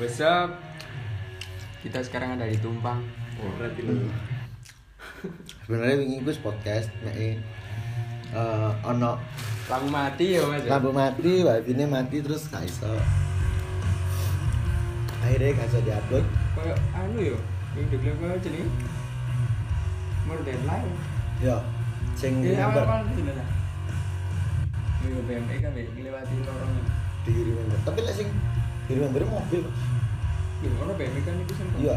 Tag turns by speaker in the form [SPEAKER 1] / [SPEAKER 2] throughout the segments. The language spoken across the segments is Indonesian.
[SPEAKER 1] What's up? Kita sekarang ada di Tumpang.
[SPEAKER 2] sebenarnya wingi gue podcast nek eh ono
[SPEAKER 1] Lampu mati ya mas. ya?
[SPEAKER 2] lampu mati wifi-ne mati terus gak iso akhirnya gak iso diupload
[SPEAKER 1] Kayak anu yo, ini di belakang aja nih. Mau deadline.
[SPEAKER 2] yo sing
[SPEAKER 1] Iya,
[SPEAKER 2] member
[SPEAKER 1] apa-apa sih lah. Ini BME kan Bek, ngelewati lorong.
[SPEAKER 2] di member tapi lek sing di member mobil
[SPEAKER 1] Ya, ono BME kan itu sempat.
[SPEAKER 2] Iya.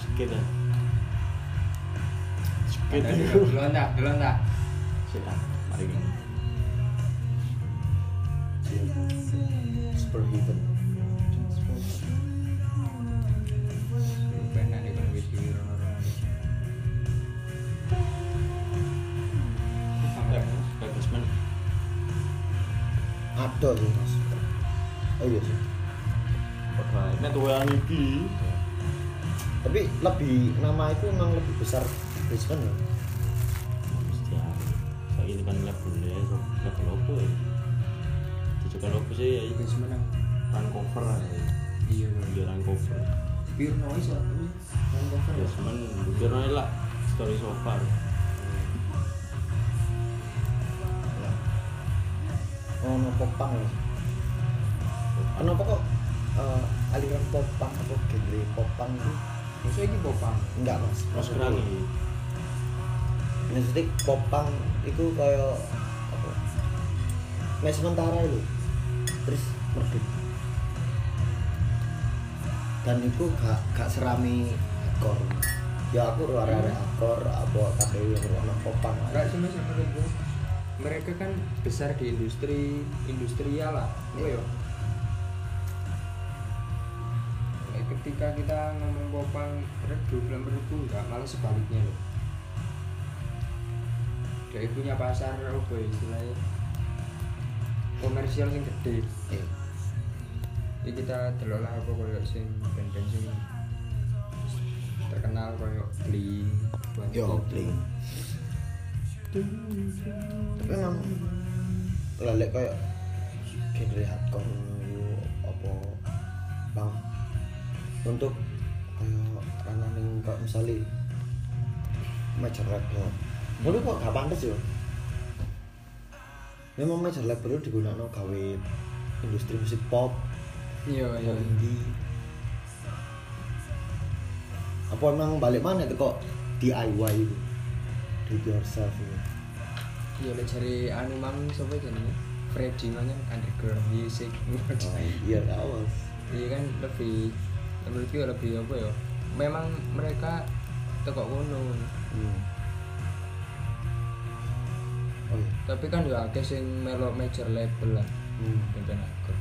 [SPEAKER 3] Sekitar.
[SPEAKER 1] Ada
[SPEAKER 3] Sekitar.
[SPEAKER 1] juga. Duluan dah, duluan dah.
[SPEAKER 3] Sekitar. Mari ini.
[SPEAKER 2] super heaven
[SPEAKER 1] Benar di kon wis di lorong.
[SPEAKER 3] Eh, Bagus men.
[SPEAKER 2] ada sih mas oh iya sih
[SPEAKER 3] Wah, Ini tuh yang ini.
[SPEAKER 2] tapi lebih nama itu memang lebih besar Brisbane ya
[SPEAKER 3] Mesti ada. Saya ini kan level ya, so- level apa ya? Itu juga level sih ya, itu
[SPEAKER 1] Iya, Wis menang.
[SPEAKER 3] run cover aja.
[SPEAKER 1] Iya,
[SPEAKER 3] Dia run cover.
[SPEAKER 1] Pure noise lah. Kan cover
[SPEAKER 3] Ya
[SPEAKER 1] ya.
[SPEAKER 3] cuman bukir lah story so far.
[SPEAKER 2] ono popang ya ono
[SPEAKER 3] Anu,
[SPEAKER 2] apa kok eh, aliran popang atau genre popang itu
[SPEAKER 1] Musuh iki bopang.
[SPEAKER 2] enggak mas
[SPEAKER 3] Mas Kerani.
[SPEAKER 2] maksudnya popang itu kayak apa main sementara itu terus merdek dan itu gak gak serami akor ya aku luar arek akor apa tapi yang warna popang lah
[SPEAKER 1] Enggak sih mas menurut gue. Mereka kan besar di industri industrial lah, Iya, ya? gue yo. Eh, Ketika kita ngomong popang redup dalam menurutku enggak malah sebaliknya loh. Dia punya pasar apa ya istilahnya komersial yang gede.
[SPEAKER 2] eh,
[SPEAKER 1] Ini kita delok lah apa koyo sing band-band sing terkenal koyo Blink, One
[SPEAKER 2] yo
[SPEAKER 1] Direction.
[SPEAKER 2] bling tapi emang lelek kayak genre hardcore itu apa bang untuk kayak ranah yang kayak misalnya major label tapi kok gak pantas ya memang major label itu digunakan gawe industri musik pop
[SPEAKER 1] Iya,
[SPEAKER 2] kayak
[SPEAKER 1] iya.
[SPEAKER 2] indie apa emang balik mana itu kok DIY itu do it yourself itu
[SPEAKER 1] Iya, lek jare anu mang sapa jenenge? Freddy mang yang underground music.
[SPEAKER 2] oh, iya awas
[SPEAKER 1] Iya kan lebih menurutku lebih apa ya? Memang mereka tekok kono.
[SPEAKER 2] hmm. oh iya
[SPEAKER 1] Tapi kan ya akeh sing melok major label lah
[SPEAKER 2] hmm.
[SPEAKER 1] band aku.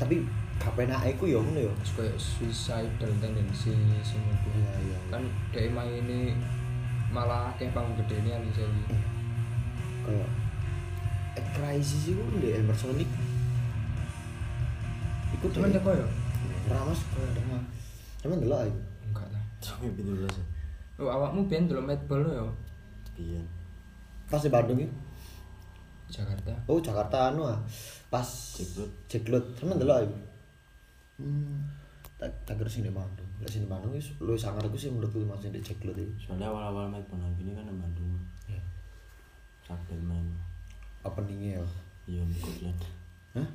[SPEAKER 2] tapi kapan aku ya ngono ya
[SPEAKER 1] Terus koyo suicidal tendency semua itu.
[SPEAKER 2] iya iya
[SPEAKER 1] kan dari main ini malah kayak panggung gede ini anu saya
[SPEAKER 2] kayak eh, crisis itu di Emersonic itu
[SPEAKER 1] cuman teko ya
[SPEAKER 2] ramas kayak ada mah cuman delok aja
[SPEAKER 1] enggak lah
[SPEAKER 3] Sampai pintu belas ya.
[SPEAKER 1] oh awakmu ben dulu medball lo ya
[SPEAKER 3] Pian.
[SPEAKER 2] pas di Bandung ya
[SPEAKER 1] Jakarta
[SPEAKER 2] oh Jakarta anu ah pas
[SPEAKER 3] Jeglot.
[SPEAKER 2] jeglot temen delok aku hmm tak tak kira sini Bandung lek sini Bandung wis lu sangar iku sih menurutku masih di jeglot itu
[SPEAKER 3] Soalnya awal-awal main Bonang ini kan di Bandung.
[SPEAKER 2] Iya.
[SPEAKER 3] Rakdel main.
[SPEAKER 2] openingnya ya
[SPEAKER 3] Iya, ikut lihat.
[SPEAKER 2] hah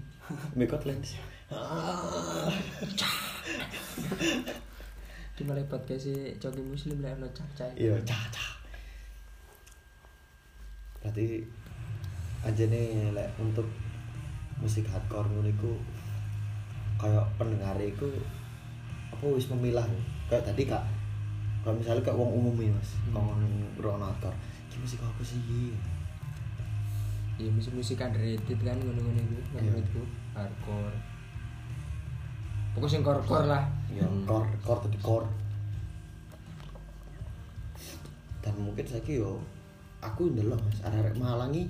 [SPEAKER 2] Mikot lens
[SPEAKER 1] di malah podcast si coki muslim lah lo cacai
[SPEAKER 2] iya cah cah berarti aja nih lek untuk musik hardcore ngono iku kayak pendengar iku apa wis memilah kayak tadi kak kalau misalnya kayak wong umum ya mas hmm. kalau ngerokok hardcore ini musik aku sih
[SPEAKER 1] iya musik musik underrated kan ngono-ngono itu
[SPEAKER 2] Iya.
[SPEAKER 1] menurutku hardcore pokoknya sing core-core lah
[SPEAKER 2] ya
[SPEAKER 3] Hmm.
[SPEAKER 2] core core tadi core dan mungkin saya yo aku ndelok mas arek malangi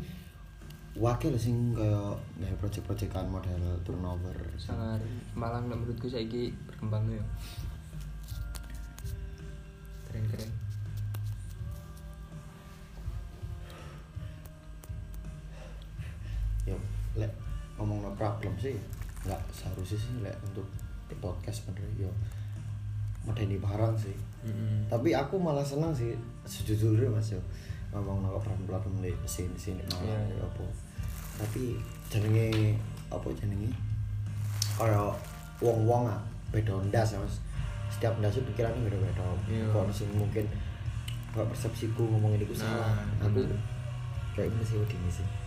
[SPEAKER 2] wakil sing kaya nggak project-projectan model turnover
[SPEAKER 1] sangat malang nek menurutku saiki berkembang ya keren keren
[SPEAKER 2] lek ngomong no problem sih nggak seharusnya sih lek untuk di podcast bener yo medeni barang sih
[SPEAKER 1] Mm-mm.
[SPEAKER 2] tapi aku malah senang sih sejujurnya mas yo ngomong no problem problem di sini sini malah
[SPEAKER 1] Iya.
[SPEAKER 2] ya apa tapi jenenge apa jenenge kayak wong wong ah beda ndas ya mas setiap ndas itu pikirannya beda beda
[SPEAKER 1] Iya.
[SPEAKER 2] kalau sing mungkin gak persepsiku ngomongin itu
[SPEAKER 1] Nah,
[SPEAKER 2] salah aku
[SPEAKER 1] bener.
[SPEAKER 2] kayak gini sih udine sih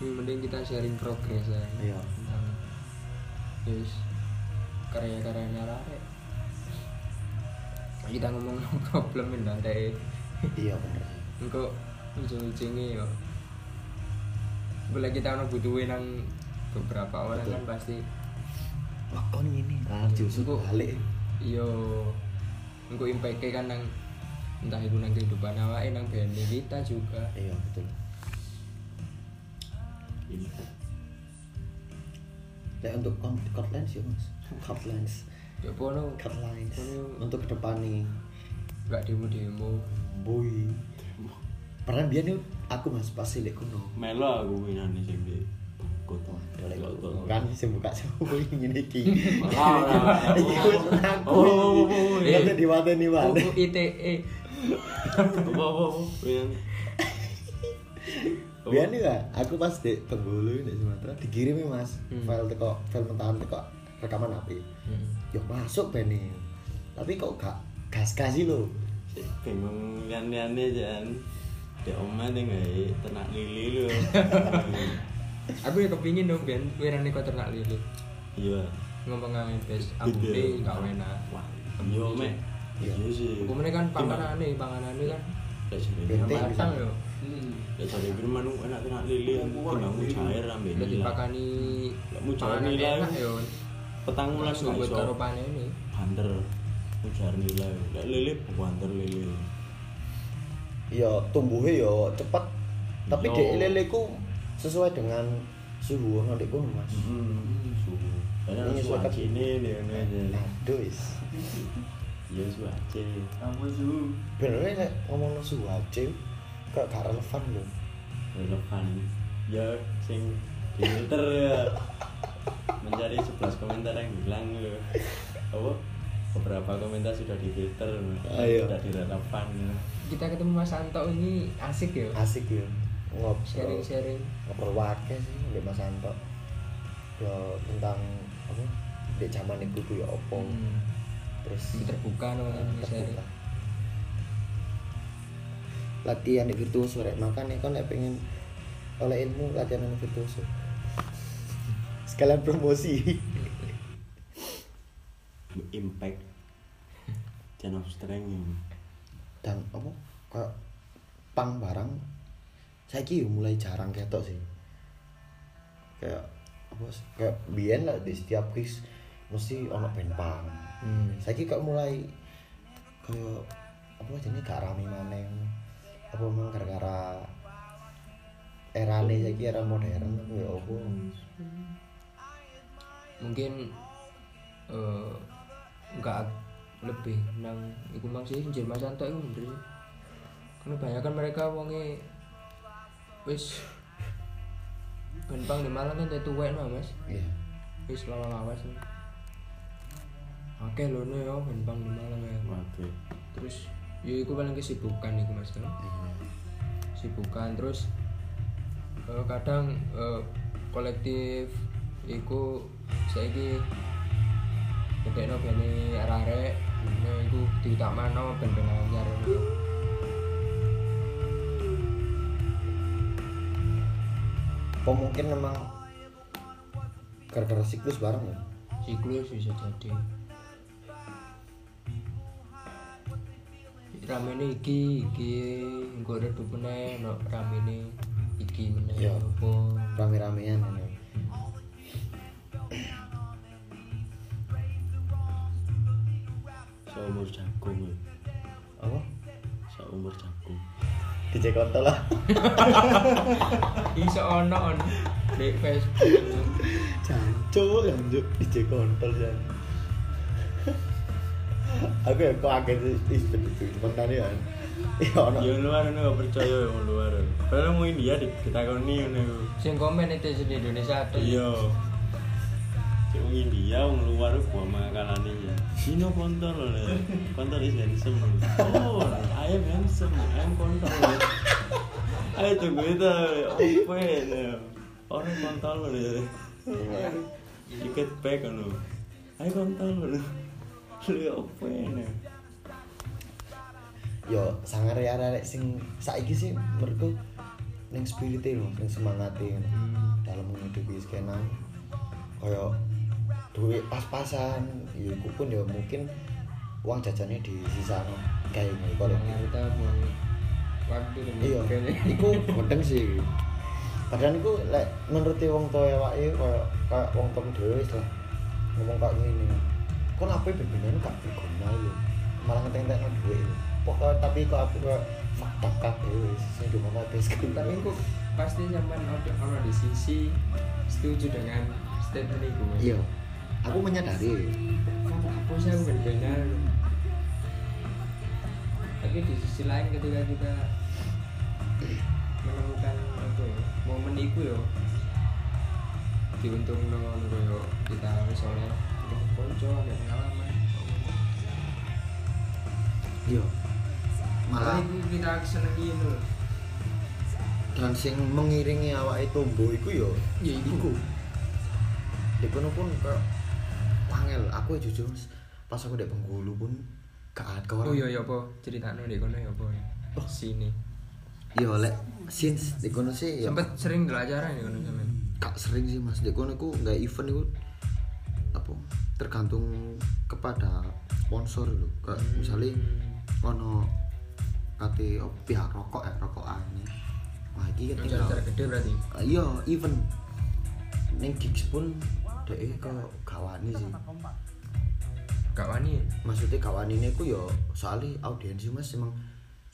[SPEAKER 1] Ini mending kita sharing progress ya.
[SPEAKER 2] Iya.
[SPEAKER 1] Tentang yes, karya-karyanya Rare. Kita ngomong problem ini ada
[SPEAKER 2] iya bener sih
[SPEAKER 1] engko ujung-ujungnya ya boleh kita ono butuhin nang beberapa orang
[SPEAKER 2] Betul.
[SPEAKER 1] kan pasti
[SPEAKER 2] makon ini nah diusut
[SPEAKER 1] Engko-
[SPEAKER 2] balik
[SPEAKER 1] yo engko impact kan nang entah itu nang kehidupan awake nang band kita juga
[SPEAKER 2] iya betul
[SPEAKER 3] Info.
[SPEAKER 2] lek untuk kon- cut lines ya mas cut lines
[SPEAKER 1] yo pono
[SPEAKER 2] cut lines
[SPEAKER 1] Aduh.
[SPEAKER 2] untuk ke depan nih
[SPEAKER 1] gak demo-demo
[SPEAKER 2] boy pernah biar nih aku mas pasti lek kuno
[SPEAKER 3] Melo aku winane sing di kota.
[SPEAKER 2] Waduh, lek kuno kan sih buka sewu ini ki iki wis
[SPEAKER 3] Oh, oh, oh,
[SPEAKER 2] aku
[SPEAKER 3] oh, oh,
[SPEAKER 2] ini di mata nih
[SPEAKER 1] buku ITE
[SPEAKER 3] Apa apa apa. Winane. oh,
[SPEAKER 2] Biar nih gak, aku pas di Bengkulu di Sumatera digirimi mas
[SPEAKER 1] Hmm.
[SPEAKER 2] file teko file mentahan teko rekaman api. Yo masuk Beni, tapi kok gak gas kasih lo.
[SPEAKER 3] Sik, Bingung lian-liane jan. Di omah ning gawe ternak lili lho.
[SPEAKER 1] aku ya kepingin dong band wirane kok ternak lili
[SPEAKER 3] Iya.
[SPEAKER 1] ngomong nang bes ambe gak enak
[SPEAKER 3] Wah, iya mek.
[SPEAKER 2] Iya.
[SPEAKER 3] Iya sih.
[SPEAKER 1] Kemudian kan panganane, panganane kan
[SPEAKER 3] Lek sing
[SPEAKER 2] Benteng.
[SPEAKER 3] di-
[SPEAKER 1] matang yo.
[SPEAKER 3] Lek jare firman enak ternak lili aku kenangmu cair ambe
[SPEAKER 1] Udah
[SPEAKER 3] nila.
[SPEAKER 1] dipakani
[SPEAKER 3] Lah, mau jalan
[SPEAKER 1] panganan
[SPEAKER 3] nilai.
[SPEAKER 1] enak yo.
[SPEAKER 3] Petang wulan
[SPEAKER 1] Langsung
[SPEAKER 3] gak
[SPEAKER 1] buat
[SPEAKER 3] iso.
[SPEAKER 1] karo ini.
[SPEAKER 3] Banter. Ujar nilai. Lek lili banter lili.
[SPEAKER 2] Yo tumbuhnya yo cepat, tapi
[SPEAKER 3] Yo.
[SPEAKER 2] dek leleku sesuai dengan suhu nggak dek kuno mas.
[SPEAKER 3] Hmm, suhu. Padahal
[SPEAKER 2] Ini
[SPEAKER 3] suhu
[SPEAKER 2] suka-
[SPEAKER 3] aja ini dia ini.
[SPEAKER 2] Aduh is,
[SPEAKER 3] Iya suhu aja.
[SPEAKER 2] benernya lek ngomong no suhu aja, kok gak relevan lo.
[SPEAKER 3] Relevan. Ya, sing di Twitter ya. Mencari 11 komentar yang hilang loh. Apa? Beberapa komentar sudah di filter,
[SPEAKER 2] Ayo.
[SPEAKER 3] sudah direlevan. ya.
[SPEAKER 1] Kita ketemu Mas Anto ini asik yo.
[SPEAKER 2] Asik yo, ngobrol.
[SPEAKER 1] Sharing-sharing.
[SPEAKER 2] ngobrol wake sih Mbak Mas Anto ya tentang apa di zaman itu tuh ya opo
[SPEAKER 3] Mm-hmm.
[SPEAKER 1] Hmm.
[SPEAKER 2] terus
[SPEAKER 1] Lebih terbuka no kan
[SPEAKER 2] eh,
[SPEAKER 1] sharing.
[SPEAKER 2] terbuka. latihan di virtuoso rek makanya kan lek pengen oleh ilmu latihan di virtuoso sekalian promosi
[SPEAKER 3] Impact. Channel strength ya.
[SPEAKER 2] dan apa kayak pang barang saya kira mulai jarang ketok sih kayak apa sih, kayak biyen lah di setiap kis mesti ono band pang
[SPEAKER 1] Hmm.
[SPEAKER 2] saya kira kayak mulai kayak apa aja nih gak rame maneh apa memang gara-gara era nih saya kira era modern ya apa
[SPEAKER 1] Mungkin eh enggak lebih nang iku mang sih jeneng Mas Anto iku bener. sih. Karena kebanyakan mereka wonge wis Ben pang di Malang kan tuwek no Mas.
[SPEAKER 2] iya
[SPEAKER 1] wis lama lawas nih oke lo nih yo bentang di malam ya
[SPEAKER 3] Waduh.
[SPEAKER 1] terus yo iku paling kesibukan iku mas kan
[SPEAKER 2] iya
[SPEAKER 1] kesibukan terus eh, kadang eh, kolektif iku saiki gedekno bene arek-arek nah iku diutamakno ben-ben anyar ngono.
[SPEAKER 2] apa mungkin memang gara-gara siklus barang ya
[SPEAKER 1] siklus bisa jadi ramene iki iki engko redup meneh no ramene iki meneh
[SPEAKER 2] Iya.
[SPEAKER 1] opo
[SPEAKER 2] rame-ramean ini
[SPEAKER 3] Seumur jagung. ya.
[SPEAKER 2] apa
[SPEAKER 3] Seumur jagung.
[SPEAKER 2] DJ kontol lah
[SPEAKER 1] iso ono on di Facebook
[SPEAKER 2] Jancuk, jancuk DJ kontol ya. Aku ya kok kaget sih, ih, bener-bener. cuman tadi kan. Iya ono.
[SPEAKER 3] Yo luar ngono gak percaya yo luar. Padahal mau India di- ditakoni ngono iku.
[SPEAKER 1] Sing komen itu di Indonesia tuh.
[SPEAKER 3] Iya. Cek wong India wong luar gua makalane ya. Dino kontol lho. Kontol is handsome. Oh, I am handsome. I am kontol. Ayo tuh gue itu opo ya. Orang kontol lho. You get back ono. Ayo kontol lho. Lho opo ya.
[SPEAKER 2] Yo sangar ya arek sing saiki sih menurutku ning spirite lho, ning semangate.
[SPEAKER 1] Hmm.
[SPEAKER 2] Dalam menghidupi skena koyo duit pas-pasan, ya iku pun ya mungkin uang jajannya di sisa kayak ngene kolektif.
[SPEAKER 1] Kita buang waktu demi
[SPEAKER 2] iya
[SPEAKER 1] kayaknya.
[SPEAKER 2] iku gedeng sih padahal iku lek menuruti wong tua awake koyo koyo wong tua dhewe wis lah ngomong kok ngene kok apa bimbingan gak berguna lho malah ngeteng-ngetengno dhuwit lho pokoknya eh, tapi kok aku kok fakta kabeh wis sing diomongi kabeh sekitar
[SPEAKER 1] Tapi kok pasti zaman ada orang di sisi setuju dengan statement itu. Mas.
[SPEAKER 2] iya aku menyadari
[SPEAKER 1] Kamu hapus aku benar-benar. Tapi di sisi lain ketika kita menemukan apa ya, momen itu ya diuntung dengan koyo ya, kita misalnya udah konco ada pengalaman
[SPEAKER 2] iya
[SPEAKER 1] malah
[SPEAKER 2] malah
[SPEAKER 1] itu kita senengin loh
[SPEAKER 2] dan sing mengiringi awake tombo iku yo
[SPEAKER 1] ya itu
[SPEAKER 2] di kono pun kayak wangel aku ya jujur Mas, pas aku di Bengkulu pun gak ada
[SPEAKER 1] oh
[SPEAKER 2] orang
[SPEAKER 1] iya iya apa ceritanya deh kono ya apa ya sini
[SPEAKER 2] Iya lek since di kono sih ya
[SPEAKER 1] sempet sering dulu acara ya kono zaman
[SPEAKER 2] kak sering sih mas di kono aku nggak event itu apa tergantung kepada sponsor lho kayak
[SPEAKER 1] Hmm.
[SPEAKER 2] misalnya kono kate oh, pihak rokok ya rokokan wah iki ketinggal
[SPEAKER 1] acara gede berarti
[SPEAKER 2] Ah, iya event neng gigs pun deh kok kawani sih
[SPEAKER 1] gak wani ya?
[SPEAKER 2] maksudnya kawan ini aku ya soalnya audiensi mas emang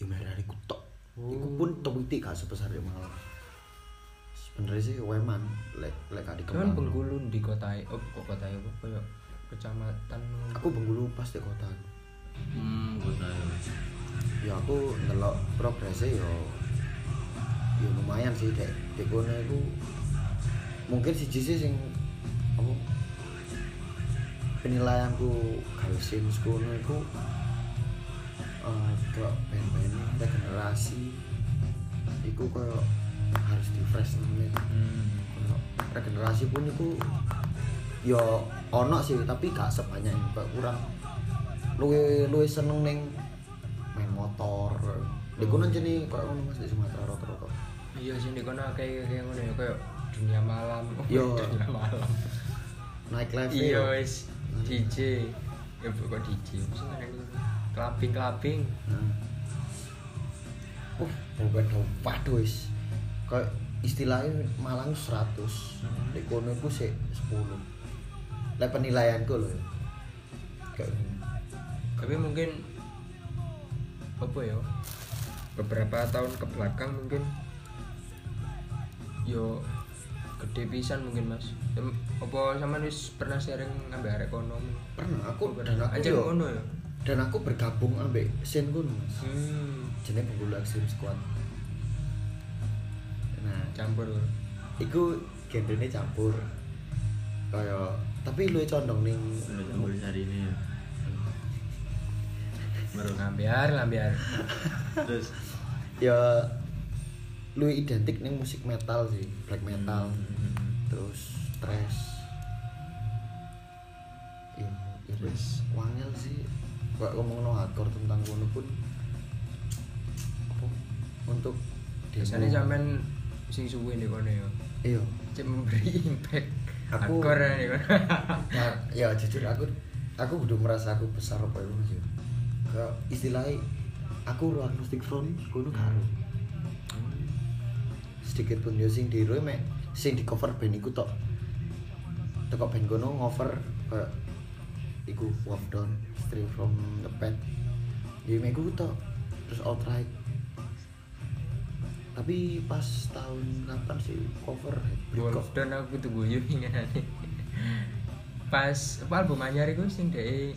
[SPEAKER 2] ya merah aku tok aku pun tewitik gak sebesar yang malam sebenernya sih weman lek lek gak
[SPEAKER 1] cuman
[SPEAKER 2] dikembang
[SPEAKER 1] Bengkulu di kota oh kok kota apa koyo kecamatan
[SPEAKER 2] aku bengkulu pas di kota
[SPEAKER 3] Hmm, gua tahu.
[SPEAKER 2] ya aku ngelok progresnya ya ya lumayan sih dek di kono aku mungkin si sih sing apa penilaianku kalau sing sekono aku eh kok band-band regenerasi itu kayak harus di fresh nih
[SPEAKER 1] hmm.
[SPEAKER 2] Ono. regenerasi pun itu ya ono sih tapi gak sebanyak yang gak kurang luwe luwe seneng neng main motor di
[SPEAKER 1] Hmm.
[SPEAKER 2] kono jadi kok ngono mas di Sumatera rata-rata
[SPEAKER 1] iya sih di kono kayak kayak ngono ya koyo dunia malam oh,
[SPEAKER 2] Iya.
[SPEAKER 1] dunia malam
[SPEAKER 2] naik live
[SPEAKER 1] iya wis DJ ya bu, kok DJ kelabing kelabing
[SPEAKER 2] uh dompet dompet wis kayak istilahnya Malang 100
[SPEAKER 1] Hmm.
[SPEAKER 2] di kono iku sik 10 lek penilaianku lho ya. kayak
[SPEAKER 1] tapi mungkin apa ya beberapa tahun ke belakang mungkin yo gede pisan mungkin mas Em, apa sama wis pernah sharing ngambil arek kono
[SPEAKER 2] pernah aku
[SPEAKER 1] Apa
[SPEAKER 2] dan
[SPEAKER 1] pernah?
[SPEAKER 2] aku
[SPEAKER 1] Anjir,
[SPEAKER 2] yo-
[SPEAKER 1] ngono ya
[SPEAKER 2] dan aku bergabung ambek Sen Gun mas
[SPEAKER 1] hmm
[SPEAKER 2] jenenge pembulu ekstrim squad nah
[SPEAKER 1] campur
[SPEAKER 2] iku gendernya campur kaya tapi lu condong ning
[SPEAKER 3] Udah campur hari ini ya. Baru
[SPEAKER 1] ngambiar ngambiar
[SPEAKER 3] terus
[SPEAKER 2] ya lu identik ning musik metal sih black metal terus trash ya ya wis wangel sih kok ngomong no hardcore tentang ngono pun apa untuk
[SPEAKER 1] biasanya sampean sing suwe nih kono ya
[SPEAKER 2] iya
[SPEAKER 1] cek memberi impact
[SPEAKER 2] Aku-
[SPEAKER 1] hardcore ya nih kono
[SPEAKER 2] Nah, ya jujur aku aku udah merasa aku besar apa itu mas ya ke istilahnya aku ruang agnostic front kuno karo sedikit pun yo sing di mek sing di cover band iku tok teko band kono ngover ke iku walk down stream from the path di mek iku tok terus outright tapi pas tahun kapan sih cover hybrid kok
[SPEAKER 1] Wolfdown aku tuh guyu ingatane. Pas apa album anyar iku sing dhek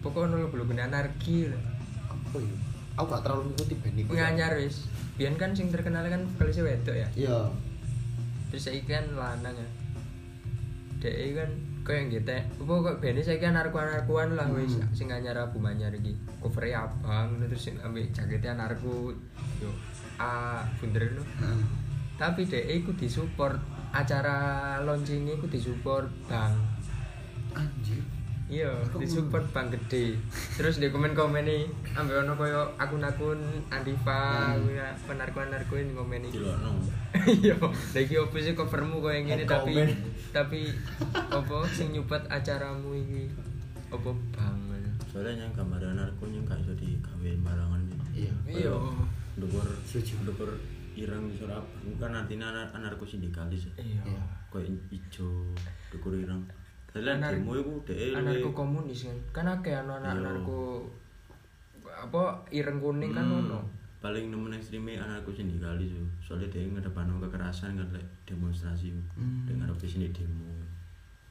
[SPEAKER 1] pokoknya nol belum anarki lho.
[SPEAKER 2] apa ya aku gak terlalu ngikuti band iku.
[SPEAKER 1] Kuwi anyar wis. Biyen kan sing terkenal kan vokalisnya wedok ya.
[SPEAKER 2] Iya.
[SPEAKER 1] Terus saiki kan lanang ya. Dek iki kan koyo yang gitu. Apa kok band saiki kan narko-narkoan lah wis
[SPEAKER 2] Hmm.
[SPEAKER 1] sing anyar album anyar iki. Covernya abang terus sing ambek jaketnya narko yo A bunder no.
[SPEAKER 2] Heeh.
[SPEAKER 1] Tapi dek iku disupport acara launching iku disupport Bang.
[SPEAKER 2] Anjir.
[SPEAKER 1] Iya,
[SPEAKER 2] Aku-
[SPEAKER 1] disupport Bang Gede. Terus di komen-komen nih, ambil ono koyo akun-akun Andifa,
[SPEAKER 2] Hmm.
[SPEAKER 1] kuwi penarkoan-narkoan komen iki.
[SPEAKER 3] Gila, no.
[SPEAKER 1] Iya, lagi opo sih covermu koyo yang ngene
[SPEAKER 2] Head
[SPEAKER 1] tapi
[SPEAKER 2] comment.
[SPEAKER 1] tapi opo sing nyupet acaramu iki? Opo Bang?
[SPEAKER 3] Soalnya yang gambaran narko yang gak bisa digawe barangan
[SPEAKER 2] Iya.
[SPEAKER 1] Iya.
[SPEAKER 3] Dukur,
[SPEAKER 2] Setuju.
[SPEAKER 3] dukur irang di Surabaya. Bukan artinya anar anarko sindikalis ya.
[SPEAKER 1] Iya.
[SPEAKER 2] Iya.
[SPEAKER 3] Kayak ijo, dukur irang. Soalnya
[SPEAKER 1] Anar-
[SPEAKER 3] demo itu deh.
[SPEAKER 1] Anarko komunis kan. Kan akeh ono anak
[SPEAKER 3] Iya.
[SPEAKER 1] anarko apa ireng kuning kan ono.
[SPEAKER 3] Hmm. paling nemen ekstremnya anarko sindikalis yo. Soalnya dia ngedepan kekerasan kan like, demonstrasi yo.
[SPEAKER 2] Hmm.
[SPEAKER 3] Dia ngarepe sini demo.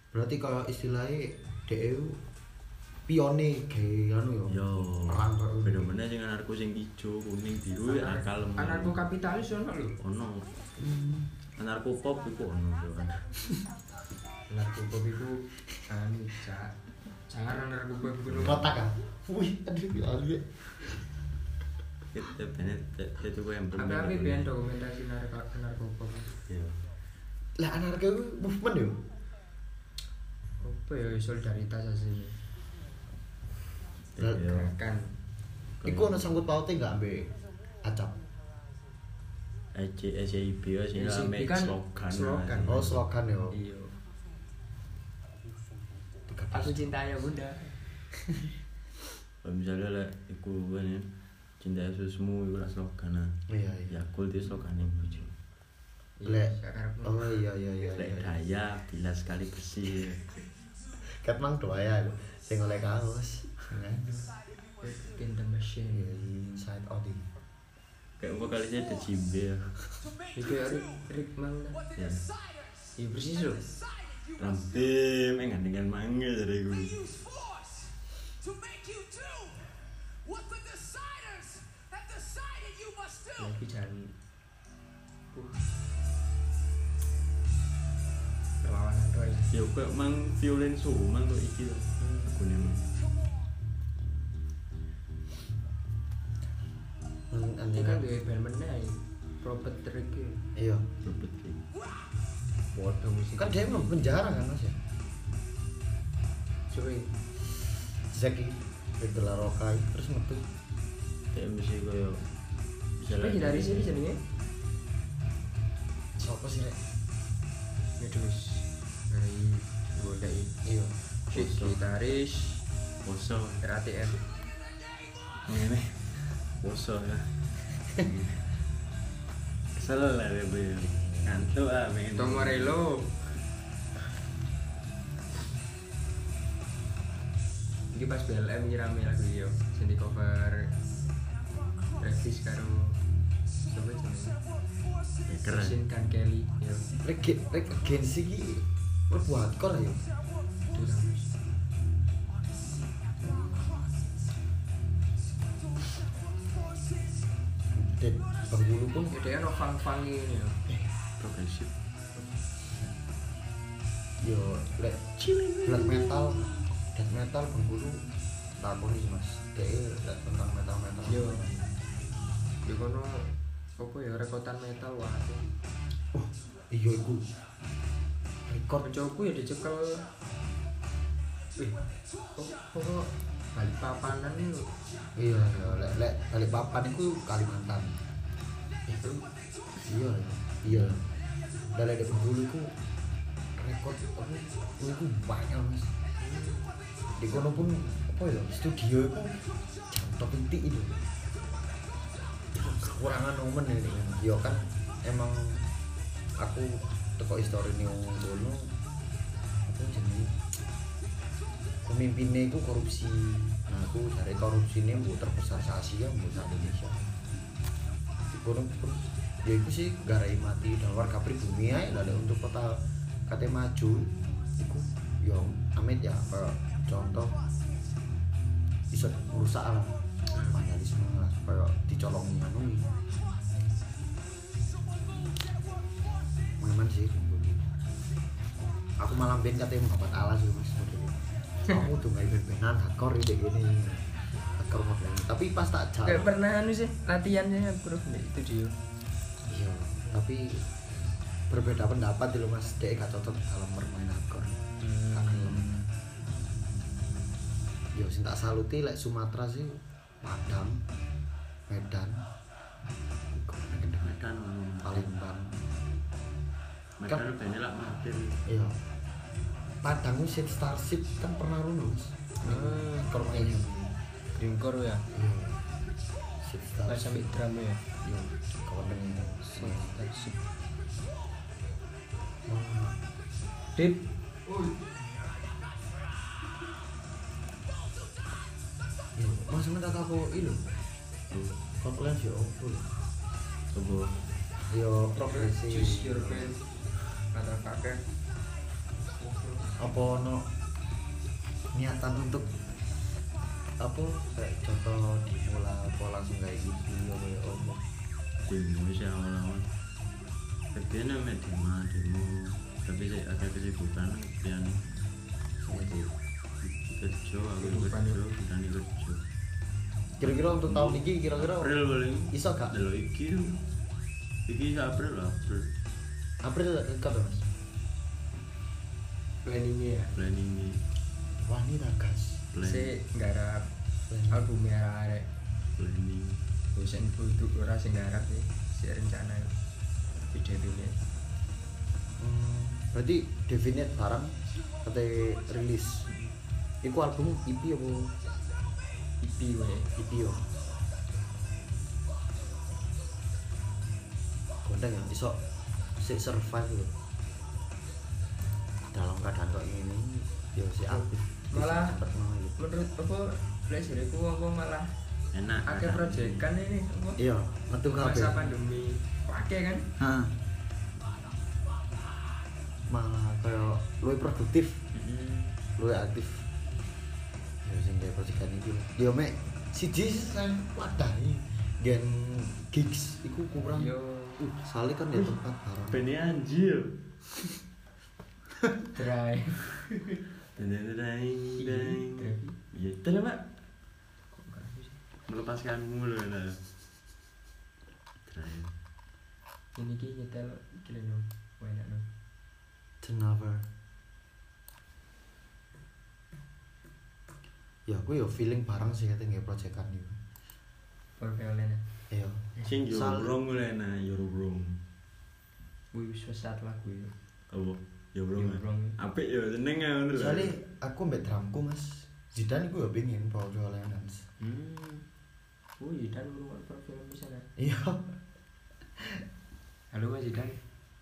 [SPEAKER 2] Berarti kalau istilahnya DE pione kayak anu ya.
[SPEAKER 3] Yo,
[SPEAKER 2] Perang kok.
[SPEAKER 3] bener-bener sing anarko sing ijo, kuning, biru ya akal.
[SPEAKER 1] Anarko kapitalis ono lho.
[SPEAKER 3] Ono.
[SPEAKER 2] Hmm.
[SPEAKER 3] Anarko pop itu ono yo.
[SPEAKER 1] Narkoba itu anu cak. Jangan narkoba bunuh.
[SPEAKER 2] Kotak ah. Wih, aduh ya Allah.
[SPEAKER 3] Kita bener itu gue yang
[SPEAKER 1] Tapi aku biar dokumentasi narko- narkoba.
[SPEAKER 3] Iya.
[SPEAKER 2] Lah anarko itu movement ya? yo.
[SPEAKER 1] Apa ya solidaritas asli.
[SPEAKER 2] Lah,
[SPEAKER 3] Iya.
[SPEAKER 1] Kan
[SPEAKER 2] Iku ono sangkut pautnya enggak ambek acap.
[SPEAKER 3] EC SIB ya sih
[SPEAKER 1] SIB
[SPEAKER 3] namanya
[SPEAKER 1] kan
[SPEAKER 3] slogan.
[SPEAKER 1] slogan.
[SPEAKER 2] Oh, slogan yo.
[SPEAKER 1] iya.
[SPEAKER 2] Tiga
[SPEAKER 1] Aku cintanya bunda.
[SPEAKER 3] Kalau misalnya lah, iku kan ya, cinta Yesusmu itu lah slogan lah.
[SPEAKER 2] Iya, iya.
[SPEAKER 3] Ya kul itu slogan yang lucu.
[SPEAKER 2] Lek.
[SPEAKER 1] Iya, sekarang aku-
[SPEAKER 2] Oh iya iya iya.
[SPEAKER 3] Lek kan.
[SPEAKER 2] iya.
[SPEAKER 3] daya, bila sekali bersih.
[SPEAKER 2] Kat mang doa ya. Sing oleh kaos. ya kan? Iya,
[SPEAKER 1] Bikin the machine.
[SPEAKER 2] Side Odi.
[SPEAKER 3] Kayak gua kali aja ada jimbe ya.
[SPEAKER 1] Itu ya Rick, Rick mana?
[SPEAKER 3] Ya.
[SPEAKER 1] Iya persis loh.
[SPEAKER 3] Rampim, eh dengan mangga dari gue.
[SPEAKER 1] Lagi jalan. Uh. Perlawanan doy.
[SPEAKER 3] Ya kok mang violin su, mang tuh iki tuh. Aku nih mang.
[SPEAKER 2] Iya.
[SPEAKER 1] Ini kan
[SPEAKER 2] Anjing.
[SPEAKER 1] gue band mana ya? Propet Rick ya.
[SPEAKER 2] Iya.
[SPEAKER 3] Rupet kayak.
[SPEAKER 1] Waduh musik.
[SPEAKER 2] Kan dia emang penjara kan Mas ya.
[SPEAKER 1] Cuy.
[SPEAKER 2] Zeki Fedela Rokai terus metu.
[SPEAKER 3] Kayak mesti kaya. Bisa
[SPEAKER 1] Tapi dari sini jadinya.
[SPEAKER 2] Sopo sih Rek?
[SPEAKER 1] Ya terus. Dari gue dari.
[SPEAKER 2] Iya.
[SPEAKER 1] Shit, Gitaris.
[SPEAKER 3] Poso.
[SPEAKER 1] RATM.
[SPEAKER 3] Ini. Poso ya.
[SPEAKER 2] Hmm.
[SPEAKER 3] Kesel lah deh gue. Ngantuk ah pengen.
[SPEAKER 1] Tom Morello. Ini pas BLM nyirami lagu yo, jadi cover Regis karo siapa jenenge?
[SPEAKER 3] Ya, Keren.
[SPEAKER 1] Sin Kan Kelly yo.
[SPEAKER 2] Rek rek agensi ki mlebu hardcore ya.
[SPEAKER 1] Duh, Ramus.
[SPEAKER 2] Dan penghulu pun
[SPEAKER 1] Ya dia no fang fang ini ya. yo.
[SPEAKER 3] Progresif.
[SPEAKER 2] yo lek black metal death metal penghulu lakoni Mas. Dek lek tentang metal-metal.
[SPEAKER 1] Yo. Yo kono apa ya rekotan metal wah.
[SPEAKER 2] Oh, iya iku. Record Eh,
[SPEAKER 1] Kancaku ya dicekel. Wih, kok kok balik papanan yo.
[SPEAKER 2] iya iya lek lek balik papan iku Kalimantan.
[SPEAKER 1] Itu
[SPEAKER 2] Iya iya. Dan lek di penghulu iku record apa iku banyak Mas. Di kono pun apa ya studio iku jantok inti itu. Kekurangan momen ini. Yo kan emang aku teko histori ini wong kono apa jenenge pemimpinnya itu korupsi nah aku dari korupsi ini bu terbesar se Asia bu se Indonesia di kono pun ya itu sih garai mati dan warga pribumi ya lah lek untuk kota kate maju itu yo amit ya apa contoh bisa merusak lah vandalisme lah kayak dicolongi anu Memang sih mungkin. Aku malah ben katanya mau dapat alas sih mas modelnya. Kamu tuh gak ben-benan hardcore gitu gini Hardcore modelnya Tapi pas tak
[SPEAKER 1] Gak
[SPEAKER 2] jalan
[SPEAKER 1] pernah anu sih latihannya kurang di studio.
[SPEAKER 2] Iya, tapi berbeda pendapat dulu mas Dek gak cocok dalam bermain hardcore Gak gelem Yo, sing tak saluti lek Sumatera sih Padang, Medan, Iku, Medan,
[SPEAKER 3] Medan ono.
[SPEAKER 2] Palembang.
[SPEAKER 3] Medan ben lak mati.
[SPEAKER 2] Iya. Padang ku Sid Starship kan pernah runuh mas.
[SPEAKER 1] Hmm.
[SPEAKER 2] Kalau ini.
[SPEAKER 1] Dreamcore ya.
[SPEAKER 2] Iya. Sid
[SPEAKER 1] Gak
[SPEAKER 2] Starship.
[SPEAKER 1] sampai drama ya.
[SPEAKER 2] Iya. Kawan dengan Sid Starship. Wah.
[SPEAKER 1] Dip.
[SPEAKER 2] Iya. Mas sama kakakku itu. Kok kalian sih oh, opo?
[SPEAKER 3] Coba.
[SPEAKER 2] Iya. Progresi.
[SPEAKER 1] friend. Kata kakek.
[SPEAKER 2] Apa ono niatan untuk apa kayak contoh dimulai apa langsung kayak gitu apa ya opo?
[SPEAKER 3] demo sih awal-awal kerjaan namanya demo demo tapi saya agak kesibukan kerjaan
[SPEAKER 2] Gitu.
[SPEAKER 3] kerja aku juga kerja kita nih kerja
[SPEAKER 2] Kira-kira untuk tahun ini kira-kira
[SPEAKER 3] April paling
[SPEAKER 2] iso gak?
[SPEAKER 3] dulu iki iki sih April lah April
[SPEAKER 2] April dekat mas.
[SPEAKER 1] Planningnya ya.
[SPEAKER 3] planning ini
[SPEAKER 2] Wanita gas.
[SPEAKER 3] planning
[SPEAKER 1] nggarap albumnya arek.
[SPEAKER 3] planning
[SPEAKER 1] Bosan bu itu ora sing nggarap sih. Si rencana ya. video ini.
[SPEAKER 2] Hmm, berarti definite barang kata rilis. Iku album EP apa
[SPEAKER 1] EP wae.
[SPEAKER 2] EP yo. Kondang yang iso si survive lho. Dalam keadaan kok ini yo si aktif.
[SPEAKER 1] Malah-
[SPEAKER 2] Cepet mau gitu.
[SPEAKER 1] Menurut apa pleasure aku wong malah
[SPEAKER 3] enak
[SPEAKER 1] akeh
[SPEAKER 3] kan?
[SPEAKER 1] project kan ini apa?
[SPEAKER 2] Iya, metu kabeh.
[SPEAKER 1] Masa pandemi. Pakai kan?
[SPEAKER 2] Hah. Malah kayak luwih produktif.
[SPEAKER 3] Mm-mm.
[SPEAKER 2] luwih aktif ya sing kayak percikan itu ya mek siji sing wadahi gen gigs iku kurang
[SPEAKER 1] Yo.
[SPEAKER 2] uh soalnya kan ya tempat barang
[SPEAKER 3] Benny anjir
[SPEAKER 1] Drive.
[SPEAKER 3] deng deng deng deng ya terus pak melepaskanmu loh lah Terakhir.
[SPEAKER 1] Ini ki nyetel gila no. Wae enak no.
[SPEAKER 2] jenapa ya aku yo feeling barang sih katanya kayak proyekan itu
[SPEAKER 1] For Violena.
[SPEAKER 2] iya
[SPEAKER 3] Sing yo
[SPEAKER 2] Soal-
[SPEAKER 3] brong mulai nah yo brong.
[SPEAKER 1] Wih wis sesat lagu itu.
[SPEAKER 3] Apa? Yo brong.
[SPEAKER 1] Yo
[SPEAKER 3] eh.
[SPEAKER 2] eh?
[SPEAKER 1] brong.
[SPEAKER 3] Apik yo seneng ya ngono lho.
[SPEAKER 2] soalnya aku mbak drumku mas Zidane gue pengen bawa jualan dance
[SPEAKER 3] Hmm.
[SPEAKER 1] Oh Zidan ngurungan per film di sana.
[SPEAKER 2] iya
[SPEAKER 1] Halo Mas Zidan.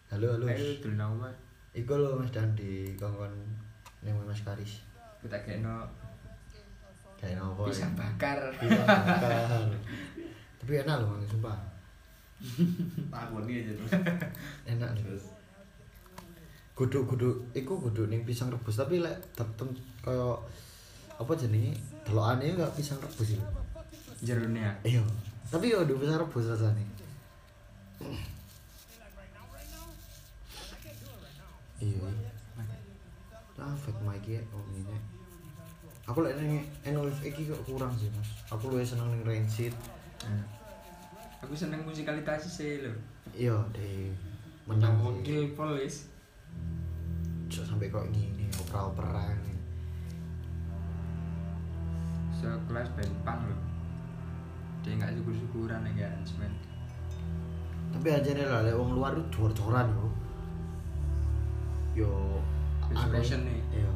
[SPEAKER 2] halo halo
[SPEAKER 1] Ayo dulu nang omah.
[SPEAKER 2] iku lo mas Dandi kawan yang mas Karis
[SPEAKER 1] Kita kena
[SPEAKER 2] kayak ngopo ya.
[SPEAKER 1] pisang bakar.
[SPEAKER 2] Iya, bakar. tapi enak loh Mang, sumpah
[SPEAKER 3] Takoni aja terus.
[SPEAKER 2] enak terus guduk-guduk iku guduk ning pisang rebus tapi lek tetem kaya apa jenenge delokane gak pisang rebus itu
[SPEAKER 1] Jerone ya.
[SPEAKER 2] iya tapi yo duwe pisang rebus rasane iya Lafet Mike ya, oh ini Aku lek neng NOF iki kok kurang sih mas. Aku lebih seneng neng Rancid,
[SPEAKER 1] Nah. Aku seneng musikalitas sih lho.
[SPEAKER 2] iya deh.
[SPEAKER 1] Nang
[SPEAKER 2] Menang sih.
[SPEAKER 1] model polis.
[SPEAKER 2] Cuk sampai kok gini operal perang
[SPEAKER 1] Sekelas band punk lho. Dia nggak syukur-syukuran ya kan, cuman
[SPEAKER 2] tapi aja nih lah lek wong luar itu jor-joran yo yo
[SPEAKER 1] Wis
[SPEAKER 2] aneh.
[SPEAKER 1] passion nih.
[SPEAKER 2] Iya.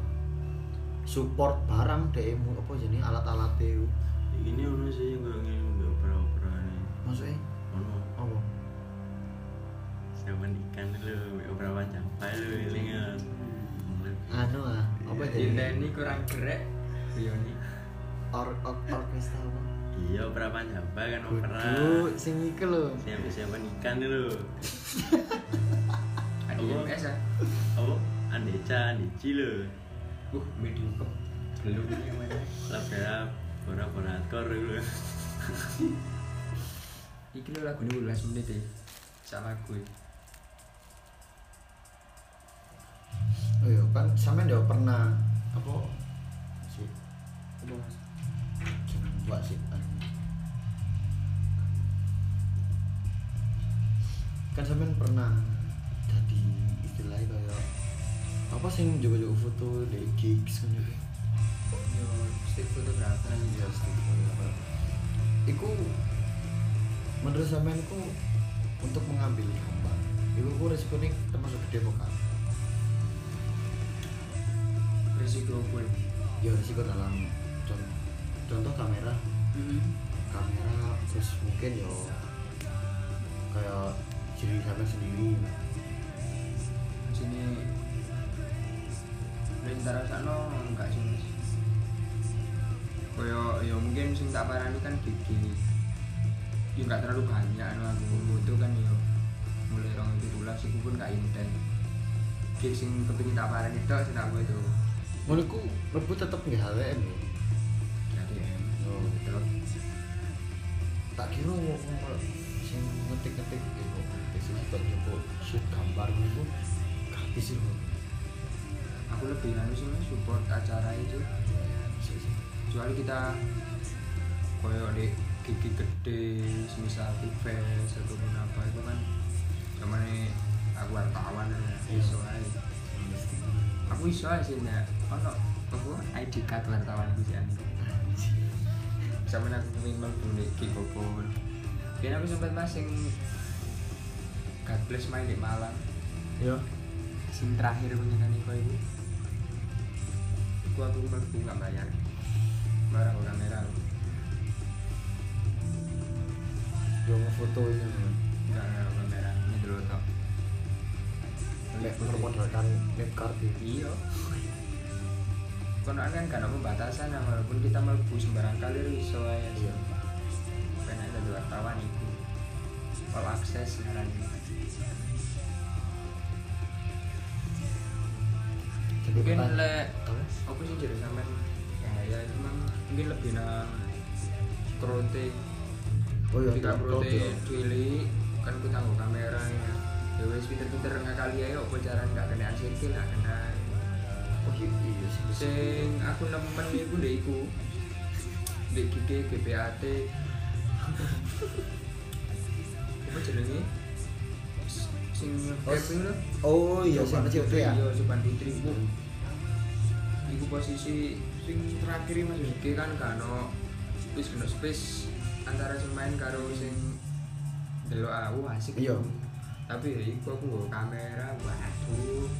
[SPEAKER 2] support barang demo apa jenis alat-alat itu
[SPEAKER 3] Ini ono sih yang gue ngene yo opera-opera ini.
[SPEAKER 2] maksudnya
[SPEAKER 3] Ono
[SPEAKER 2] apa
[SPEAKER 3] sama ikan lho, mbak opera panjang. Ayo elingan.
[SPEAKER 2] anu lah apa
[SPEAKER 1] Dinda
[SPEAKER 2] jadi
[SPEAKER 1] ini kurang gerak. Guyoni.
[SPEAKER 2] or or orkestra apa
[SPEAKER 3] Iya opera panjang kan opera.
[SPEAKER 2] Kudu sing iku lho
[SPEAKER 3] Siapa siapa ikan lho.
[SPEAKER 1] Ada
[SPEAKER 3] Apa?
[SPEAKER 1] UMS ya.
[SPEAKER 3] Apa? Oh, Andeca, Andeci lho.
[SPEAKER 1] Uh, medium kok. Belum ini mana.
[SPEAKER 3] Labra, pora-pora kor lho.
[SPEAKER 1] Iki lho lagu ini 11 menit ya. Sak lagu. ya.
[SPEAKER 2] oh iya kan sampean ya pernah apa sih
[SPEAKER 1] Apa, Mas?
[SPEAKER 2] jeneng buat sih anu. kan sampean pernah jadi istilahnya kayak apa sih yang coba-coba foto di gigs ngono gitu
[SPEAKER 1] Yo, stick fotografer.
[SPEAKER 2] Iya, stakeholder. Iku menurut sampean iku untuk mengambil gambar. Iku ku resikonya termasuk gede apa kan?
[SPEAKER 1] Risiko pun.
[SPEAKER 2] Ya resiko dalam contoh, contoh kamera, kamera terus mungkin yo kayak diri sampean sendiri.
[SPEAKER 1] Sini Lain cara sana enggak sih mas Koyo ya mungkin sing tak parani kan gigi Ya enggak terlalu banyak anu aku foto kan ya Mulai orang itu tulas iku pun enggak inten Gig sing kepengin tak parani tok sing tak itu
[SPEAKER 2] Menurutku lebu tetep nggih HWM yo.
[SPEAKER 1] KDM Oh betul
[SPEAKER 2] Tak kira wong wong sing ngetik-ngetik iku sing buat nyoba shoot gambar niku gratis lho.
[SPEAKER 1] Aku lebih anu sih Mas, support acara itu
[SPEAKER 2] Sik, sik.
[SPEAKER 1] kecuali kita koyo di gigi gede semisal event ataupun apa itu kan cuman nih aku wartawan ya
[SPEAKER 2] Iya.
[SPEAKER 1] iso ae aku iso ae sih nek ono apa ID card wartawan ku sih anu sama aku pengen mlebu nek gig bobon Kayaknya aku sempat mas yang God bless main di Malang
[SPEAKER 2] Ya.
[SPEAKER 1] Sing terakhir menyenang Niko itu Aku aku mlebu gak bayar Barang orang merah aku.
[SPEAKER 2] Yo ngefoto ini.
[SPEAKER 1] Enggak, enggak, enggak merah. Ini dulu tok.
[SPEAKER 2] Lek bermodalkan Netcar TV.
[SPEAKER 1] Iya. Kono kan kan pembatasan nah, walaupun kita mlebu sembarang kali lu iso ae.
[SPEAKER 2] Iya.
[SPEAKER 1] Ben ada dua wartawan iku. All access ngaran.
[SPEAKER 2] Jadi
[SPEAKER 1] Mungkin
[SPEAKER 2] pertanyaan-
[SPEAKER 1] lek
[SPEAKER 2] Tahu?
[SPEAKER 1] apa sih jadi sampean? Ya, ya itu mang mungkin lebih nang krote.
[SPEAKER 2] Oh iya,
[SPEAKER 1] Ketika
[SPEAKER 2] tak
[SPEAKER 1] krote
[SPEAKER 2] tahu, Dio.
[SPEAKER 1] cilik kan ku tanggo kamera ya. Ya wis pinter-pinter ngakali ae opo jaran gak kenaan sikil gak kenaan.
[SPEAKER 2] Oh iya, iya sih.
[SPEAKER 1] sing aku nemen iku ndek iku ndek gigi GPAT apa jenenge S- sing
[SPEAKER 2] Oh,
[SPEAKER 1] rap iku lho
[SPEAKER 2] Oh iya, sih kecil itu ya.
[SPEAKER 1] iya Sopan Fitri iku iku posisi sing terakhir Mas gigi kan gak ono wis kena space antara sing main karo sing delok aku asik
[SPEAKER 2] Iya.
[SPEAKER 1] tapi ya iku aku nggo kamera waduh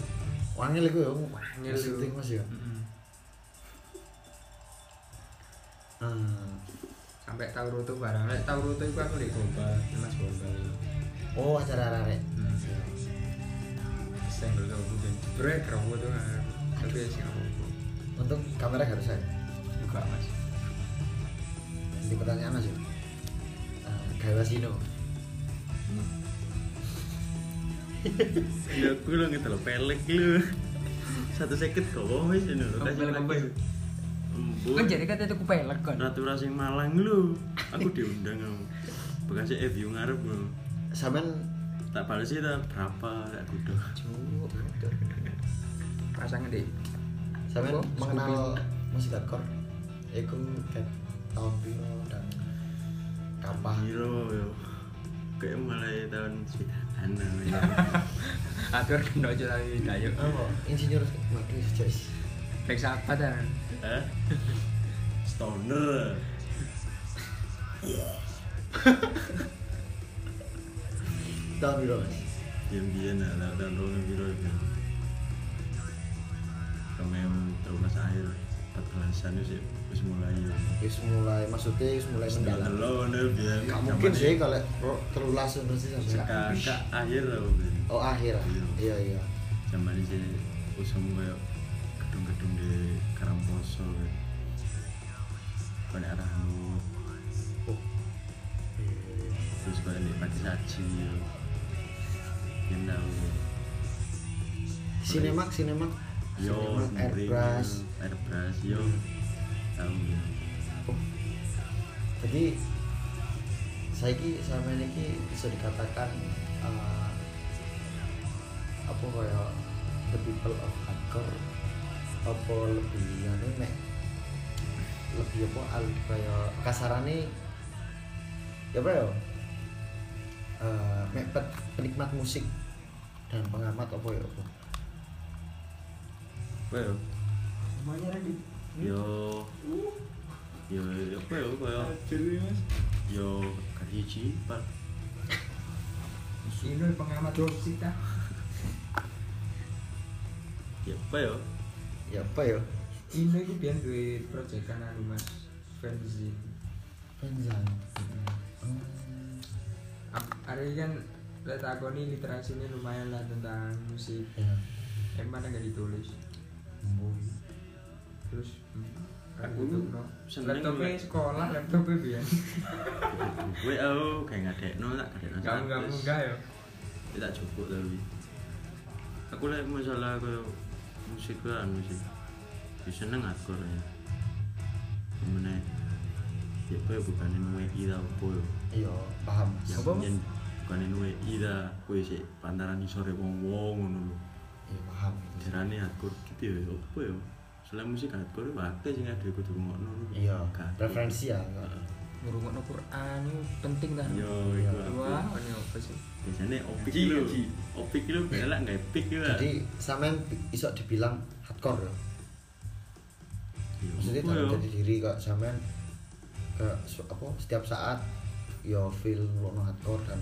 [SPEAKER 2] Wangil iku ya.
[SPEAKER 1] Wangil iku.
[SPEAKER 2] syuting Mas ya.
[SPEAKER 1] Mm-mm.
[SPEAKER 2] Ah.
[SPEAKER 1] sampai tahu rute barang lek tahu rute itu aku di gombal mas gombal
[SPEAKER 2] Oh, acara arek.
[SPEAKER 1] senggol tau gue break rabu ya, tuh tapi ya sih nggak apa-apa.
[SPEAKER 2] Untung kamera gak rusak.
[SPEAKER 1] buka mas
[SPEAKER 2] Di pertanyaan Mas ya. Ah, Gawa Sino.
[SPEAKER 3] Ya aku lo gitu lo pelek lu. Satu seket kok wis ngono lho.
[SPEAKER 1] Kamu pelek apa itu? kan jadi kata itu kupelek kan
[SPEAKER 3] Natura sing Malang lu. Aku diundang aku. Bekasnya eh view ngarep lu.
[SPEAKER 2] Sampean
[SPEAKER 3] Tak balas sih tak berapa tak kudu.
[SPEAKER 1] Cuk, aduh. pasangan deh
[SPEAKER 2] sampean
[SPEAKER 1] Apa?
[SPEAKER 2] mengenal musik hardcore. Iku kan tahun piro dan kapan?
[SPEAKER 3] Hero yo. Kayak mulai tahun sekitan namanya.
[SPEAKER 1] atur kena aja lagi tayo
[SPEAKER 2] Apa? Insinyur waduh sejauh
[SPEAKER 1] break apa dan
[SPEAKER 3] Hah? Stoner.
[SPEAKER 2] tahun piro Mas?
[SPEAKER 3] Diam-diam lah tahun rono biro itu. Kami terus akhir. Empat belasan itu sih wis mulai yo.
[SPEAKER 2] Wis mulai maksudnya wis mulai mendalam. Gak mungkin sih kalau ro- terulas pasti sampai
[SPEAKER 3] Kakak akhir loh
[SPEAKER 2] Oh akhir. Iya iya.
[SPEAKER 3] Zaman ini sih usum kayak gedung-gedung di Karangposo Kau di arah lu
[SPEAKER 2] Oh.
[SPEAKER 3] Terus kau di Pati Saji Ya tau
[SPEAKER 2] Sinemak sinemak.
[SPEAKER 3] Yo,
[SPEAKER 2] Sinemak
[SPEAKER 3] Sumring,
[SPEAKER 2] airbrush.
[SPEAKER 3] Airbrush, yo Tau ya
[SPEAKER 2] Jadi saiki sama ini bisa dikatakan eh, apa kaya the people of hardcore apa lebih anu mek lebih apa al kaya kasarane ya apa ya Eh, mek pe- penikmat musik dan pengamat apa ya apa
[SPEAKER 3] apa ya
[SPEAKER 4] Namanya lagi.
[SPEAKER 3] yo yo yo, apa ya apa ya
[SPEAKER 4] Jadi mas.
[SPEAKER 3] yo kasih cipat
[SPEAKER 4] Ini pengamat dosis ta.
[SPEAKER 3] ya apa ya
[SPEAKER 2] ya apa ya
[SPEAKER 4] Ini itu biar duit proyek kanan
[SPEAKER 1] anu,
[SPEAKER 4] mas. Fanzine.
[SPEAKER 2] Penzan
[SPEAKER 1] Hmm.
[SPEAKER 4] Hari kan lihat aku nih literasinya lumayan lah tentang musik.
[SPEAKER 2] ya
[SPEAKER 4] Emang ada nggak ditulis?
[SPEAKER 2] Mboy.
[SPEAKER 4] Terus. hmm,
[SPEAKER 3] Aku
[SPEAKER 4] gitu, no.
[SPEAKER 3] lu seneng
[SPEAKER 4] Laptopnya
[SPEAKER 3] mek.
[SPEAKER 4] sekolah, laptopnya
[SPEAKER 1] ya.
[SPEAKER 4] biar.
[SPEAKER 3] gue aku kayak ngadekno tak ngadekno
[SPEAKER 4] Kamu nggak
[SPEAKER 3] status.
[SPEAKER 4] munggah ya.
[SPEAKER 3] Ya, tak cukup tapi aku lek masalah kayak musik kan musik ya seneng hardcore ya Gimana ya ya kaya bukanin WI tau apa ya
[SPEAKER 2] iya paham mas
[SPEAKER 3] yang mungkin bukanin WI ta kue sih pantaran sore wong wong ngono lho
[SPEAKER 2] iya paham itu
[SPEAKER 3] jarane hardcore gitu ya apa ya selain musik hardcore ya akeh sing ada kudu ngono
[SPEAKER 2] iya referensi ya
[SPEAKER 1] ngurungokno Quran itu penting kan
[SPEAKER 3] yo iku aku.
[SPEAKER 1] wah ini apa sih
[SPEAKER 3] biasanya opik
[SPEAKER 4] Haji,
[SPEAKER 3] lho
[SPEAKER 4] haji.
[SPEAKER 3] opik lho galak nggak epic lho lah.
[SPEAKER 2] jadi sampean iso dibilang hardcore ya oh, iya.
[SPEAKER 3] Ya,
[SPEAKER 2] maksudnya
[SPEAKER 3] apa
[SPEAKER 2] dalam
[SPEAKER 3] ya?
[SPEAKER 2] jadi diri kok sampean ke su- apa setiap saat yo feel ngono hardcore dan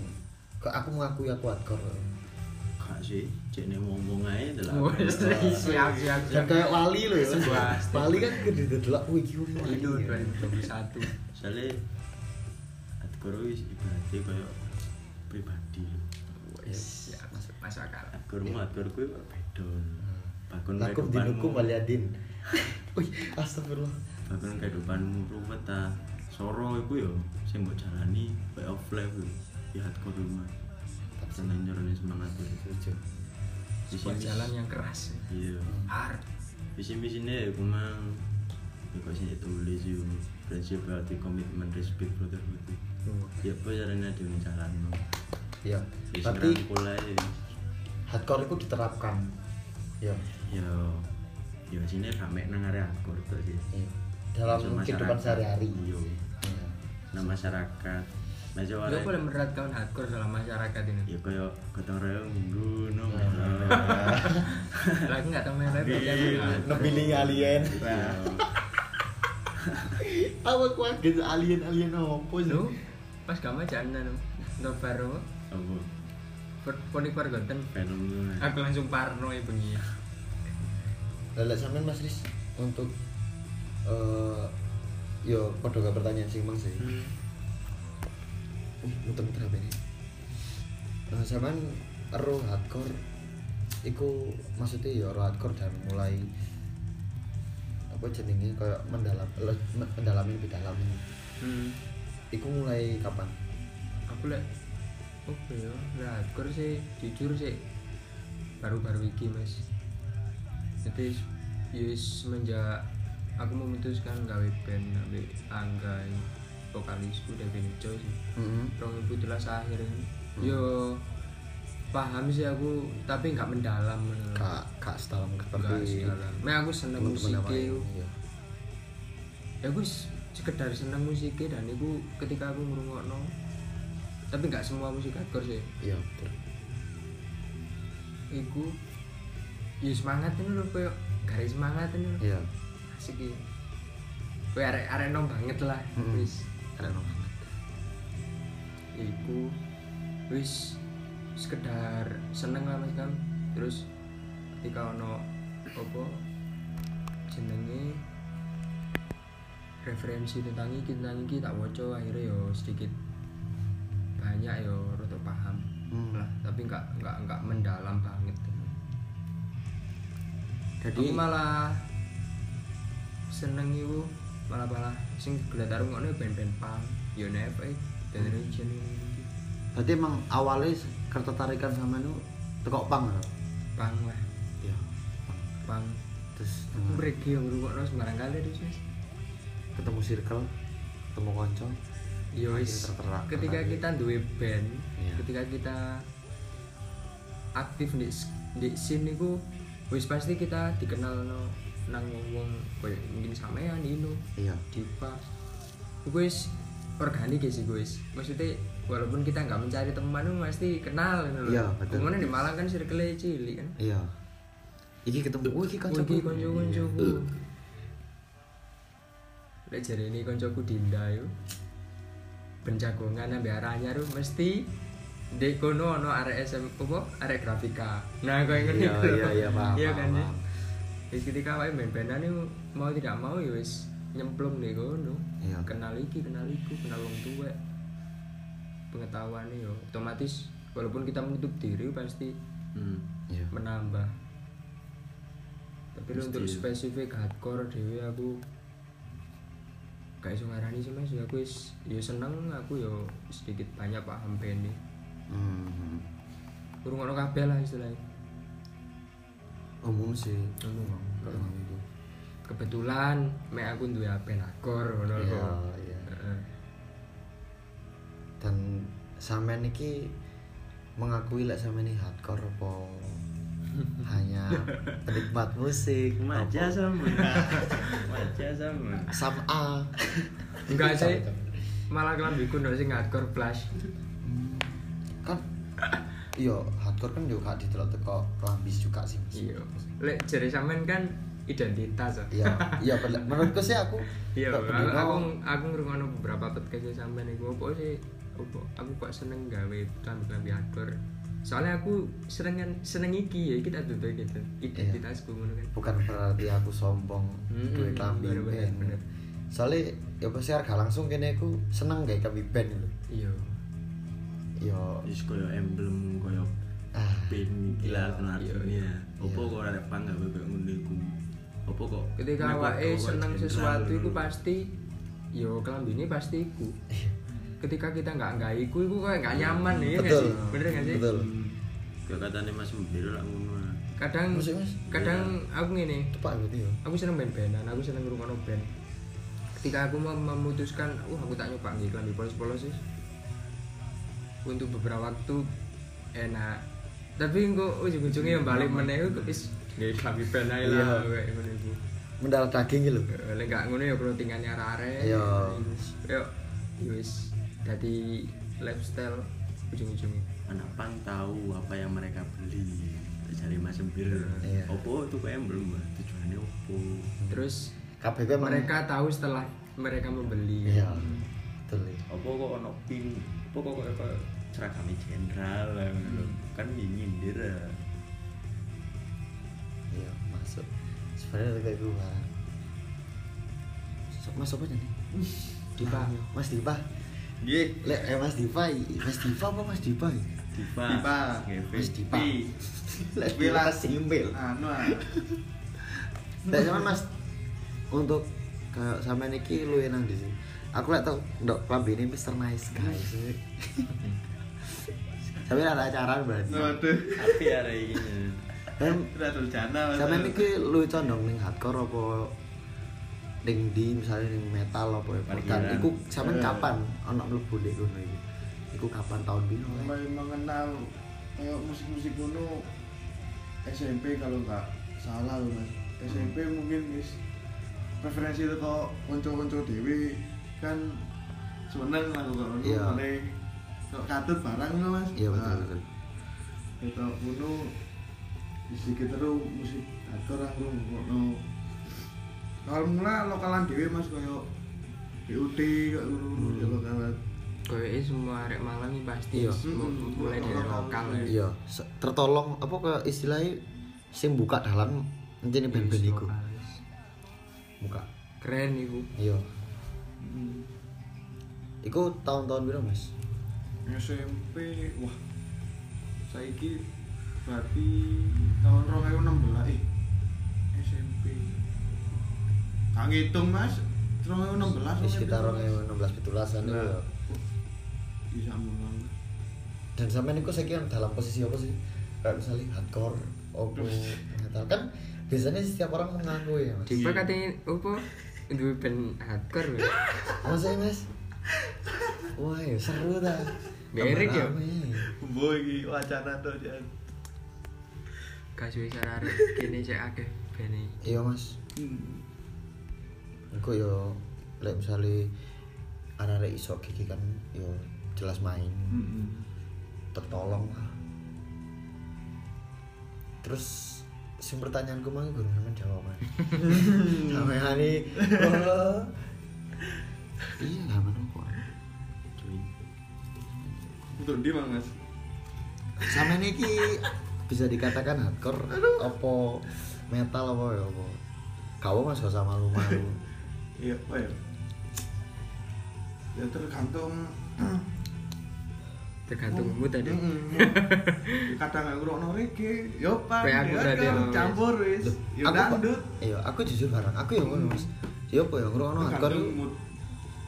[SPEAKER 2] kok aku mengakui aku hardcore ya.
[SPEAKER 3] Kak sih, cekne ngomong aja
[SPEAKER 4] Wah,
[SPEAKER 3] adalah
[SPEAKER 4] siap siap siap.
[SPEAKER 2] dan kayak wali loh ya
[SPEAKER 4] Sebuah
[SPEAKER 2] wali kan gede delok wih iki wong wali
[SPEAKER 4] itu
[SPEAKER 2] ya.
[SPEAKER 4] 2021.
[SPEAKER 3] Soalnya Adgoro wis ibaratnya kayak pribadi
[SPEAKER 2] Wes.
[SPEAKER 4] Ya masuk masuk akal.
[SPEAKER 3] Adgoro mau Adgoro kuwi kok beda Bakun
[SPEAKER 2] lakum Hmm. dinukum
[SPEAKER 3] kehidupanmu
[SPEAKER 2] waliyadin wih astagfirullah
[SPEAKER 3] Bakun kehidupanmu ruwet ta Soro iku yo sing mbok jalani way of life yo Di Adgoro mah Jangan nyerone semangat ya. yo
[SPEAKER 2] Setuju.
[SPEAKER 4] Sebuah jalan yang keras.
[SPEAKER 3] Iya
[SPEAKER 2] Hmm.
[SPEAKER 4] Hard.
[SPEAKER 3] Visi-misinya ya kumang Ya kok sih tulis yo Prinsip berarti komitmen respect brotherhood
[SPEAKER 2] Hmm.
[SPEAKER 3] Ya apa caranya di jalan no
[SPEAKER 2] ya
[SPEAKER 3] Bisa
[SPEAKER 2] berarti
[SPEAKER 3] rangkul aja
[SPEAKER 2] hardcore itu diterapkan ya
[SPEAKER 3] Ya, ya sini rame nang area angkor tuh sih.
[SPEAKER 2] iya. dalam
[SPEAKER 3] Masyarakat.
[SPEAKER 2] kehidupan sehari-hari
[SPEAKER 3] Iya.
[SPEAKER 2] Iya.
[SPEAKER 3] Nang masyarakat. Nah, Meja
[SPEAKER 1] Gak Ya, boleh
[SPEAKER 3] wae.
[SPEAKER 1] merat kawan hardcore dalam masyarakat ini
[SPEAKER 3] Ya kaya gotong royong minggu no.
[SPEAKER 1] Ah, iya. lagi nggak tahu main rap ya
[SPEAKER 2] Nebiling
[SPEAKER 3] Iya.
[SPEAKER 2] alien.
[SPEAKER 1] Nah.
[SPEAKER 2] Apa kaget alien alien apa sih?
[SPEAKER 1] Iya. lu pas kamu jalan anu nggak baru
[SPEAKER 3] Apa?
[SPEAKER 1] ponik wargoten
[SPEAKER 3] Film lu.
[SPEAKER 1] aku langsung parno ya bengi
[SPEAKER 2] Lelek sampean Mas Riz untuk eh yo padha gak pertanyaan sing Mang sih.
[SPEAKER 1] Hmm.
[SPEAKER 3] Hmm.
[SPEAKER 2] Wih, muter-muter apa ini? Nah, sampean ero hardcore iku maksudnya ya ero hardcore dan mulai apa jenenge kayak mendalam le- me- mendalami lebih dalam
[SPEAKER 1] hmm.
[SPEAKER 2] iku mulai kapan?
[SPEAKER 1] aku lek oke ya lek hardcore sih jujur sih baru-baru iki mas jadi yes semenjak aku memutuskan gawe band gawe angga vokalisku dari Benejo sih
[SPEAKER 2] Heeh.
[SPEAKER 1] 2017 akhir ini yo paham sih aku tapi nggak mendalam ngono lho.
[SPEAKER 2] Kak kak sedalam
[SPEAKER 1] nggak
[SPEAKER 2] seperti
[SPEAKER 1] segala Mek aku seneng musik
[SPEAKER 2] teman-teman yang lain.
[SPEAKER 1] yo.
[SPEAKER 2] Iya.
[SPEAKER 1] ya aku s- sekedar seneng musiknya dan aku ketika aku ngrungokno tapi nggak semua musik hardcore sih
[SPEAKER 2] Iya, betul.
[SPEAKER 1] iku ya semangat ini lho koyo garis semangat ini lho
[SPEAKER 2] Iya.
[SPEAKER 1] asik ya koyo arek arek nom banget lah
[SPEAKER 2] Mm-mm.
[SPEAKER 1] wis
[SPEAKER 2] Keren banget.
[SPEAKER 1] iku wis sekedar seneng lah mas kan terus ketika ono apa jenenge referensi tentang iki tentang iki tak waca akhirnya yo sedikit banyak yo rotok paham
[SPEAKER 2] Hmm.
[SPEAKER 1] lah tapi nggak nggak nggak mendalam banget jadi malah seneng iku malah malah sing gelatar ngono band-band punk yo never band region ini
[SPEAKER 2] Berarti emang awalnya ketertarikan sama nu tekok pang ya?
[SPEAKER 1] punk lah
[SPEAKER 2] Iya.
[SPEAKER 1] punk
[SPEAKER 2] Terus
[SPEAKER 1] aku
[SPEAKER 2] eh,
[SPEAKER 1] regi yang ngrungokno sembarang kali terus wis
[SPEAKER 2] ketemu circle, ketemu konco.
[SPEAKER 5] Yo,
[SPEAKER 2] Makin
[SPEAKER 5] wis.
[SPEAKER 2] tergerak.
[SPEAKER 1] ketika kita duwe band
[SPEAKER 2] Iya.
[SPEAKER 1] ketika kita aktif di di scene niku wis pasti kita dikenal no, nang wong koyo mungkin sampean Dino
[SPEAKER 2] iya
[SPEAKER 1] Dipa Iku wis organik ya sih guys maksudnya walaupun kita nggak mencari teman itu pasti kenal gitu loh
[SPEAKER 2] Iya, betul.
[SPEAKER 1] Kemana di Malang kan circle cilik kan
[SPEAKER 2] iya iki ketemu wih iki kancaku
[SPEAKER 1] Wih, koncoku koncoku.
[SPEAKER 2] Eh.
[SPEAKER 1] Lek jarene koncoku Dinda yo. Penjagongan ambek arahnya ru mesti ndek kono ana arek SM apa arek grafika. Nah, koyo ngene
[SPEAKER 2] Iya,
[SPEAKER 1] iku lho.
[SPEAKER 2] iya, iya, paham,
[SPEAKER 1] Iya kan.
[SPEAKER 2] paham,
[SPEAKER 1] ya?
[SPEAKER 2] paham.
[SPEAKER 1] Wis ketika wae ben-benan iku mau tidak mau ya wis nyemplung nih kono.
[SPEAKER 2] Iya.
[SPEAKER 1] Kenal iki, kenal iku, kenal wong tuwek. Pengetahuannya yo otomatis walaupun kita menutup diri pasti
[SPEAKER 3] Hmm.
[SPEAKER 2] iya
[SPEAKER 1] menambah tapi lu
[SPEAKER 3] Mesti
[SPEAKER 1] untuk
[SPEAKER 3] ya.
[SPEAKER 1] spesifik hardcore dewe aku gak iso ngarani sih mas ya aku is ya seneng aku ya sedikit banyak paham band
[SPEAKER 2] hmm.
[SPEAKER 1] kurung ono kabeh lah istilahnya
[SPEAKER 2] umum sih
[SPEAKER 1] Ngono. kebetulan mek aku duwe band hardcore ngono lho
[SPEAKER 2] iya iya
[SPEAKER 1] Heeh.
[SPEAKER 2] dan sampean iki mengakui lek sampean ini hardcore apa hanya penikmat musik
[SPEAKER 3] Maja
[SPEAKER 2] apa?
[SPEAKER 3] sama. Maja sama.
[SPEAKER 2] sam A
[SPEAKER 1] enggak sih malah kelambiku ndok sing hardcore flash
[SPEAKER 2] kan yo hardcore kan juga gak ditelok teko kelambis juga sih Mas.
[SPEAKER 1] iya lek jere sampean kan identitas oh.
[SPEAKER 2] iya iya bener. menurutku sih aku
[SPEAKER 1] Iya, aku
[SPEAKER 2] kok pendino-
[SPEAKER 1] aku, aku ngrungokno beberapa podcast sampean iku opo sih opo aku kok seneng gawe klambi-klambi hardcore. Soalnya aku seneng kan- seneng iki ya kita duduk gitu. Identitasku ngono kan.
[SPEAKER 2] bukan berarti aku sombong
[SPEAKER 1] Mm-mm,
[SPEAKER 2] duwe klambi
[SPEAKER 1] bener, bener,
[SPEAKER 2] band
[SPEAKER 1] bener.
[SPEAKER 2] soalnya ya pasti harga langsung kene aku seneng gak klambi band lho
[SPEAKER 1] Iya.
[SPEAKER 2] yo
[SPEAKER 3] Wis koyo emblem koyo
[SPEAKER 2] ah
[SPEAKER 3] pin
[SPEAKER 1] iya,
[SPEAKER 3] gila senarnya.
[SPEAKER 1] iya.
[SPEAKER 3] Opo kok arek pang gak bebek ngene iku. Opo kok
[SPEAKER 1] Ketika
[SPEAKER 3] nek
[SPEAKER 1] awake
[SPEAKER 3] kok- kok
[SPEAKER 1] seneng
[SPEAKER 3] jenderal
[SPEAKER 1] sesuatu
[SPEAKER 3] ngono.
[SPEAKER 1] iku pasti yo klambine pasti iku. Ketika kita nggak nggak iku iku kayak nggak nyaman ya nggak
[SPEAKER 2] betul
[SPEAKER 1] sih? Bener nggak sih? Hmm.
[SPEAKER 2] betul
[SPEAKER 3] Kayak katane Mas Mbiro lah ngono. lah.
[SPEAKER 1] Kadang
[SPEAKER 2] Maksudnya, Mas?
[SPEAKER 1] kadang aku ngene,
[SPEAKER 2] tepat berarti ya. yo
[SPEAKER 1] aku seneng band-bandan, aku seneng ngrungokno band. Ketika aku mem- memutuskan, wah aku tak nyoba nih klambi polos-polos sih. Untuk beberapa waktu enak. Tapi engko ujung-ujungnya yang balik meneh aku wis nggih klambi Hmm, band ae lah kayak ngono iku.
[SPEAKER 2] mendarat daging gitu lho
[SPEAKER 1] Eh, Lek gak ngono ya clothingan arek-arek.
[SPEAKER 2] Iya.
[SPEAKER 1] Yo wis dadi lifestyle ujung-ujungnya.
[SPEAKER 3] anak pang tahu apa yang mereka beli cari mas sempir
[SPEAKER 2] Iya.
[SPEAKER 3] opo itu kayak belum Mbak. tujuannya opo
[SPEAKER 1] Terus
[SPEAKER 2] kabeh kuwi emang-
[SPEAKER 1] mereka tahu setelah mereka membeli.
[SPEAKER 2] iya betul ya.
[SPEAKER 3] opo kok ono pin opo kok kok- kok seragam jenderal lah, ngono lho. kan nyindir eh. lah.
[SPEAKER 2] iya masuk sebenarnya kayak gue barang mas apa nih Dipa Mas Dipa
[SPEAKER 3] Nggih,
[SPEAKER 2] Lek, eh, Mas Dipa i- Mas Dipa apa Mas Dipa ya?
[SPEAKER 3] Dipa
[SPEAKER 6] Dipa.
[SPEAKER 3] Nggih,
[SPEAKER 2] Mas Dipa
[SPEAKER 3] Pi.
[SPEAKER 2] Lek Dipa simpel
[SPEAKER 6] Anu ah.
[SPEAKER 2] Lek sama Mas Untuk Kayak sama Niki lu enak di sini Aku lek tau Ndok klambi ini Mr. Nice Guys Sampai ada acara
[SPEAKER 1] Nah.
[SPEAKER 2] berarti
[SPEAKER 6] Waduh.
[SPEAKER 3] tapi ada ini
[SPEAKER 2] Dan
[SPEAKER 6] Tidak terjana.
[SPEAKER 2] Sama Niki lu condong ning hardcore apa Ning di misalnya ning metal apa ya Bukan,
[SPEAKER 3] Parkiran.
[SPEAKER 2] iku sama kapan Ono mlebu ndek kono iku Iku kapan tahun bino
[SPEAKER 7] mulai mengenal kayak musik-musik kuno SMP kalau nggak salah loh mas SMP mungkin wis preferensi itu kok konco-konco dewi kan seneng lah kok kuno
[SPEAKER 2] Iya.
[SPEAKER 7] mulai kok katut barang loh mas
[SPEAKER 2] Iya betul
[SPEAKER 7] Nah,
[SPEAKER 2] betul
[SPEAKER 7] itu kuno sedikit terus musik hardcore lah kuno kuno kalau mula lokalan dewi mas kayak BUD kayak kuno
[SPEAKER 2] Hmm.
[SPEAKER 7] ya lokalan
[SPEAKER 1] Koyoke semua arek Malang iki pasti
[SPEAKER 2] Iya.
[SPEAKER 1] mu- mulai dari lokal. ya.
[SPEAKER 2] Iya, se- tertolong apa ke istilahnya sing buka dalan ncene ben-ben iku. Buka.
[SPEAKER 1] Keren iku.
[SPEAKER 2] Iya.
[SPEAKER 7] Hmm.
[SPEAKER 2] Iku tahun-tahun piro, Mas?
[SPEAKER 7] SMP wah saiki berarti tahun 2016 eh SMP gak ngitung mas 2016
[SPEAKER 1] Oh,
[SPEAKER 2] Wis sekitar 2016 17-an
[SPEAKER 7] 2017. Nah.
[SPEAKER 2] iku. ya.
[SPEAKER 7] bisa mulang
[SPEAKER 2] Dan sampean niku saiki yang dalam posisi apa sih? Kayak misalnya hardcore opo metal kan biasanya setiap orang mengaku ya, Mas.
[SPEAKER 1] Dipa katanya opo duwe band hardcore. ya.
[SPEAKER 2] Mas, Mas. Wah, ya seru ta.
[SPEAKER 8] Mbak Erik ya?
[SPEAKER 2] Rame-rame.
[SPEAKER 7] Boy, iki wacana tuh Jan.
[SPEAKER 1] Gak suwe sarare kene cek akeh bene.
[SPEAKER 2] Iya, Mas.
[SPEAKER 7] Hmm,
[SPEAKER 2] Aku yo lek misale arek iso gigi kan yo jelas main.
[SPEAKER 7] hmm,
[SPEAKER 2] tertolong lah. terus sing pertanyaanku mah gue nggak jawaban sampai hari oh. iya nggak mana kok
[SPEAKER 7] Untuk dia Mas.
[SPEAKER 2] sama niki bisa dikatakan hardcore apa metal apa ya apa kau mas gak sama lu malu
[SPEAKER 7] Iya, apa ya? Ya tergantung
[SPEAKER 1] Tergantung mood tadi.
[SPEAKER 7] Hmm, Mm-mm. Ya, Kadang aku rokno reggae, yo pan.
[SPEAKER 1] Kayak aku
[SPEAKER 7] ya
[SPEAKER 1] tadi,
[SPEAKER 7] kan,
[SPEAKER 1] Mas.
[SPEAKER 7] campur wis. Yo Ya dangdut.
[SPEAKER 2] iya aku jujur barang aku yang ngono mas iya apa ya ngono hardcore
[SPEAKER 7] Tergantung mood.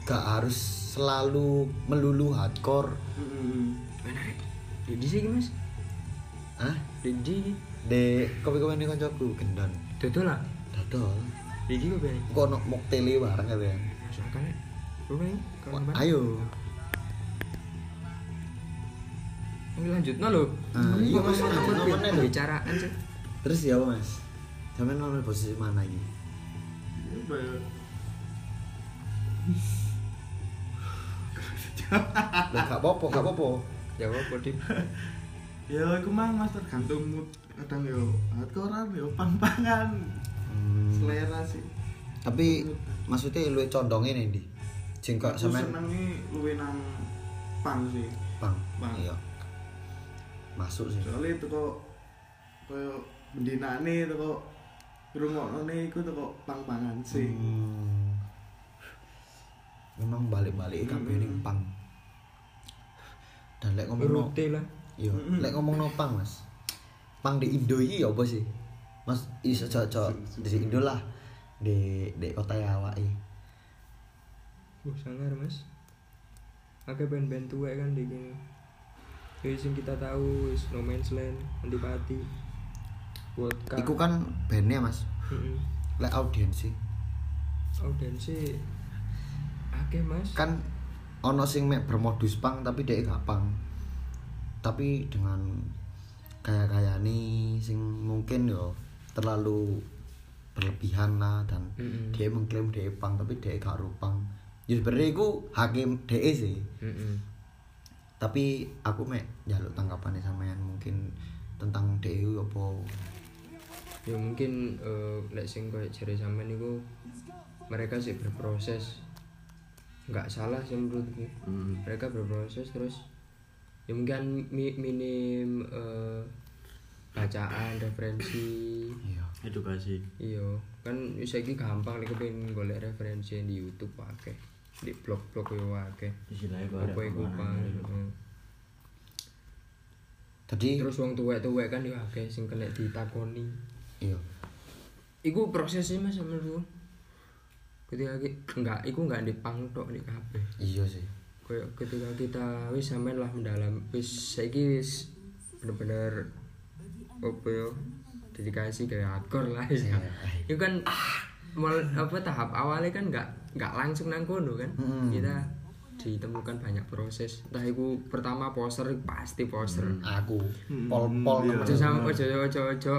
[SPEAKER 2] gak harus selalu melulu hardcore
[SPEAKER 7] Mm-mm.
[SPEAKER 1] Jadi sih Mas.
[SPEAKER 2] ah
[SPEAKER 1] Jadi iki.
[SPEAKER 2] de kopi kopi ini kancaku gendon
[SPEAKER 1] dodol lah.
[SPEAKER 2] dodol
[SPEAKER 1] Iki kok bene.
[SPEAKER 2] kok ono moktele bareng kali ya
[SPEAKER 1] Masuk akal. ya. Oke,
[SPEAKER 2] Wah,
[SPEAKER 1] kawan teman.
[SPEAKER 2] ayo
[SPEAKER 1] Ini lanjutno lho.
[SPEAKER 2] Ah,
[SPEAKER 1] Ini
[SPEAKER 2] iya,
[SPEAKER 1] kok masuk
[SPEAKER 2] Mas,
[SPEAKER 1] akal
[SPEAKER 2] lanjutno
[SPEAKER 1] Bin.
[SPEAKER 2] meneh lho.
[SPEAKER 1] pembicaraan sih.
[SPEAKER 2] terus ya apa mas sampean nol posisi mana ini
[SPEAKER 7] Ya, apa ya?
[SPEAKER 2] Lah, gak apa-apa gak apa-apa
[SPEAKER 1] Ya apa di
[SPEAKER 7] Ya iku mang Mas tergantung mood. Kadang yo hardcorean yo pang-pangan.
[SPEAKER 2] Hmm,
[SPEAKER 7] Selera sih.
[SPEAKER 2] tapi maksudnya lu condongnya nih di sing kok
[SPEAKER 7] Aku
[SPEAKER 2] sampean
[SPEAKER 7] senengi luwih nang pang sih.
[SPEAKER 2] pang
[SPEAKER 7] Pang.
[SPEAKER 2] iya masuk sih
[SPEAKER 7] soalnya itu kok koyo mendinane itu kok ngrungokne iku itu kok pang-pangan sih
[SPEAKER 2] Hmm. memang balik-balik kabeh ning pang dan lek ngomong
[SPEAKER 1] rute lah.
[SPEAKER 2] Yo, lek ngomong nopang mas, pang di Indo iki ya apa sih? Mas iso cocok di Indo lah, di di kota ya awak iki.
[SPEAKER 1] Wah, sangar Mas. Akeh band-band tua kan di gini. Ya sing kita tahu wis No Man's Land, Antipati. Vodka.
[SPEAKER 2] Iku kan bandnya mas,
[SPEAKER 1] Heeh.
[SPEAKER 2] lek audiensi
[SPEAKER 1] Audiensi akeh Mas.
[SPEAKER 2] kan ono sing mek bermodus pang tapi dia gak pang. Tapi dengan kayak kayak nih sing mungkin yo terlalu berlebihan lah dan
[SPEAKER 1] Mm-mm.
[SPEAKER 2] dia mengklaim dia pang tapi dia gak rupang. Ya sebenarnya iku hakim dia sih.
[SPEAKER 1] Heeh.
[SPEAKER 2] tapi aku mek jaluk tanggapannya sampean mungkin tentang DU apa
[SPEAKER 1] ya mungkin eh, lek sing koyo jare sampean niku mereka sih berproses nggak salah sih menurutku
[SPEAKER 3] Hmm.
[SPEAKER 1] mereka berproses terus ya mungkin mi- minim eh, bacaan referensi
[SPEAKER 2] iya
[SPEAKER 3] edukasi
[SPEAKER 1] iya kan saiki gampang nih kepengin golek referensi di YouTube akeh di blog-blog yo akeh
[SPEAKER 3] istilahnya kok ada
[SPEAKER 1] apa iku Pak?
[SPEAKER 3] pengalaman itu.
[SPEAKER 1] Heeh.
[SPEAKER 2] jadi
[SPEAKER 1] terus wong tuwek-tuwek kan yo akeh sing kena ditakoni
[SPEAKER 2] iya
[SPEAKER 1] Iku prosesnya mas menurutku. Ketika ki- enggak, iku enggak di pang tok di kabeh.
[SPEAKER 2] iya sih
[SPEAKER 1] Kayak ketika kita wis sampean lah mendalam, wis saiki wis bener-bener apa ya? Dedikasi kayak hardcore lah wis.
[SPEAKER 2] Iya.
[SPEAKER 1] Itu kan mal, apa tahap awalnya kan enggak enggak langsung nang kono kan.
[SPEAKER 2] Mm.
[SPEAKER 1] Kita ditemukan banyak proses. Entah iku pertama poster pasti poster.
[SPEAKER 2] aku
[SPEAKER 1] Hmm,
[SPEAKER 2] pol pol
[SPEAKER 7] iya.
[SPEAKER 1] Ojo sama
[SPEAKER 2] nomor
[SPEAKER 1] ojo ojo ojo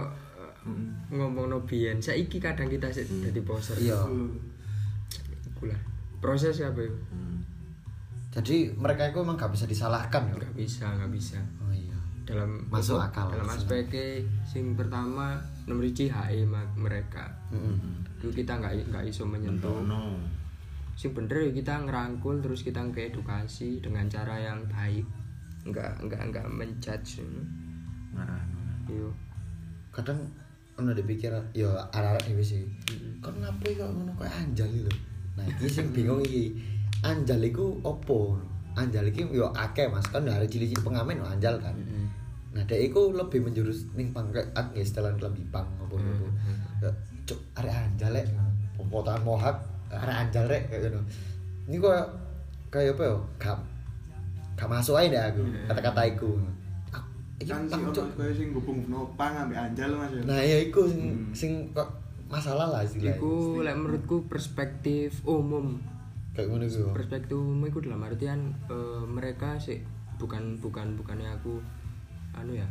[SPEAKER 1] ngomong no biyen. Saiki kadang kita sik dadi poser.
[SPEAKER 2] iya
[SPEAKER 1] Iku lah. Proses ya, Bro.
[SPEAKER 2] jadi mereka itu emang gak bisa disalahkan ya
[SPEAKER 1] Enggak bisa, enggak bisa.
[SPEAKER 2] oh iya
[SPEAKER 1] Dalam
[SPEAKER 2] Masuk akal,
[SPEAKER 1] Dalam
[SPEAKER 2] masuk
[SPEAKER 1] aspek sing pertama nomor siji HE ma- mereka.
[SPEAKER 2] 嗯 Mm-mm.
[SPEAKER 1] Itu kita enggak enggak iso menyentuh.
[SPEAKER 3] Tono.
[SPEAKER 1] Sing bener ya kita ngerangkul terus kita ke edukasi dengan cara yang baik. Enggak enggak enggak menjudge. Iya.
[SPEAKER 3] ngarahno.
[SPEAKER 1] Yo.
[SPEAKER 2] kadang ono di pikiran ya arah-arah dewe sih kon ngapain kok ngono kok anjal lho nah iki sing bingung iki anjal iku opo anjal iki yo akeh Mas kan dari cilik-cilik pengamen yo anjal kan nah dek iku lebih menjurus ning pangkat nggih setelan klambi pang opo-opo Ya, cuk arek anjal rek pompotan mohak arek anjal rek kayak ngono ini kok kayak apa yo gak gak masuk aja deh aku kata-kata iku Aku- iki
[SPEAKER 7] kan sih
[SPEAKER 2] pang, Cuk.
[SPEAKER 7] orang kaya sing gubung no pang ambek anjal mas ya
[SPEAKER 2] Nah ya iku sing sing kok masalah lah sih.
[SPEAKER 1] Iku lek menurutku perspektif umum.
[SPEAKER 2] kayak ngono iku.
[SPEAKER 1] perspektifmu itu dalam artian eh, mereka sih bukan bukan bukannya aku anu ya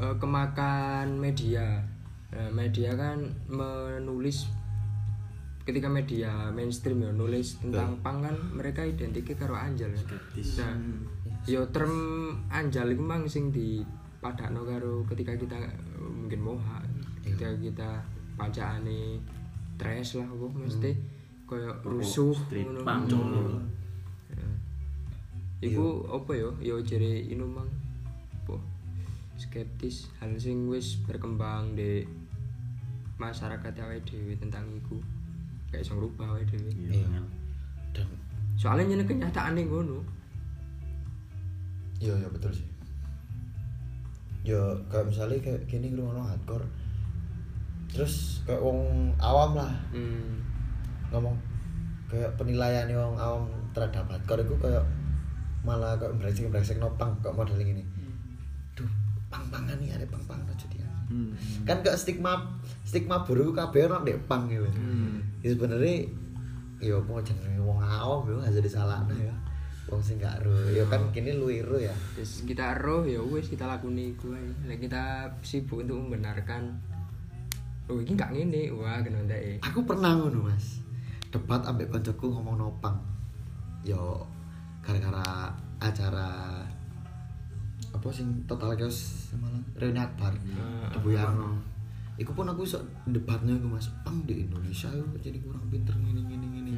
[SPEAKER 1] eh, kemakan media Eh, media kan menulis ketika media mainstream ya nulis tentang pang kan mereka identiknya karo anjal kan
[SPEAKER 3] Skeptis.
[SPEAKER 1] Nah, yo term anjal itu mang sing di padakno karo ketika kita eh, mungkin moha ketika kita pacaane trash lah apa mesti koyo rusuh
[SPEAKER 3] Oh, street
[SPEAKER 1] ngono.
[SPEAKER 3] punk ngono.
[SPEAKER 1] Ya. Iku apa yo? Yo jere inu mang apa? Skeptis hal sing wis berkembang di masyarakat awake dhewe tentang iku. Kayak iso ngrubah awake dhewe.
[SPEAKER 3] Iya. kan.
[SPEAKER 2] Dan
[SPEAKER 1] Soalnya nyene kenyataane ngono.
[SPEAKER 2] iya iya betul sih. Ya kayak misalnya kayak gini ngrungokno hardcore. Terus kayak wong awam lah
[SPEAKER 1] Hmm.
[SPEAKER 2] ngomong kayak penilaian wong awam terhadap hardcore itu kayak malah kayak brengsek-brengsek nopang kayak model gini. Duh, pang-pangan nih ada pang-pangan aja dia.
[SPEAKER 3] Hmm.
[SPEAKER 2] kan gak stigma stigma buruk kabeh ora ndek pang gitu. Ya sebenarnya ya apa jenenge wong awam ya aja disalahno ya. Wong sing gak ero ya kan kini lu ero ya.
[SPEAKER 1] Terus kita roh ya wis kita lakuni iku ae. Lah kita sibuk untuk membenarkan Oh ini gak ngene, wah kena e. ndake.
[SPEAKER 2] Aku pernah ngono, Mas. Debat ambek koncoku ngomong nopang. Yo gara-gara acara apa sing total chaos semalam reuni akbar
[SPEAKER 1] Hmm.
[SPEAKER 2] Debu Yarno. Iku pun aku sok debatnya aku Mas. Pang di Indonesia yo jadi kurang pinter ngene ngene ngene.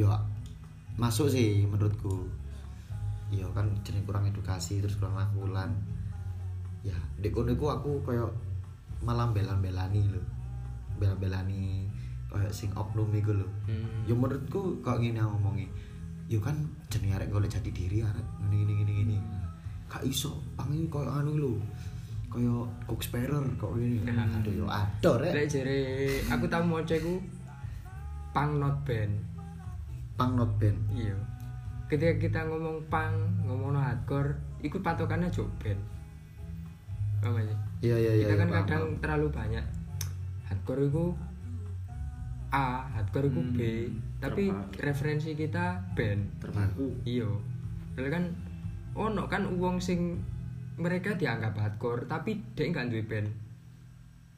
[SPEAKER 2] Yo masuk sih menurutku. Yo kan jadi kurang edukasi terus kurang lakulan. Ya, dek kono iku aku koyo malam belan-belani lho. Belan-belani koyo sing oknum iku lho.
[SPEAKER 1] Hmm.
[SPEAKER 2] Yo menurutku kok ngene aku ngomongnya. Yo kan jenenge arek golek jati diri arek ngene ngene ngene ngene. Gak iso pang iki koyo anu lho. Koyo Cook Sparrow kok ngene. Aduh yo adoh
[SPEAKER 1] Hmm. Lek
[SPEAKER 2] rek.
[SPEAKER 1] jere aku tau
[SPEAKER 2] Hmm.
[SPEAKER 1] maca iku pang not band.
[SPEAKER 2] Pang not band.
[SPEAKER 1] Iya. Ketika kita ngomong pang, ngomong no hardcore, iku patokannya jok band. Paham aja?
[SPEAKER 2] Iya iya iya.
[SPEAKER 1] kita
[SPEAKER 2] iya,
[SPEAKER 1] kan
[SPEAKER 2] paham,
[SPEAKER 1] kadang
[SPEAKER 2] paham.
[SPEAKER 1] terlalu banyak hardcore itu A, hardcore itu B,
[SPEAKER 2] Hmm.
[SPEAKER 1] tapi
[SPEAKER 3] terpaku.
[SPEAKER 1] referensi kita band.
[SPEAKER 3] Terpaku.
[SPEAKER 1] Iya. Padahal kan ono kan uang sing mereka dianggap hardcore tapi dia nggak duwe band.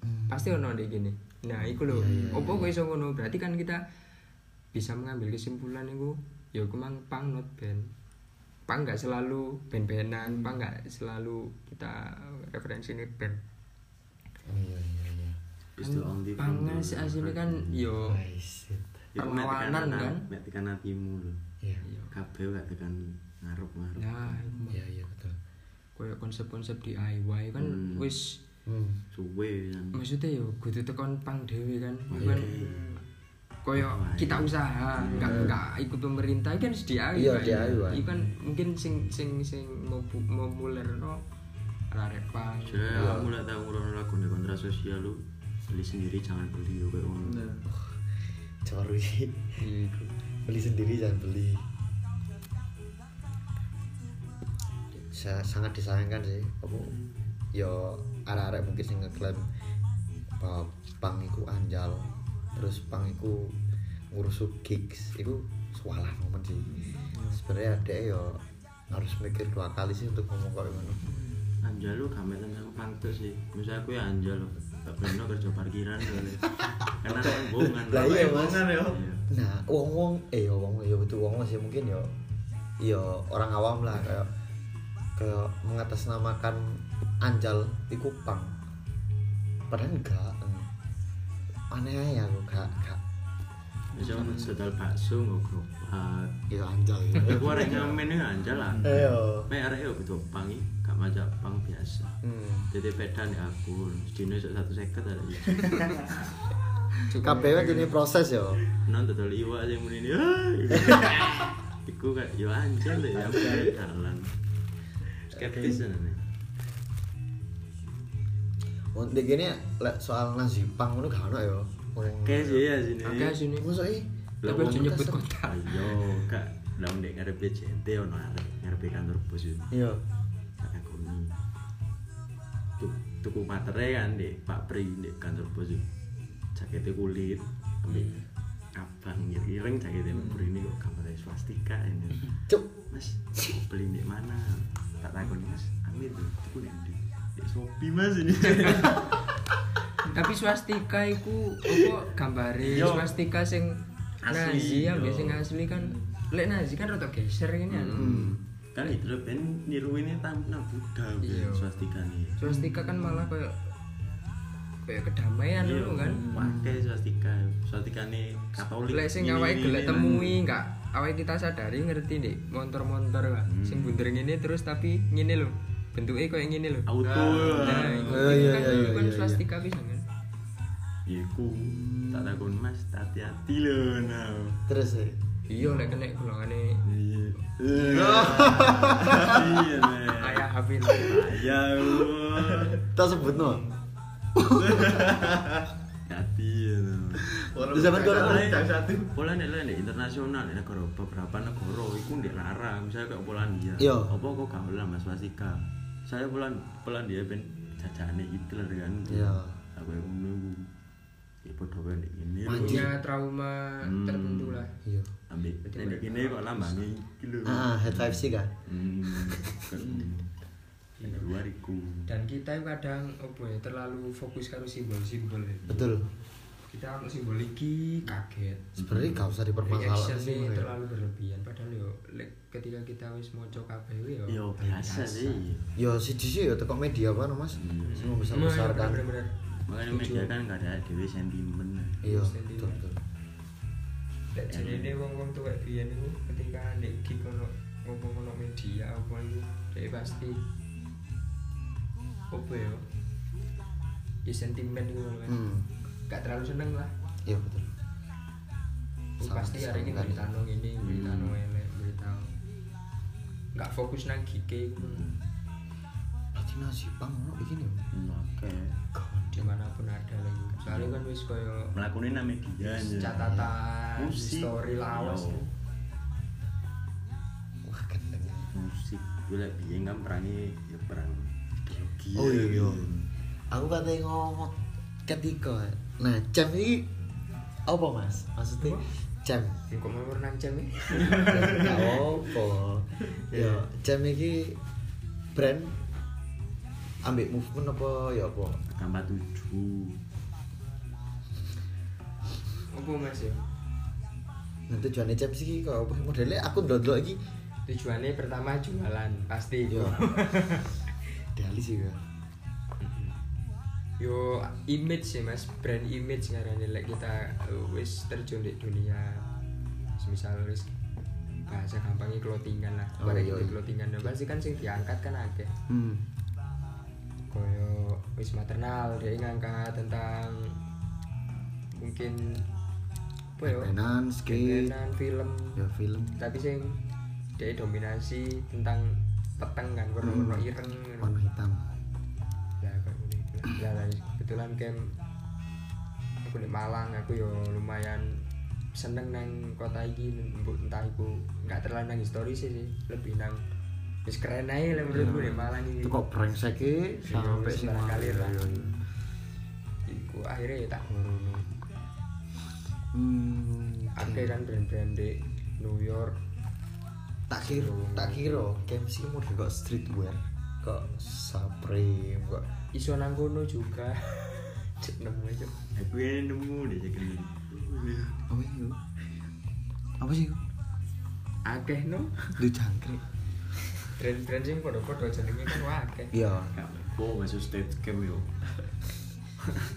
[SPEAKER 3] Hmm.
[SPEAKER 1] Pasti ono deh gini. Nah, iku lho. Opo kok iso ngono? Berarti kan kita bisa mengambil kesimpulan iku ya iku mang pang not band. Pang nggak selalu band-bandan, pang nggak selalu kita referensi ini band.
[SPEAKER 2] Iya iya iya.
[SPEAKER 3] Is the only
[SPEAKER 1] Pang
[SPEAKER 3] thing that-
[SPEAKER 1] asline kan yo
[SPEAKER 2] I see.
[SPEAKER 3] Iku mek tekan
[SPEAKER 1] perlawanan,
[SPEAKER 3] ati-
[SPEAKER 1] kan?
[SPEAKER 3] mek tekan hatimu lho.
[SPEAKER 2] Iya.
[SPEAKER 3] Kabeh gak tekan ngarep-ngarep.
[SPEAKER 1] nah iku
[SPEAKER 2] Iya iya betul.
[SPEAKER 1] koyo konsep-konsep DIY kan
[SPEAKER 3] Hmm.
[SPEAKER 1] wis
[SPEAKER 2] Hmm.
[SPEAKER 3] Suwe kan.
[SPEAKER 1] maksudnya yo kudu tekan pang dhewe kan bukan koyo kita usaha nggak nggak ikut pemerintah kan sedia
[SPEAKER 2] Iya, DIY.
[SPEAKER 1] kan mungkin sing sing sing mau bu- mau muler no arek pang
[SPEAKER 3] Saya kamu mulai tahu ngurung lagu nih kontra sosial lu beli sendiri jangan beli yo kayak ngono.
[SPEAKER 2] Cari.
[SPEAKER 1] Iya, iku.
[SPEAKER 2] beli sendiri jangan beli. Sa- sangat disayangkan sih. Apa? Yo arek-arek mungkin sing ngeklaim bahwa pang iku anjal. Terus pang iku ngurusuk gigs iku salah momen sih. Sebenarnya ada yo harus mikir dua kali sih untuk ngomong kayak ngono.
[SPEAKER 3] Anjal lu kamet tentang pantes sih. Misal aku ya anjal lu. Tak pernah kerja parkiran kali. Karena aku bohongan.
[SPEAKER 2] Lah iya, Mas.
[SPEAKER 3] Iya.
[SPEAKER 2] Nah, wong-wong eh ya wong ya betul wong sih mungkin ya ya orang awam lah kayak kayak mengatasnamakan anjal iku pang. Padahal enggak. eh. Aneh aja aku gak gak
[SPEAKER 3] Misal aku sedal bakso nggak kerobat.
[SPEAKER 2] ya anjal ya. Eh,
[SPEAKER 3] Aku arek ngamen ya anjal lah.
[SPEAKER 2] Ayo.
[SPEAKER 3] Mek arek yo butuh pangi, gak macam pang biasa.
[SPEAKER 2] Hmm.
[SPEAKER 3] Jadi pedan ya aku, sedino sok satu seket ada ya.
[SPEAKER 1] Cukup
[SPEAKER 2] KPW jadi proses yo.
[SPEAKER 3] Non total iwa aja yang muni ini. "Ah!" gitu. Iku kayak yo anjal deh, ya aku dalan. Skeptis ana nih.
[SPEAKER 2] Untuk gini lek soal nasi pang ngono gak ono yo.
[SPEAKER 3] Oke sih ya sini.
[SPEAKER 1] oke sini
[SPEAKER 2] Maksudnya
[SPEAKER 3] Lah,
[SPEAKER 1] tapi aja
[SPEAKER 2] wong
[SPEAKER 1] nyebut
[SPEAKER 2] kesel.
[SPEAKER 1] kota
[SPEAKER 3] Ayo, kak, lah ndek ngarepe JNT ono arek, ngarepe kantor bos yo.
[SPEAKER 2] Iya.
[SPEAKER 3] Tak kagumi. Tuh, tuku materai kan ndek Pak Pri ndek kantor bos yo. Jakete kulit, ambek abang ya ireng cakit ya bubur ini kok gambar swastika ini
[SPEAKER 2] Cuk.
[SPEAKER 3] mas mau beli di mana tak takon mas ambil tuh tuku di di di shopee mas ini
[SPEAKER 1] tapi swastika iku apa gambare
[SPEAKER 3] Yo.
[SPEAKER 1] swastika sing
[SPEAKER 3] Asli,
[SPEAKER 1] Nazi ya
[SPEAKER 3] yo.
[SPEAKER 1] sing asli kan lek Nazi kan rada geser ini kan
[SPEAKER 3] Hmm. kan itu loh ben niruinnya tampil Buddha
[SPEAKER 1] Iya.
[SPEAKER 3] ben swastika nih
[SPEAKER 1] swastika kan malah kayak kayak kedamaian dulu kan
[SPEAKER 3] pakai swastika swastika nih katolik
[SPEAKER 1] lek sing
[SPEAKER 3] ini,
[SPEAKER 1] awake
[SPEAKER 3] ini,
[SPEAKER 1] gelek
[SPEAKER 3] ini,
[SPEAKER 1] temui enggak awake kita sadari ngerti nih motor-motor kan
[SPEAKER 3] Hmm.
[SPEAKER 1] sing bunder ngene terus tapi ngene lho bentuknya kayak ngene lho
[SPEAKER 3] auto
[SPEAKER 1] nah
[SPEAKER 3] lah.
[SPEAKER 1] iku
[SPEAKER 2] Oh,
[SPEAKER 1] iku
[SPEAKER 2] iya,
[SPEAKER 1] kan
[SPEAKER 2] iya,
[SPEAKER 1] dulu
[SPEAKER 2] iya,
[SPEAKER 1] kan
[SPEAKER 2] iya, iya.
[SPEAKER 1] swastika pisan kan
[SPEAKER 3] Iku tak takon mas, hati-hati loh nah.
[SPEAKER 2] terus ya
[SPEAKER 1] iya lek kena golongane
[SPEAKER 3] Iya. Eh. Iya nih.
[SPEAKER 1] ayah Hafil
[SPEAKER 3] Ya Allah.
[SPEAKER 2] tak sebut no
[SPEAKER 3] Hati ya nah.
[SPEAKER 2] Di zaman corona
[SPEAKER 3] satu. Pola nih lah nih, internasional nih negara beberapa negara iku ndek larang misalnya kayak Polandia.
[SPEAKER 2] Iya.
[SPEAKER 3] Apa kok gak boleh Mas Wasika? Saya Polan Polandia ben jajane Hitler kan.
[SPEAKER 2] Iya.
[SPEAKER 3] Aku yang ngono iku. Ya padha wae nek ngene. lho.
[SPEAKER 1] punya trauma
[SPEAKER 3] Hmm.
[SPEAKER 1] tertentu lah
[SPEAKER 2] iya
[SPEAKER 3] Ambek nek ngene kok lambane iki lho.
[SPEAKER 2] ah head 5C kan
[SPEAKER 3] Hmm, yang luar iku.
[SPEAKER 1] dan kita itu kadang opo ya terlalu fokus karo simbol-simbol ya.
[SPEAKER 2] betul
[SPEAKER 1] kita kalau simbol iki kaget
[SPEAKER 2] sebenarnya gak usah dipermasalahkan sih
[SPEAKER 1] reactionnya
[SPEAKER 2] Mas.
[SPEAKER 1] terlalu berlebihan padahal yo lek- ketika kita wis moco kabeh yo
[SPEAKER 3] Yo biasa sih.
[SPEAKER 2] ya si sih ya tekok media kan mas
[SPEAKER 3] Iya.
[SPEAKER 2] semua besar besar kan
[SPEAKER 1] bener
[SPEAKER 3] Makanya media kan gak ada dewe sentimen.
[SPEAKER 2] iya
[SPEAKER 1] Mesti
[SPEAKER 2] betul
[SPEAKER 1] dia.
[SPEAKER 2] betul
[SPEAKER 1] lek jarine wong-wong tuwek biyen iku ketika ndek gig ono ngomong ono media apa iku dhek pasti opo ya ya sentimen iku kan
[SPEAKER 2] hmm
[SPEAKER 1] gak terlalu seneng lah
[SPEAKER 2] iya betul
[SPEAKER 1] Oh,
[SPEAKER 2] Sangat-
[SPEAKER 1] pasti hari ini
[SPEAKER 2] sangat
[SPEAKER 1] berita no ini berita
[SPEAKER 3] Hmm.
[SPEAKER 1] no elek berita nggak fokus nang gigi
[SPEAKER 2] Hmm.
[SPEAKER 3] Hmm,
[SPEAKER 2] berarti nasi bang lo begini
[SPEAKER 3] Oke.
[SPEAKER 1] dimanapun ada lagi soalnya kan wis koyo
[SPEAKER 3] Melakukan nama media aja.
[SPEAKER 1] catatan
[SPEAKER 3] Musik.
[SPEAKER 1] story lawas
[SPEAKER 3] Yo.
[SPEAKER 2] wah keren
[SPEAKER 3] Musik. Gue lagi biyen kan perangi ya perang ideologi.
[SPEAKER 2] Oh, iya. aku katanya ngomong ketika nah jam ini apa mas maksudnya jam
[SPEAKER 1] Ya, kok mau nang jam ini
[SPEAKER 2] gak apa ya jam ini brand ambil movement apa ya apa
[SPEAKER 3] Tambah tujuh.
[SPEAKER 1] apa mas ya
[SPEAKER 2] nah tujuannya jam sih kok apa modelnya aku dodol lagi
[SPEAKER 1] tujuannya pertama jualan pasti
[SPEAKER 2] ya
[SPEAKER 1] yo
[SPEAKER 2] idealis sih ya
[SPEAKER 1] yo image sih mas brand image ngarane lek kita uh, wis terjun di dunia semisal wis bahasa gampangnya clothingan lah
[SPEAKER 2] Oh,
[SPEAKER 1] Barang
[SPEAKER 2] iya,
[SPEAKER 1] itu
[SPEAKER 2] iya.
[SPEAKER 1] clothingan nah, pasti kan sing diangkat kan akeh
[SPEAKER 2] hmm
[SPEAKER 1] koyo wis maternal dia ngangkat tentang mungkin apa ya
[SPEAKER 2] mainan skate
[SPEAKER 1] kegiatan film
[SPEAKER 2] ya film
[SPEAKER 1] tapi sing dia dominasi tentang peteng kan warna-warna
[SPEAKER 2] Hmm.
[SPEAKER 1] ireng gitu.
[SPEAKER 2] warna hitam
[SPEAKER 1] lah kayak gini lah lah kebetulan kem aku di Malang aku yo lumayan seneng nang kota iki mbok entah iku nggak terlalu nang historis sih, sih lebih nang wis keren ae lah menurutku di Malang iki
[SPEAKER 2] itu kok brengsek e,
[SPEAKER 1] Iya,
[SPEAKER 2] sampai sing
[SPEAKER 1] sembarang
[SPEAKER 2] kali
[SPEAKER 1] kalir lah.
[SPEAKER 2] lah
[SPEAKER 1] iku akhirnya ya tak ngorono
[SPEAKER 2] hmm
[SPEAKER 1] akeh kan brand-brand di New York
[SPEAKER 2] tak kira tak kira game sih model kok streetwear kok supreme kok
[SPEAKER 1] iso nang kono juga Cek nemu aja
[SPEAKER 3] Aku yang nemu deh jaga ini.
[SPEAKER 2] apa itu Oh, iya. apa sih itu?
[SPEAKER 1] akeh no
[SPEAKER 2] lu jangkrik
[SPEAKER 1] brand-brand sing padha-padha jenenge kan wah akeh
[SPEAKER 2] iya
[SPEAKER 3] Gak kok masuk state camp yo.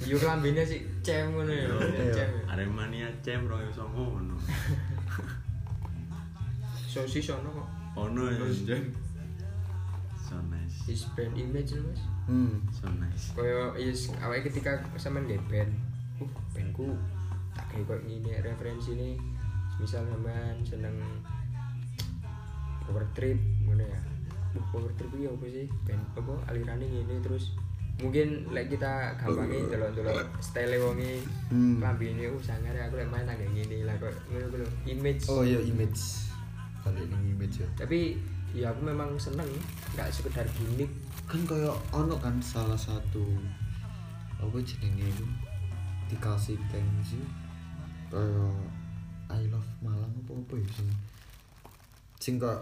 [SPEAKER 1] yo klambine sih cem ngono ya cem ya.
[SPEAKER 3] Aremania camp royo songo ono.
[SPEAKER 1] sosis ono kok
[SPEAKER 3] Ono ya. So nice.
[SPEAKER 1] is brand image lho, mas
[SPEAKER 2] hmm
[SPEAKER 3] So nice.
[SPEAKER 1] koyo is awake ketika sampean nggih band uh bandku tak kayak kok ngene referensi ini misal sampean seneng power trip ngono ya uh, power trip iki apa sih band apa alirannya ngene terus mungkin lek kita gampangnya delok-delok style wonge
[SPEAKER 2] Hmm.
[SPEAKER 1] klambine uh sangar aku lek main tangga ngene lah kok ngono kuwi lho, image
[SPEAKER 2] oh iya image balik nih image ya
[SPEAKER 1] tapi ya aku memang seneng nggak sekedar gimmick
[SPEAKER 2] kan kayak ono kan salah satu apa jenenge itu dikasih geng sih kayak I love Malang apa apa ya sing sing kok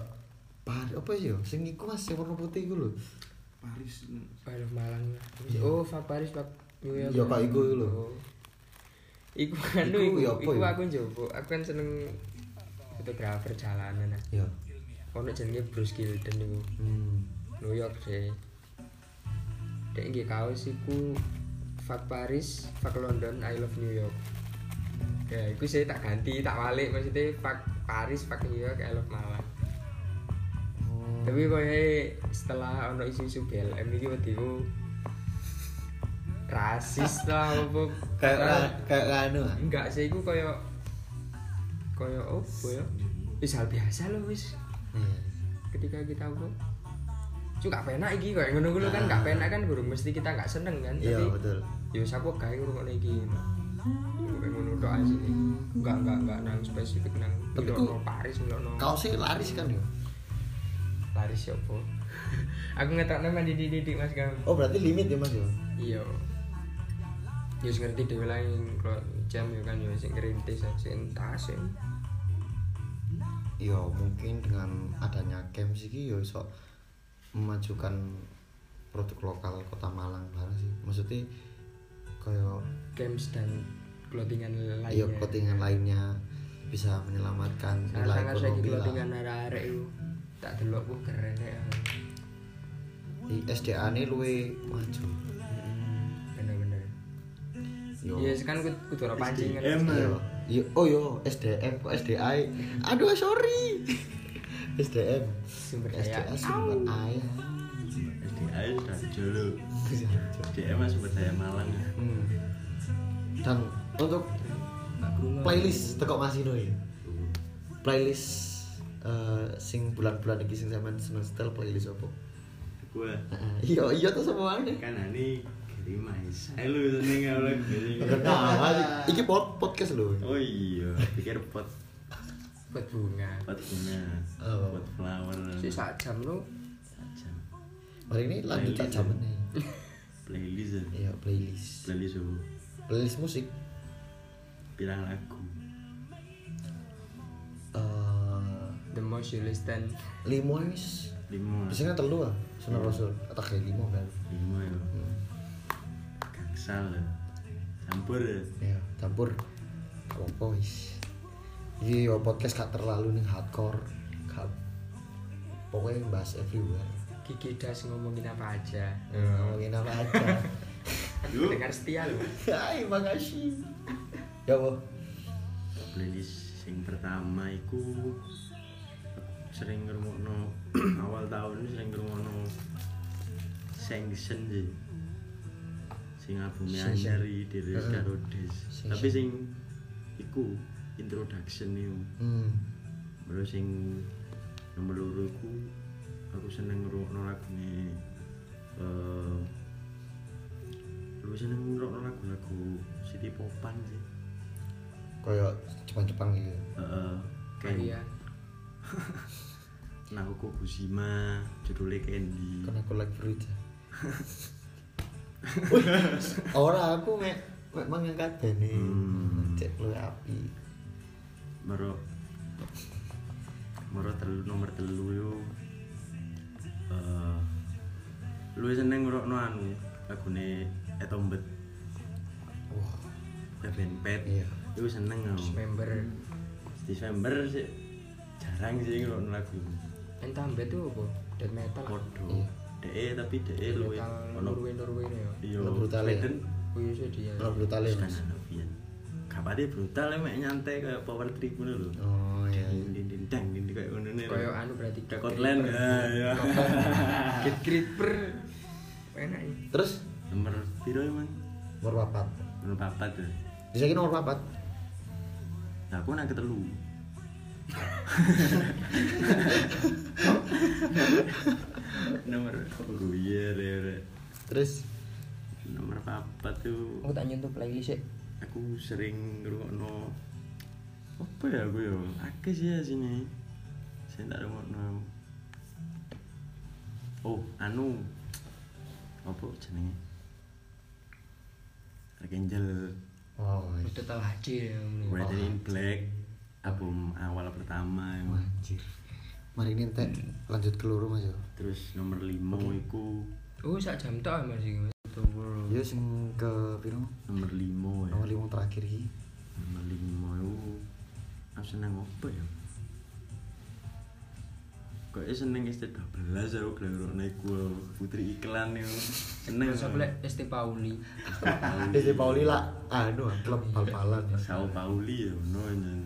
[SPEAKER 2] pari apa ya sing iku mas sing warna putih iku lho
[SPEAKER 7] Paris
[SPEAKER 1] Aduh Malang.
[SPEAKER 2] Iya.
[SPEAKER 1] Oh, Pak Paris Pak New York.
[SPEAKER 2] Iya, Pak, iku lho.
[SPEAKER 1] Oh. Iku anu iku,
[SPEAKER 2] Iku ya apa
[SPEAKER 1] iku
[SPEAKER 2] ya?
[SPEAKER 1] aku njopo. Aku kan seneng fotografer jalanan. ah.
[SPEAKER 2] ya
[SPEAKER 1] Ono jenenge Bruce Gilden iku.
[SPEAKER 2] hmm.
[SPEAKER 1] New York deh. Dek nggih kaos iku Fuck Paris, Fuck London, I love New York. Ya, iku saya tak ganti, tak balik maksudnya Fuck Paris, Fuck New York, I love Malang. Tapi koyo setelah ono isu-isu BLM iki wedi ku rasis lah opo.
[SPEAKER 2] kayak
[SPEAKER 1] Karena-
[SPEAKER 2] ra- kayak anu ah.
[SPEAKER 1] enggak sih iku koyo koyo opo ya? Wis hal biasa lho wis.
[SPEAKER 2] Iya.
[SPEAKER 1] ketika kita apa juga gak penak iki kayak ngono ngono kan gak penak kan guru mesti kita gak seneng kan
[SPEAKER 2] iya
[SPEAKER 1] tapi
[SPEAKER 2] betul
[SPEAKER 1] yo aku gawe ngrungokne iki Iku kayak ngono tok aja sih enggak enggak enggak nang spesifik nang
[SPEAKER 2] Tapi
[SPEAKER 1] milokno
[SPEAKER 2] ku-
[SPEAKER 1] Paris milokno
[SPEAKER 2] kaosnya laris kan ya
[SPEAKER 1] Paris siapa ya, aku ngetokne mandi didik Mas Gam
[SPEAKER 2] oh berarti limit ya mas ya
[SPEAKER 1] iya yo wis ngerti dhewe lah yang kalau jam yo kan yo sing ngerintis sing tas sing
[SPEAKER 2] ya mungkin dengan adanya camp sih ya iso memajukan produk lokal kota Malang barang sih maksudnya kayak
[SPEAKER 1] games dan clothingan
[SPEAKER 2] ya
[SPEAKER 1] lainnya
[SPEAKER 2] clothingan lainnya bisa menyelamatkan nilai
[SPEAKER 1] sangat-sangat saiki
[SPEAKER 2] ekonomi lah
[SPEAKER 1] clothingan arek-arek iku tak delok ku keren ya
[SPEAKER 2] di SDA ini luwe maju
[SPEAKER 1] bener-bener
[SPEAKER 2] yo
[SPEAKER 1] iya yes, kan ku- kudu ora pancingan
[SPEAKER 3] SDM.
[SPEAKER 2] yo yo oh yo SDM kok SDA aduh sorry SDM
[SPEAKER 1] Sumber daya.
[SPEAKER 2] SDA sumber air
[SPEAKER 3] SDA sudah jolo SDA masih berdaya Malang ya
[SPEAKER 2] Hmm. dan untuk playlist teko Mas Ino ya playlist eh, sing bulan-bulan iki sing sampean seneng setel playlist opo
[SPEAKER 3] gue
[SPEAKER 2] Heeh. iya iya tuh semua nih
[SPEAKER 3] kan ini kelima saya lu seneng oleh
[SPEAKER 2] kenapa sih iki pod- podcast lho
[SPEAKER 3] oh iya pikir pot
[SPEAKER 1] buat bunga
[SPEAKER 3] pot bunga
[SPEAKER 2] Oh.
[SPEAKER 3] pot flower
[SPEAKER 1] si sak jam lu
[SPEAKER 3] Sajam.
[SPEAKER 2] hari ini lanjut tak
[SPEAKER 3] Playlist.
[SPEAKER 2] jaman nih
[SPEAKER 3] playlist ya.
[SPEAKER 2] iya playlist
[SPEAKER 3] playlist apa?
[SPEAKER 2] playlist musik
[SPEAKER 3] pirang lagu
[SPEAKER 2] eh
[SPEAKER 1] the most you listen
[SPEAKER 2] limo wis
[SPEAKER 3] lima
[SPEAKER 2] biasanya telu ah sunan rasul atau kayak limo kan
[SPEAKER 3] lima ya
[SPEAKER 2] Hmm.
[SPEAKER 3] gangsal ya. campur ya
[SPEAKER 2] ya campur opo wis iki yo podcast gak terlalu nih hardcore gak pokoknya bahas everywhere
[SPEAKER 1] Kiki Das ngomongin apa aja
[SPEAKER 2] ngomongin apa aja
[SPEAKER 3] Yuk.
[SPEAKER 1] dengar setia lu
[SPEAKER 2] hai makasih ya boh
[SPEAKER 3] playlist sing pertama iku sering ngrungokno awal tahun ini sering ngrungokno Sanction sih sing albumnya
[SPEAKER 2] Sanction.
[SPEAKER 3] Anyari dirilis
[SPEAKER 2] Heeh.
[SPEAKER 3] karo Des tapi sing iku introduction iku
[SPEAKER 2] hmm
[SPEAKER 3] baru sing nomor loro iku aku seneng ngrungokno lagune eh lu seneng ngrungokno lagu-lagu City Popan sih
[SPEAKER 2] koyo Jepang-Jepang gitu
[SPEAKER 3] Heeh. kayak
[SPEAKER 1] Maria
[SPEAKER 3] Naoko Kushima judulnya Candy
[SPEAKER 2] kan aku lagi fruit ya Ora aku mek mek mangkat bene
[SPEAKER 3] Hmm.
[SPEAKER 2] cek lu api
[SPEAKER 3] Moro Moro telu nomor telu yo Eh, Lu seneng ngrokno anu ya lagune Etombet
[SPEAKER 2] wah
[SPEAKER 3] Beben Pet
[SPEAKER 2] Iya.
[SPEAKER 3] Lu seneng aku
[SPEAKER 1] member
[SPEAKER 3] Desember sih jarang sih ngrokno lagu
[SPEAKER 1] entambe tuh apa death metal
[SPEAKER 2] eh.
[SPEAKER 3] Podo DE tapi DE luwe
[SPEAKER 1] metal
[SPEAKER 3] ono
[SPEAKER 1] Norway Norway nih ya
[SPEAKER 3] yo
[SPEAKER 2] Ono brutal ya?
[SPEAKER 3] Sweden
[SPEAKER 1] kuyu sih dia
[SPEAKER 2] ora brutal ya
[SPEAKER 3] Sweden
[SPEAKER 2] mas
[SPEAKER 3] Norwegian Kabare brutal emek nyantai kayak power trip ngono lho
[SPEAKER 2] oh iya iya.
[SPEAKER 3] ding ding dang ding ding, kayak ngono nih
[SPEAKER 1] koyo anu berarti
[SPEAKER 3] kayak Kotlen ya
[SPEAKER 2] eh,
[SPEAKER 3] ya
[SPEAKER 1] get creeper enak ya
[SPEAKER 2] terus
[SPEAKER 3] nomor piro emang
[SPEAKER 2] nomor papat
[SPEAKER 3] nomor papat ya
[SPEAKER 2] bisa kira nomor papat
[SPEAKER 3] nah aku nak ketelu nomor oh iya iya iya.
[SPEAKER 2] terus
[SPEAKER 3] nomor papat tuh
[SPEAKER 1] aku tak nyentuh playlist sih
[SPEAKER 3] aku sering ngrungokno apa ya aku ya akeh sih ya sini saya tak ngrungokno oh anu apa jenenge Archangel
[SPEAKER 2] oh iya.
[SPEAKER 1] udah telah aja ya
[SPEAKER 3] Red in Black album awal pertama ya.
[SPEAKER 2] Anjir. Mari ini entek lanjut ke loro Mas yo.
[SPEAKER 3] terus nomor lima iku
[SPEAKER 1] Oh, sak jam tok Mas iki. Mas.
[SPEAKER 2] Yo sing ke piro?
[SPEAKER 3] nomor lima ya
[SPEAKER 2] Nomor lima terakhir iki.
[SPEAKER 3] nomor lima iku aku seneng apa ya Kayaknya seneng ST12 aku gelar iku putri iklan ya seneng
[SPEAKER 1] Terus aku lek ST Pauli.
[SPEAKER 2] Dede Pauli lah anu klub bal-balan.
[SPEAKER 3] Sao Pauli ya ono nyen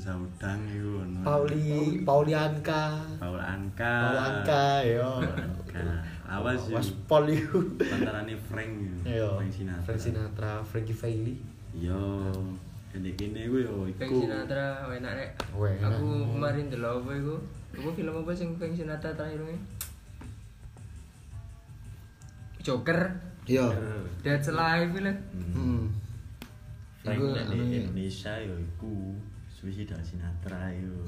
[SPEAKER 3] Sao Dang iku ono
[SPEAKER 2] Pauli Paulianka.
[SPEAKER 3] Paul Anka
[SPEAKER 2] Paulianka yo.
[SPEAKER 3] Anka awas ya
[SPEAKER 2] Was Pauli.
[SPEAKER 3] pantarane Frank ya
[SPEAKER 2] Yo.
[SPEAKER 3] Frank Sinatra
[SPEAKER 2] Frank Sinatra, Frankie Valli.
[SPEAKER 3] yo dan kene ku yo
[SPEAKER 1] Frank
[SPEAKER 3] iku
[SPEAKER 1] Sinatra, oh, enak rek.
[SPEAKER 2] Oh, enak.
[SPEAKER 1] Aku kemarin delok apa iku? Apa film apa sing Frank Sinatra terakhir ini? Joker,
[SPEAKER 2] Yo.
[SPEAKER 3] Hmm.
[SPEAKER 1] Dead Alive lho.
[SPEAKER 2] Hmm.
[SPEAKER 3] Frank
[SPEAKER 2] Iku eh,
[SPEAKER 3] nek
[SPEAKER 2] anu
[SPEAKER 3] di
[SPEAKER 2] ya.
[SPEAKER 3] Indonesia yo iku suicida Sinatra yo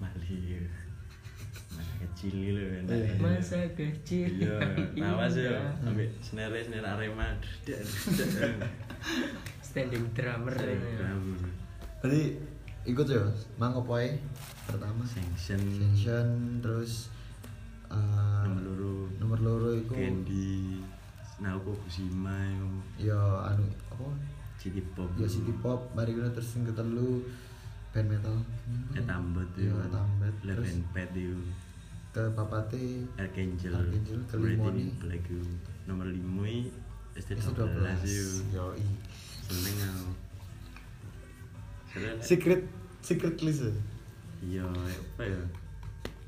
[SPEAKER 3] mali yo masa kecil lho
[SPEAKER 2] Eh,
[SPEAKER 3] enak ya.
[SPEAKER 1] Masa kecil.
[SPEAKER 3] Iya, awas yo ambek snare-snare Arema. Dek, dek, dek.
[SPEAKER 1] Standing drummer. ya.
[SPEAKER 2] Berarti ikut yo, mang opo ae? Pertama
[SPEAKER 3] Sanction
[SPEAKER 2] Sanction terus eh,
[SPEAKER 3] nomor loro
[SPEAKER 2] nomor loro iku
[SPEAKER 3] Candy Naoko Kushima yo
[SPEAKER 2] yo anu apa?
[SPEAKER 3] City Pop.
[SPEAKER 2] Yo city pop, mari kita terus sing ketelu band metal.
[SPEAKER 3] Etambet
[SPEAKER 2] Yo tambet terus
[SPEAKER 3] Eleven Pet yo
[SPEAKER 2] ke papate
[SPEAKER 3] Archangel
[SPEAKER 2] Archangel,
[SPEAKER 3] Red
[SPEAKER 2] Kelimoni.
[SPEAKER 3] in Black yo nomor 5 i
[SPEAKER 2] S12.
[SPEAKER 3] ST12 yo
[SPEAKER 2] Yo i.
[SPEAKER 3] seneng aku Seru, Nek.
[SPEAKER 2] Secret secret list. ya?
[SPEAKER 3] iya apa ya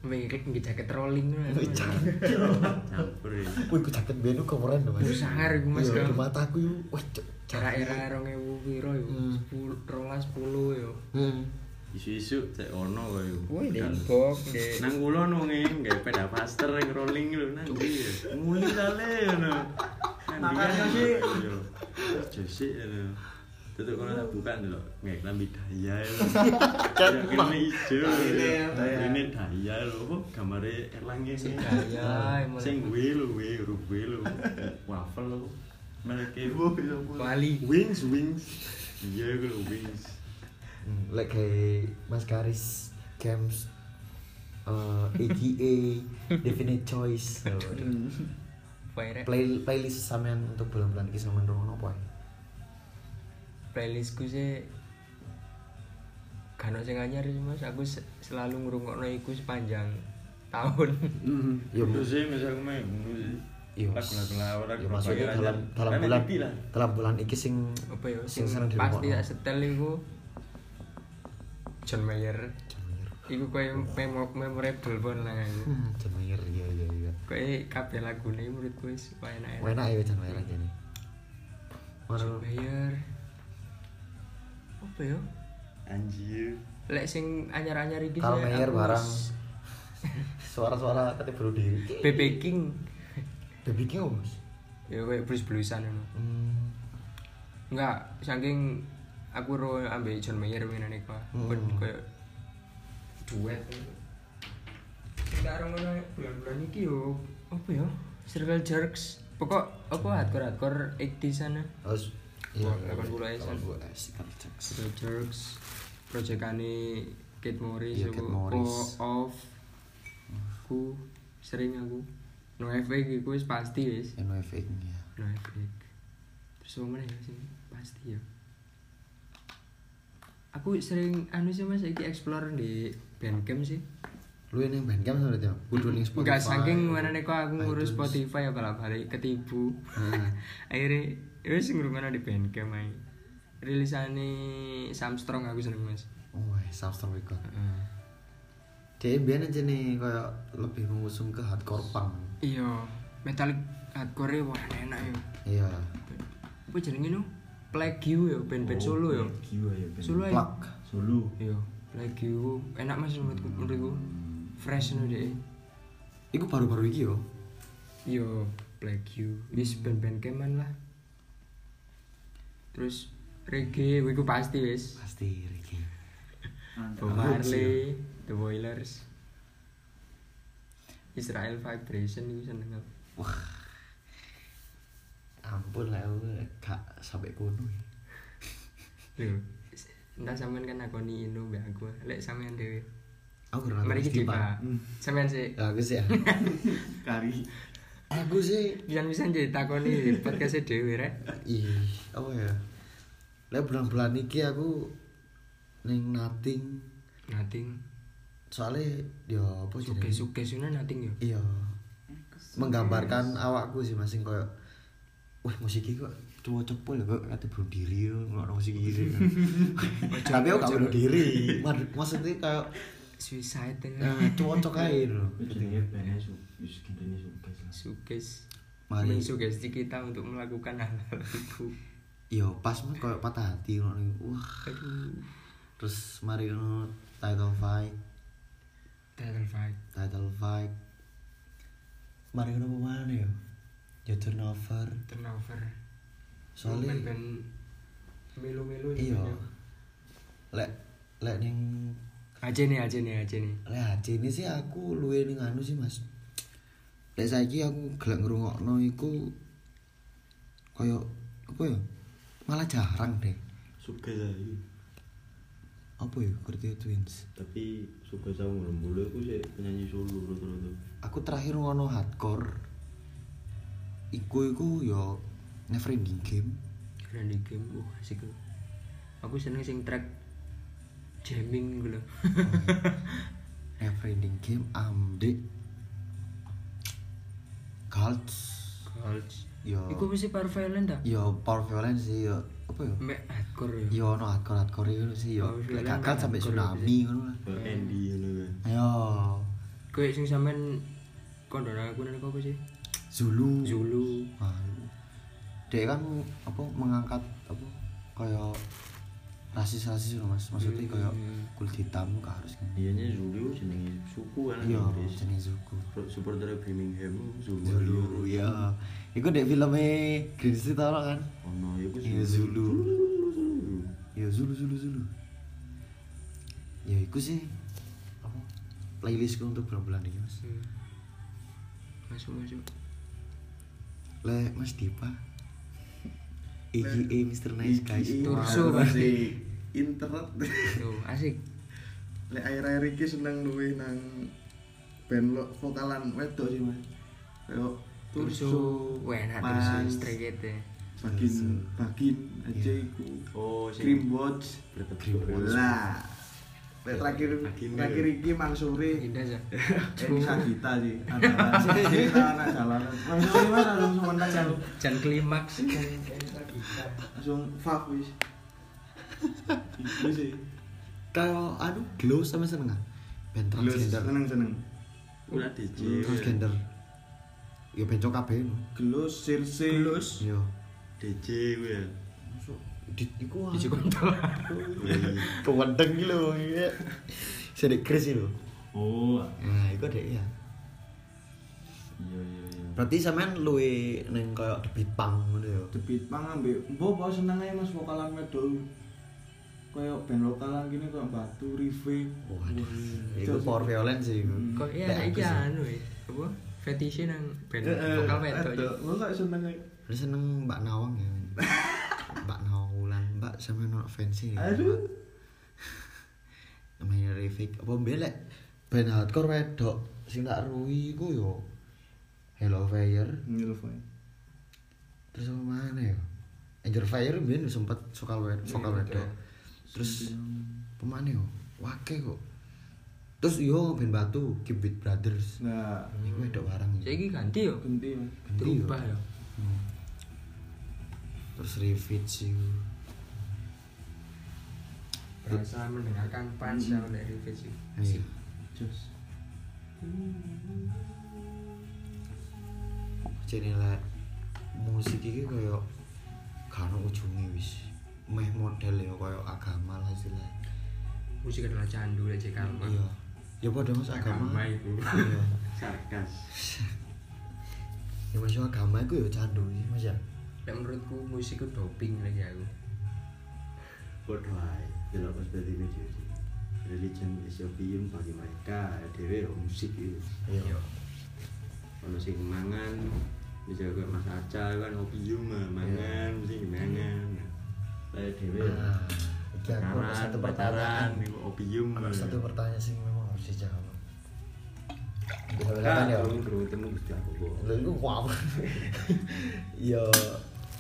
[SPEAKER 1] Mirip nggih jaket rolling. ya. lho.
[SPEAKER 3] campur ya
[SPEAKER 2] Wih, ku jaket benu keren dong mas.
[SPEAKER 1] Besar iku, Mas,
[SPEAKER 2] Yo,
[SPEAKER 1] kan?
[SPEAKER 2] di mataku yo. Wih, cok.
[SPEAKER 1] Cara era 2000 piro yo?
[SPEAKER 2] Hmm.
[SPEAKER 1] 10 rolas ya. 10 yo.
[SPEAKER 2] Hmm.
[SPEAKER 3] isu-isu cek ono kayu
[SPEAKER 1] Woi, dengkok. Dek.
[SPEAKER 3] nang kula nungi nggae peda faster yang rolling lho nang ndi ya muli kale ngono makane sih josik ngono tutuk kono tak buka ndelok nggae klambi daya kan kene ijo ini daya lho apa gamare erlange sing
[SPEAKER 1] Daya, emang.
[SPEAKER 3] sing W lho W huruf W lho waffle lho mereka
[SPEAKER 1] Bali.
[SPEAKER 3] wings wings iya iku lho wings
[SPEAKER 2] Hmm, Lek kayak Mas Karis, Games, uh, AGA, Definite Choice.
[SPEAKER 7] Hmm.
[SPEAKER 1] Fire
[SPEAKER 2] Play, playlist sampean untuk bulan-bulan ini sama Rono apa ya?
[SPEAKER 1] playlistku sih gak ada sing anyar sih mas aku se- selalu ngrungokno iku sepanjang tahun
[SPEAKER 2] Iya, Bu.
[SPEAKER 3] Itu sih misalnya aku main e, ngono sih.
[SPEAKER 2] Iya, Mas.
[SPEAKER 3] Lagu-lagu lawar aku
[SPEAKER 2] Ya, maksudnya
[SPEAKER 3] bayar
[SPEAKER 2] dalam,
[SPEAKER 3] aja.
[SPEAKER 2] dalam
[SPEAKER 3] Karena
[SPEAKER 2] bulan,
[SPEAKER 3] pipi lah.
[SPEAKER 2] dalam bulan ini sing
[SPEAKER 1] apa ya
[SPEAKER 2] sing
[SPEAKER 1] sing
[SPEAKER 2] seneng
[SPEAKER 1] pasti
[SPEAKER 2] dirungokno.
[SPEAKER 1] tak setel iku John Mayer
[SPEAKER 2] John Mayer.
[SPEAKER 1] iku koyo memo- memorable pun lah aku
[SPEAKER 2] Hmm, John Mayer, iya iya iya.
[SPEAKER 1] koyo kabeh lagune menurutku wis wah enak enak
[SPEAKER 2] Enak ya John Mayer aja nih.
[SPEAKER 1] John
[SPEAKER 2] Mana
[SPEAKER 1] Mayer apa ya
[SPEAKER 3] Anjir.
[SPEAKER 1] lek sing anyar-anyar iki
[SPEAKER 2] Karl
[SPEAKER 1] sih,
[SPEAKER 2] Mayer
[SPEAKER 1] aku
[SPEAKER 2] barang
[SPEAKER 1] wis-
[SPEAKER 2] suara-suara kata baru diri.
[SPEAKER 1] BB King
[SPEAKER 2] Baby King apa, Mas?
[SPEAKER 1] ya koyo blues-bluesan ngono
[SPEAKER 2] Hmm,
[SPEAKER 1] Enggak, saking aku ro ambil John Mayer mainan iku. Kon
[SPEAKER 2] Hmm.
[SPEAKER 1] koyo duet. Enggak ro ngono bulan-bulan iki yo apa ya? Circle Jerks. Pokok apa hardcore-hardcore 80 sana.
[SPEAKER 2] harus. iya,
[SPEAKER 1] Wah, 80 aja, San.
[SPEAKER 2] 80 aja, kan, Jax.
[SPEAKER 1] Circle Jerks. Proyekane Kate Morris
[SPEAKER 2] Iya, Kate Morris.
[SPEAKER 1] Oh, off. Ku sering aku. No FX iku wis pasti wis.
[SPEAKER 2] NWFX ya.
[SPEAKER 1] No FX. Terus apa meneh ya sing pasti ya. Aku sering anu sih Mas iki explore di Bandcamp sih.
[SPEAKER 2] Lu ini yang bandcamp sebenarnya Jam? Kudu ning Spotify.
[SPEAKER 1] Enggak saking mana kok aku ngurus
[SPEAKER 2] iTunes.
[SPEAKER 1] Spotify ya balik balik ketipu. Akhirnya ya wis ngurungana di Bandcamp ae. Rilisane Samstrong aku seneng Mas.
[SPEAKER 2] Oh, eh, Substance Record.
[SPEAKER 1] Heeh.
[SPEAKER 2] Dia biar aja nih kayak lebih mengusung ke hardcore punk.
[SPEAKER 1] Iya, metallic hardcore e wah enak ya.
[SPEAKER 2] Iya.
[SPEAKER 1] Apa jenenge no? Plague ya band-band solo ya.
[SPEAKER 3] Gila ya Ben.
[SPEAKER 1] Solo ya.
[SPEAKER 2] Plak.
[SPEAKER 3] Solo.
[SPEAKER 1] Iya, Plague iku enak Mas menurutku menurutku. Fresh no deh.
[SPEAKER 2] Iku baru-baru iki yo.
[SPEAKER 1] Yo, Black You, wis band-band keman lah. Terus reggae, wiku pasti wis.
[SPEAKER 2] Pasti Ricky.
[SPEAKER 1] Bob Marley, The Wailers, Israel Vibration itu seneng aku.
[SPEAKER 2] Wah. Ampun lah aku gak sampai kuno. ya.
[SPEAKER 1] Lho, entah sampean kan nakoni ino mbak aku lek sampean dhewe
[SPEAKER 2] aku pernah
[SPEAKER 1] mari
[SPEAKER 2] ngerti,
[SPEAKER 1] kita
[SPEAKER 2] Pak.
[SPEAKER 1] pak sampean sih
[SPEAKER 2] Ya, aku sih ya.
[SPEAKER 7] kari
[SPEAKER 2] aku sih
[SPEAKER 1] bisa bisa jadi takoni podcastnya dhewe rek
[SPEAKER 2] ih apa ya lek bulan-bulan iki aku ning nating
[SPEAKER 1] nating
[SPEAKER 2] soalnya ya apa sih
[SPEAKER 1] suge suge sih nating yo
[SPEAKER 2] iya menggambarkan awakku sih masing koyo wah musik iki kok cuma cepol ya kok kata bunuh diri ngono musik iki tapi aku gak bunuh diri Mar- maksudnya kayak
[SPEAKER 1] suicide
[SPEAKER 2] nah,
[SPEAKER 1] ini
[SPEAKER 2] cocok aja loh
[SPEAKER 1] Iya.
[SPEAKER 3] Jenenge pengen su wis gendene sukses lah.
[SPEAKER 1] suges
[SPEAKER 2] Mari.
[SPEAKER 1] mensugesti kita untuk melakukan hal-hal itu
[SPEAKER 2] iya pas mah kayak patah hati ngono iku. wah
[SPEAKER 1] aduh
[SPEAKER 2] terus mari ngono title fight
[SPEAKER 1] terrified
[SPEAKER 2] title fight mari ngono pemain ya ya turnover
[SPEAKER 1] turnover
[SPEAKER 2] soalnya
[SPEAKER 1] ben melu-melu
[SPEAKER 2] iya lek lek ning
[SPEAKER 1] aja nih aja nih aja nih
[SPEAKER 2] Lah ini sih aku luwe ning anu sih Mas. Lek saiki aku gelek ngrungokno iku kaya apa ya? Malah jarang deh.
[SPEAKER 3] Sukses aja.
[SPEAKER 2] Apa ya Kurtio Twins?
[SPEAKER 3] Tapi sukses aku mulu aku sih penyanyi solo rata-rata.
[SPEAKER 2] Aku terakhir ngono hardcore. Iku iku ya Never Ending Game.
[SPEAKER 1] keren di game wah asik loh aku seneng sing track jamming gitu loh
[SPEAKER 2] Never Ending Game Amde. Cults.
[SPEAKER 1] Cults.
[SPEAKER 2] Yo.
[SPEAKER 1] Iku mesti parviolent dah.
[SPEAKER 2] Yo Power Violence sih yo. Apa ya?
[SPEAKER 1] Mek hardcore ya.
[SPEAKER 2] Yo no hardcore hardcore itu sih yo.
[SPEAKER 1] Power
[SPEAKER 2] Lek
[SPEAKER 1] Violence
[SPEAKER 2] kakak
[SPEAKER 1] hardcore
[SPEAKER 2] sampai
[SPEAKER 1] ya,
[SPEAKER 2] tsunami ngono lah.
[SPEAKER 3] Kayak Andy ngono kan.
[SPEAKER 2] Ayo,
[SPEAKER 1] Kowe sing sampean kondon aku nang apa sih?
[SPEAKER 2] Zulu.
[SPEAKER 1] Zulu.
[SPEAKER 2] Malu. Dia kan apa mengangkat apa kayak rasis-rasis loh mas. Maksudnya
[SPEAKER 1] Hmm.
[SPEAKER 2] kayak kulit hitam gak harus gini.
[SPEAKER 3] Iyanya Zulu jenenge suku kan
[SPEAKER 2] Iya,
[SPEAKER 3] Inggris.
[SPEAKER 2] jenis suku.
[SPEAKER 3] Pro- Supporter Birmingham Zulu.
[SPEAKER 2] Zulu, ya. Iku dek filmnya Green Street tau kan?
[SPEAKER 3] Ono ya aku
[SPEAKER 2] Iya Zulu. Ya Zulu Zulu Zulu. Ya iku sih apa playlistku untuk bulan-bulan ini mas.
[SPEAKER 1] Hmm. Masuk masuk.
[SPEAKER 2] Le E. Mas Dipa. AKA Mr. Nice Guys.
[SPEAKER 1] Turso
[SPEAKER 7] masih internet
[SPEAKER 1] Tuh, asik.
[SPEAKER 7] lek air-air iki seneng luwe nang band lo vokalan wedok sih Mas kayak
[SPEAKER 1] Turso. Wah, enak Turso
[SPEAKER 7] Pans,
[SPEAKER 1] straight gitu.
[SPEAKER 7] bagin bagin aja iku
[SPEAKER 3] Oh, sing
[SPEAKER 7] Creamwatch
[SPEAKER 3] bertekuk.
[SPEAKER 7] lah lek terakhir terakhir iki mang sore
[SPEAKER 1] Indah sih.
[SPEAKER 7] Eh, bisa kita sih antara kita anak jalanan langsung ini mas langsung semenang langsung
[SPEAKER 1] Jan klimaks.
[SPEAKER 7] langsung fuck wis itu sih
[SPEAKER 2] Kalau aduh glow sama seneng gak? Ben
[SPEAKER 7] Lu
[SPEAKER 2] transgender.
[SPEAKER 7] seneng seneng
[SPEAKER 3] Ora DJ.
[SPEAKER 2] Transgender. Ya ben cok kabeh. no.
[SPEAKER 7] gelus sirse gelus
[SPEAKER 2] Yo.
[SPEAKER 3] DJ gue ya.
[SPEAKER 2] Di iku ah.
[SPEAKER 3] Wih.
[SPEAKER 2] Kewedeng iki lho. iya. Sedek kris iki lho.
[SPEAKER 3] Oh,
[SPEAKER 2] Nah, iku dek ya.
[SPEAKER 3] iya iya iya.
[SPEAKER 2] Berarti sampean luwe ning koyo The Beat Punk ngono ya.
[SPEAKER 7] debit pang ambek mbok apa seneng ae mas vokalan wedok kayak band lokalan gini kayak batu rive
[SPEAKER 2] Waduh. Iku power violence sih iku.
[SPEAKER 1] Hmm. Kok iya
[SPEAKER 2] Lek
[SPEAKER 1] ada
[SPEAKER 2] aku
[SPEAKER 1] iki
[SPEAKER 2] sih.
[SPEAKER 1] anu ya. Apa? Fetishnya nang band
[SPEAKER 7] Eh,
[SPEAKER 2] Eh,
[SPEAKER 1] vokal wedok. ya.
[SPEAKER 7] gue gak seneng ae
[SPEAKER 2] Lu seneng Mbak Nawang ya. Mbak Nawulan, Mbak sama nolak fancy. ya,
[SPEAKER 7] Aduh.
[SPEAKER 2] Mbak. Namanya Rifik. Apa belek? Ben hardcore wedok sing tak ruwi iku yo. Hello Fire.
[SPEAKER 7] ngelfai
[SPEAKER 2] Terus apa mana ya? Angel Fire ben sempet vokal wedok, vokal wedok. Terus pemane yo? Wake kok. Terus yo ben batu Kibit Brothers.
[SPEAKER 7] nah
[SPEAKER 2] Iku wedok barang.
[SPEAKER 1] Saiki ganti yo.
[SPEAKER 7] ganti mas
[SPEAKER 2] Ganti yo.
[SPEAKER 1] Berubah yo.
[SPEAKER 2] Hmm. Terus Rifit sih.
[SPEAKER 1] Berasa mendengarkan pans yang dari Facebook.
[SPEAKER 2] Hmm. Iya.
[SPEAKER 7] jos
[SPEAKER 2] jadi lah musik ini kaya gak ada ujungnya wis meh model ya kaya agama lah istilah
[SPEAKER 1] Musik adalah candu lah cek
[SPEAKER 2] iya ya pada mas agama
[SPEAKER 1] Agama itu.
[SPEAKER 2] iya
[SPEAKER 3] Sarkas.
[SPEAKER 2] ya mas yo agama itu ya candu sih mas ya
[SPEAKER 1] Dan menurutku musik itu doping lagi aku.
[SPEAKER 3] Bodoh ae. Delok pas dadi video sih. Religion is a being bagi mereka. Dewe yo musik itu.
[SPEAKER 2] iya
[SPEAKER 3] Ono sing mangan bisa kayak Mas Aca kan opium mangan mesti mangan. Lah dewe
[SPEAKER 2] Ah, Iki aku ada satu pertanyaan.
[SPEAKER 3] iku opium.
[SPEAKER 2] Ada satu pertanyaan sih memang harus dijawab.
[SPEAKER 3] Kan
[SPEAKER 2] Dijawabkan
[SPEAKER 3] ya,
[SPEAKER 2] ya.
[SPEAKER 3] bro, temu Gusti aku. kok.
[SPEAKER 2] Lha iku apa? Ya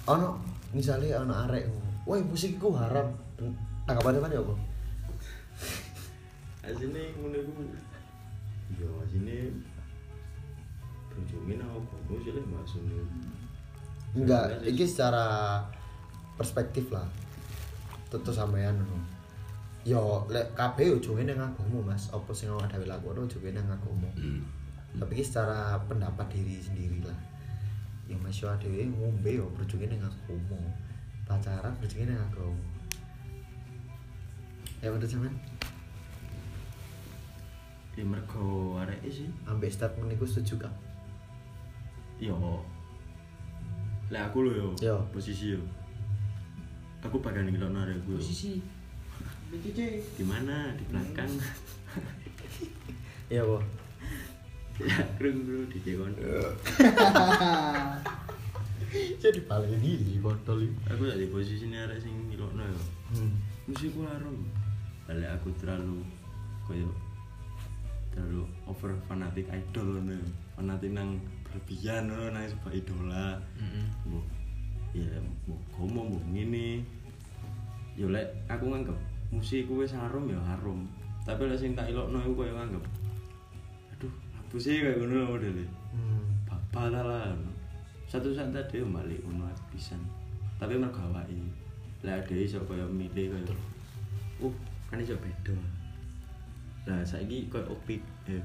[SPEAKER 2] ono misale ono arek, woi musik iku haram. Tanggapannya kan ya apa?
[SPEAKER 3] Asine ngono iku. Ya asine Bojongin aku kono sih lek masuk nih.
[SPEAKER 2] Enggak, iki secara perspektif lah. Tentu sampean ngono. Yo lek kabeh ujunge nang agama, Mas. Apa sing awak dhewe lakoni ujunge nang agama. Tapi iki secara pendapat diri sendiri lah. Ya Mas yo dhewe ngombe yo ujunge nang agama. Pacaran ujunge nang agama. Ya bener sampean.
[SPEAKER 3] Ya mergo areke sih.
[SPEAKER 2] Ambek statement iku setuju gak?
[SPEAKER 3] Yo. Lek aku lho yo,
[SPEAKER 2] Yo.
[SPEAKER 3] posisi yo. Aku bakal ngelokno arek gue.
[SPEAKER 8] Posisi
[SPEAKER 3] Di mana? Di belakang.
[SPEAKER 2] Iya, Bu.
[SPEAKER 3] Ya, krung bro, di dekon.
[SPEAKER 2] Jadi paling gini kontol iki.
[SPEAKER 3] Aku tak di posisi ini arek sing ngelokno yo.
[SPEAKER 2] Hmm.
[SPEAKER 3] musik ku haram balik aku terlalu koyo terlalu over fanatik idol ngono ya. fanatik nang berlebihan ngono nang sebab idola mbok ya mbok gomo mbok ngene yo lek aku nganggep musik ku wis haram ya haram tapi lek sing tak ilokno iku koyo nganggep aduh apa sih kayak ngono lah modele
[SPEAKER 2] Hmm.
[SPEAKER 3] bapak lah lah satu saat tadi ya balik ono pisan tapi mergo awake lah ada iso kaya milih kaya uh kan iso beda lah saiki kaya opik eh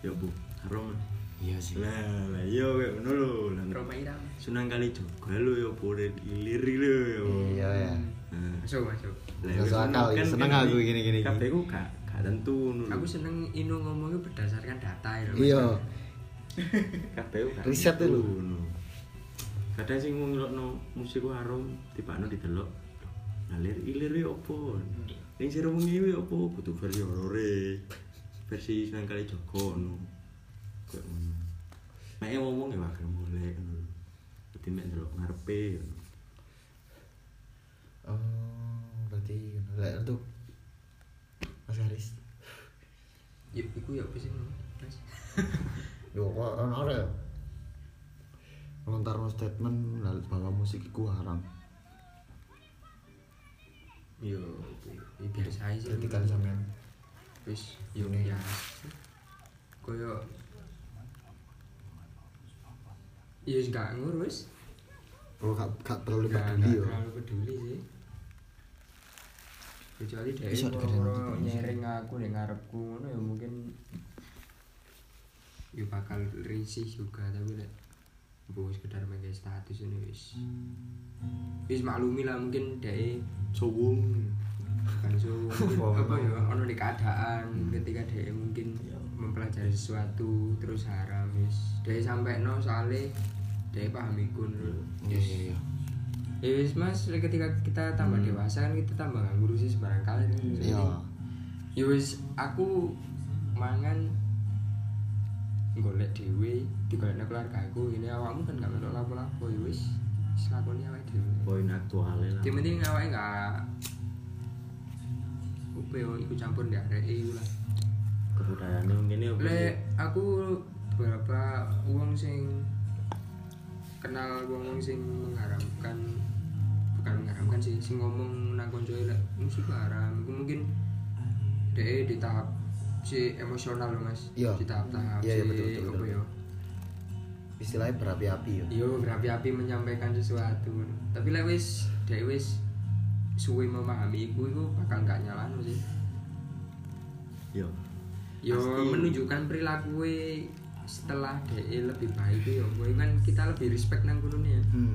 [SPEAKER 3] ya bu harum
[SPEAKER 2] Iya sih.
[SPEAKER 3] lah lah iya kaya ngono lho lah
[SPEAKER 1] Roma Irang.
[SPEAKER 3] Sunan Kalijaga lho ya purit ilir lho ya
[SPEAKER 2] Iya ya.
[SPEAKER 3] Nah,
[SPEAKER 1] Masuk, masuk.
[SPEAKER 3] lah,
[SPEAKER 2] Masuk
[SPEAKER 3] wis
[SPEAKER 2] akal,
[SPEAKER 3] ngono kan
[SPEAKER 2] seneng
[SPEAKER 3] gini-
[SPEAKER 2] aku gini-gini.
[SPEAKER 3] kabeh ku gak gak tentu ngono lho.
[SPEAKER 1] Aku seneng Inu ngomongnya berdasarkan data ya. Mas.
[SPEAKER 2] Hmm. Iya.
[SPEAKER 3] kabeh gak
[SPEAKER 2] Riset
[SPEAKER 3] gitu,
[SPEAKER 2] dulu.
[SPEAKER 3] ngono. kadang sing wong ngelokno musik ku harum tibakno didelok ngalir ilir yo opo ning sira wengi yo opo kudu versi horore versi senang kali Joko ngono koyo ngono mek ngomong ya wae boleh ngono dadi mek ndelok ngarepe ngono
[SPEAKER 2] Oh, berarti lek untuk Mas Haris.
[SPEAKER 1] Yuk, iku ya apa sih Mas? Mas?
[SPEAKER 2] Yo kok ono ora ya? Lontarno statement lal- bahwa musik iku haram.
[SPEAKER 1] Yo, ya biasa aja sih.
[SPEAKER 2] Berarti kan sampean
[SPEAKER 1] Wis, yo
[SPEAKER 2] Ini.
[SPEAKER 1] ya. Koyo Ya wis gak ngurus.
[SPEAKER 2] oh gak gak terlalu
[SPEAKER 1] Gak
[SPEAKER 2] peduli
[SPEAKER 1] gak
[SPEAKER 2] yo.
[SPEAKER 1] terlalu peduli sih. Kecuali dhewe
[SPEAKER 2] Bisa dikerjain
[SPEAKER 1] ora
[SPEAKER 2] apa-apa.
[SPEAKER 1] nyering aku ning ngarepku ngono ya mungkin yo bakal risih juga tapi lek Bu sekedar pakai status ini wis. Wis maklumi lah mungkin dhewe
[SPEAKER 3] cowong
[SPEAKER 1] bukan so mungkin apa ya ono di keadaan
[SPEAKER 2] Hmm.
[SPEAKER 1] ketika dia mungkin mempelajari sesuatu terus haram wis dia sampai no soalnya dia paham ikun lho
[SPEAKER 2] Iya iya iya.
[SPEAKER 1] ya wis mas ketika kita tambah dewasa kan kita tambah nggak ngurusi sembarang kali kan
[SPEAKER 2] Iya.
[SPEAKER 1] ya wis aku mangan golek dhewe digolek nang keluarga aku ini awakmu kan gak melok lapo-lapo ya wis wis lakoni awake dhewe
[SPEAKER 3] poin aktuale lah
[SPEAKER 1] yang penting awake enggak Upe yo ikut oh, campur ndek arek iku lah.
[SPEAKER 3] kebudayaane ngene opo
[SPEAKER 1] Lek aku beberapa wong sing kenal wong wong sing mengharamkan bukan mengharamkan sih sing ngomong nang koncoe lek musik haram iku mungkin dhek di tahap si emosional loh Mas.
[SPEAKER 2] Iya.
[SPEAKER 1] Di tahap-tahap
[SPEAKER 2] Iya, iya,
[SPEAKER 1] si
[SPEAKER 2] betul, betul,
[SPEAKER 1] apa
[SPEAKER 2] betul.
[SPEAKER 1] yo.
[SPEAKER 2] Istilahnya berapi-api yo.
[SPEAKER 1] Yo berapi-api menyampaikan sesuatu. Tapi lek wis dhek wis suwe memahami iku iku bakal gak nyalano sih.
[SPEAKER 3] yo
[SPEAKER 1] Yo
[SPEAKER 3] Pasti.
[SPEAKER 1] menunjukkan perilaku setelah DE lebih baik yo. Kowe kan kita lebih respect nang kono ya.
[SPEAKER 2] Hmm.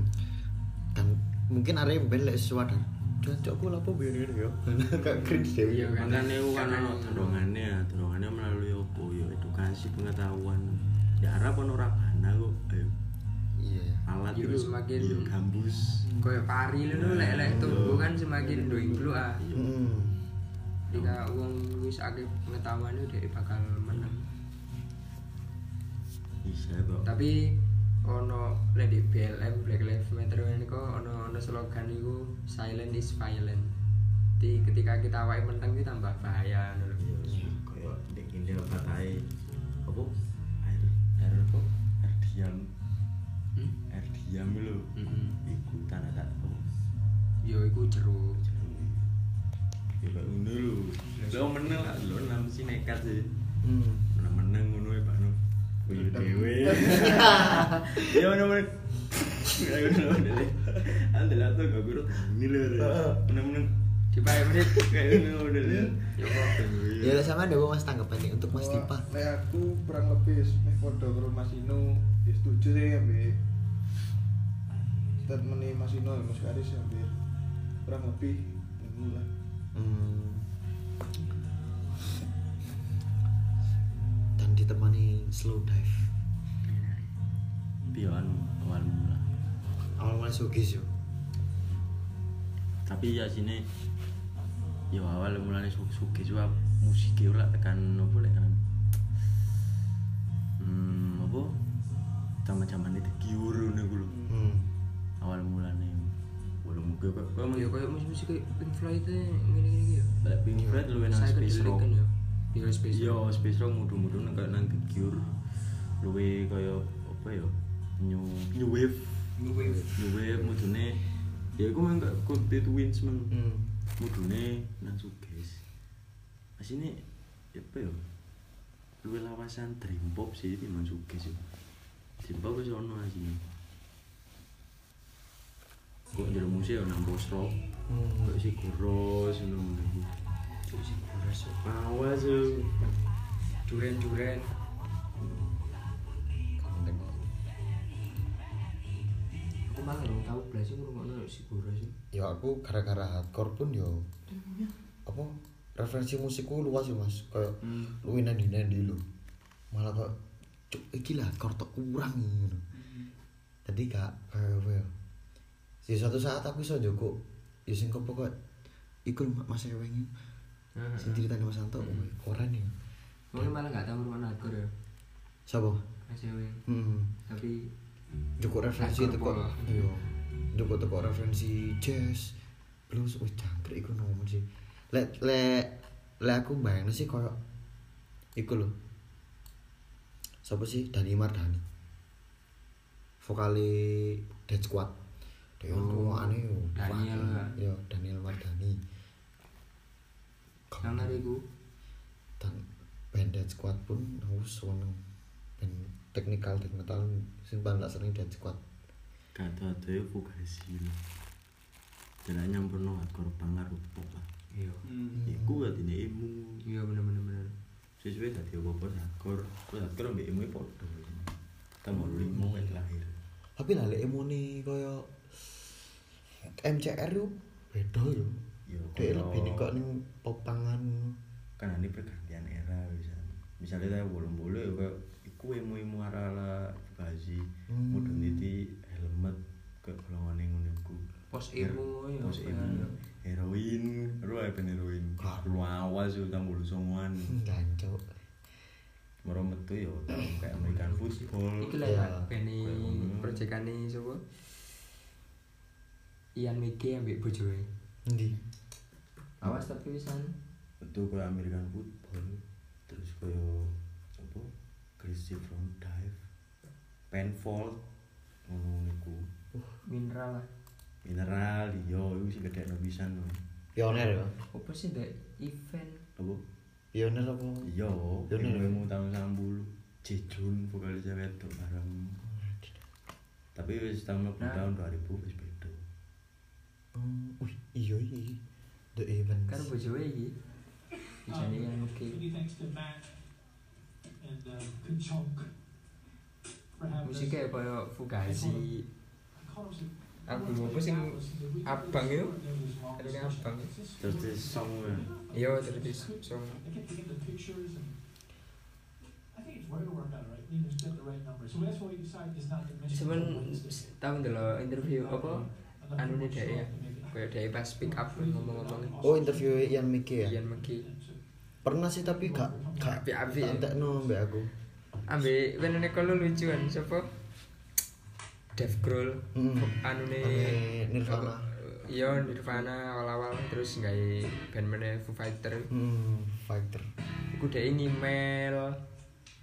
[SPEAKER 2] Kan mungkin arek ben lek sesuatu. Cocokku lapo biyen ngene yo. Kayak cringe dhewe.
[SPEAKER 1] Iya kan.
[SPEAKER 3] makanya aku kan
[SPEAKER 1] Karena-
[SPEAKER 3] ono dorongannya ya dorongannya ah, melalui opo yo edukasi pengetahuan ya Arab ono rabana kok ayo
[SPEAKER 2] Iya. ya.
[SPEAKER 3] alat
[SPEAKER 1] Iya,
[SPEAKER 3] terus
[SPEAKER 1] semakin-
[SPEAKER 3] iya, gambus
[SPEAKER 1] Koyo pari lho lek lek tumbuh kan semakin doing ah.
[SPEAKER 2] Hmm.
[SPEAKER 1] Jika wong wis akeh pengetahuan DE bakal menang.
[SPEAKER 3] bisa kok Oh.
[SPEAKER 1] Tapi ono lek di BLM Black Lives Matter ini kok ono ono ono slogan itu silent is violent di ketika kita awake menteng itu tambah bahaya ngono lho.
[SPEAKER 3] Kaya di India katai apa? Air air apa? Air diam.
[SPEAKER 1] Hmm?
[SPEAKER 3] Air diam lho.
[SPEAKER 1] Mm-mm.
[SPEAKER 3] Iku tanah tak apa?
[SPEAKER 1] yo iku jeruk
[SPEAKER 3] Ya Pak Uno lho. Lo meneng lah lo nam si nekat sih.
[SPEAKER 9] Hmm.
[SPEAKER 3] Meneng meneng ngono ya Pak Uno. Kuyu dhewe. Ya ono meneng. Ayo lho dele. Andel atuh gak guru ini lho. Meneng meneng.
[SPEAKER 1] di pakai menit
[SPEAKER 3] Kayak ngono dele. Ya kok
[SPEAKER 9] Ya udah sama ada mas tanggapan nih untuk Mas Dipa.
[SPEAKER 7] Lek aku kurang lebih meh padha karo Mas Inu, ya setuju sih ambek statement Mas Inu ya Mas Karis ambek kurang lebih ngono lah.
[SPEAKER 9] Hmm. Dan ditemani slow dive.
[SPEAKER 3] Pion awal mula.
[SPEAKER 9] Awal mulai sugis yo.
[SPEAKER 3] tapi ya sini ya awal mulanya su suki juga musiknya ora tekan apa lek kan hmm apa zaman-zaman itu kiur ngono iku lho
[SPEAKER 9] Hmm.
[SPEAKER 3] awal mulanya belum mungkin kok kok
[SPEAKER 1] yo
[SPEAKER 3] mung
[SPEAKER 1] koyo musik-musik ya, kayak Pink Floyd itu ngene-ngene iki yo
[SPEAKER 3] lek Pink Floyd luwih nang space
[SPEAKER 1] psychedelic
[SPEAKER 3] rock
[SPEAKER 1] ya? kan yo yo space
[SPEAKER 3] iya space rock mudu-mudu nang kayak nang The kiur luwih kaya apa ya new new wave new wave new wave mudune ya iku mang kayak Coldplay Twins mang
[SPEAKER 9] Hmm.
[SPEAKER 3] mudune nang suges mas ini ya apa ya luwih lawasan dream pop sih timbang suges ya dream pop wis ono mas ini kok jero musik ya nang post rock
[SPEAKER 9] Hmm.
[SPEAKER 3] kok si kuros ngono awas yo
[SPEAKER 1] duren-duren aku malah nggak tahu belas itu ngurungokno si guru sih
[SPEAKER 2] ya aku gara-gara hardcore pun yo apa referensi musikku luas ya mas kayak
[SPEAKER 1] Hmm.
[SPEAKER 2] luwih nendi nendi lho malah kok cuk iki lah hardcore tok kurang gitu tadi kak kayak apa ya si suatu saat aku iso joko ya sing kopo kok iku lho, mas ewengi sing ceritane mas Anto koran ya
[SPEAKER 1] mungkin malah nggak tahu rumah hardcore ya
[SPEAKER 2] sapa
[SPEAKER 1] SW
[SPEAKER 2] hmm
[SPEAKER 1] tapi
[SPEAKER 2] Joko referensi
[SPEAKER 1] Hardcore
[SPEAKER 2] teko
[SPEAKER 1] pol.
[SPEAKER 2] iya Joko teko referensi jazz blues wih jangkrik iku nomor sih lek lek lek aku bayangin sih koyo iku lho siapa sih Dani Mardhani vokali Dead Squad dia
[SPEAKER 1] Oh,
[SPEAKER 2] ruangane yo
[SPEAKER 1] Daniel lah.
[SPEAKER 2] yo Daniel Mardhani Kau-
[SPEAKER 1] karena itu
[SPEAKER 2] dan band Dead Squad pun aku seneng band technical death metal sing paling tak seneng Dead Squad
[SPEAKER 3] kata tuh vokasi lho jalan nyampurno hardcore pengaruh pop lah
[SPEAKER 1] iya
[SPEAKER 7] Hmm.
[SPEAKER 3] iku atine emu
[SPEAKER 1] iya bener-bener bener
[SPEAKER 3] sesuai dadi apa-apa sakor kuwi sakor mbek emu e padha tambah
[SPEAKER 2] Hmm.
[SPEAKER 3] limo kayak lahir
[SPEAKER 2] tapi lah lek emone kaya MCR yo beda yo
[SPEAKER 3] ya
[SPEAKER 2] dhek
[SPEAKER 3] kaya-
[SPEAKER 2] lebih ning kok ning popangan
[SPEAKER 3] kan ini pergantian era bisa misalnya saya bolong bolong ya kayak iku emu emu ara ala gaji
[SPEAKER 2] Hmm.
[SPEAKER 3] mudun itu helmet ke golongan yang menunggu
[SPEAKER 1] pos emo ya
[SPEAKER 3] pos emu heroin lu apa heroin
[SPEAKER 2] Gak.
[SPEAKER 3] lu awas yo tang bulu songoan
[SPEAKER 2] gancok
[SPEAKER 3] moro metu yo tau kayak American football
[SPEAKER 1] iki lah
[SPEAKER 2] Iya.
[SPEAKER 1] ya ini proyekane sapa Ian Mike ambek bojoe
[SPEAKER 2] endi
[SPEAKER 1] awas tapi pisan
[SPEAKER 3] itu kayak American football terus kayak apa Crazy from dive penfold ngono niku
[SPEAKER 1] mineral lah
[SPEAKER 3] mineral yo itu sih gede pisan no.
[SPEAKER 2] pioner yo
[SPEAKER 1] apa sih dek event
[SPEAKER 3] apa
[SPEAKER 2] pioner apa
[SPEAKER 3] yo
[SPEAKER 2] Yo, nih.
[SPEAKER 3] ilmu tahun sambul Jejun vokalisnya wedok bareng tapi wis tahun 60 tahun 2000 wis beda
[SPEAKER 2] Hmm, wih iya iki the events
[SPEAKER 1] karo bojoe iki bisa
[SPEAKER 10] Ah.
[SPEAKER 1] nih Ian Mike
[SPEAKER 10] Many thanks to Matt and uh, Kuchonk for having us.
[SPEAKER 1] musiknya kaya fugazi
[SPEAKER 10] I call him
[SPEAKER 1] aku lho apa sing abang itu ini abang
[SPEAKER 3] terus di song
[SPEAKER 1] iya terus song
[SPEAKER 10] I kept taking the pictures and I think it's very worked out right. You just get the right number. So that's why we decided it's not to mention
[SPEAKER 1] cuman
[SPEAKER 10] the Wednesday.
[SPEAKER 1] tau ndelok interview apa
[SPEAKER 10] And then
[SPEAKER 1] anu
[SPEAKER 10] we
[SPEAKER 1] nih
[SPEAKER 10] show
[SPEAKER 1] dek ya
[SPEAKER 10] up and make it
[SPEAKER 1] kaya dek pas pick up ngomong-ngomong
[SPEAKER 2] oh interview Ian Mike ya
[SPEAKER 1] Ian Mike
[SPEAKER 2] pernah sih tapi gak gak
[SPEAKER 1] Apik-apik ya.
[SPEAKER 2] tak entekno mbek aku
[SPEAKER 1] Ambil kan ini kalau lucuan siapa? Dev Grohl
[SPEAKER 2] Mm.
[SPEAKER 1] anune
[SPEAKER 2] Anune Nirvana.
[SPEAKER 1] Apa- Eh, iya Nirvana awal-awal terus gawe band meneh Foo Fighter
[SPEAKER 2] Hmm, fighter.
[SPEAKER 1] iku dhek ngimel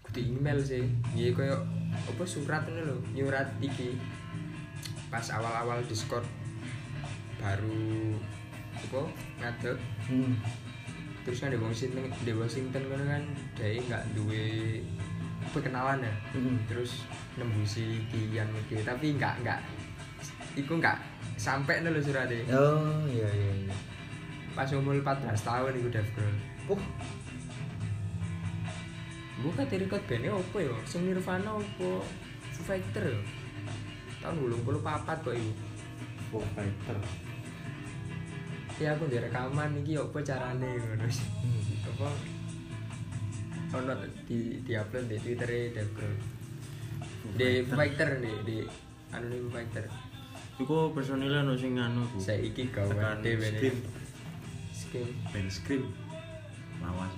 [SPEAKER 1] kudu email sih nggih koyo apa surat ngono lho nyurat iki pas awal-awal Discord baru apa ngadeg
[SPEAKER 2] Hmm.
[SPEAKER 1] terus kan di Washington di Washington kan kan dia nggak duwe perkenalan ya
[SPEAKER 2] Mm.
[SPEAKER 1] terus nembusi kian gitu tapi nggak nggak iku nggak sampai nol suratnya
[SPEAKER 2] Oh, iya iya iya.
[SPEAKER 1] pas umur 14 tahun iku Dev Grohl
[SPEAKER 2] Uh,
[SPEAKER 1] gue kata record bandnya apa ya sing Nirvana apa Foo Fighter ya tahun belum perlu papat kok ibu
[SPEAKER 3] Foo Fighter
[SPEAKER 1] ya aku di rekaman iki apa carane ngono sih. apa ono di di upload di Twitter e Dev Grohl di Foo Fighter di di anu nih Foo Fighter
[SPEAKER 3] Iku personilnya no sing anu Bu.
[SPEAKER 1] saya iki gawe
[SPEAKER 3] Tekan
[SPEAKER 1] dewe
[SPEAKER 3] Scream.
[SPEAKER 1] skim
[SPEAKER 3] band Scream lawas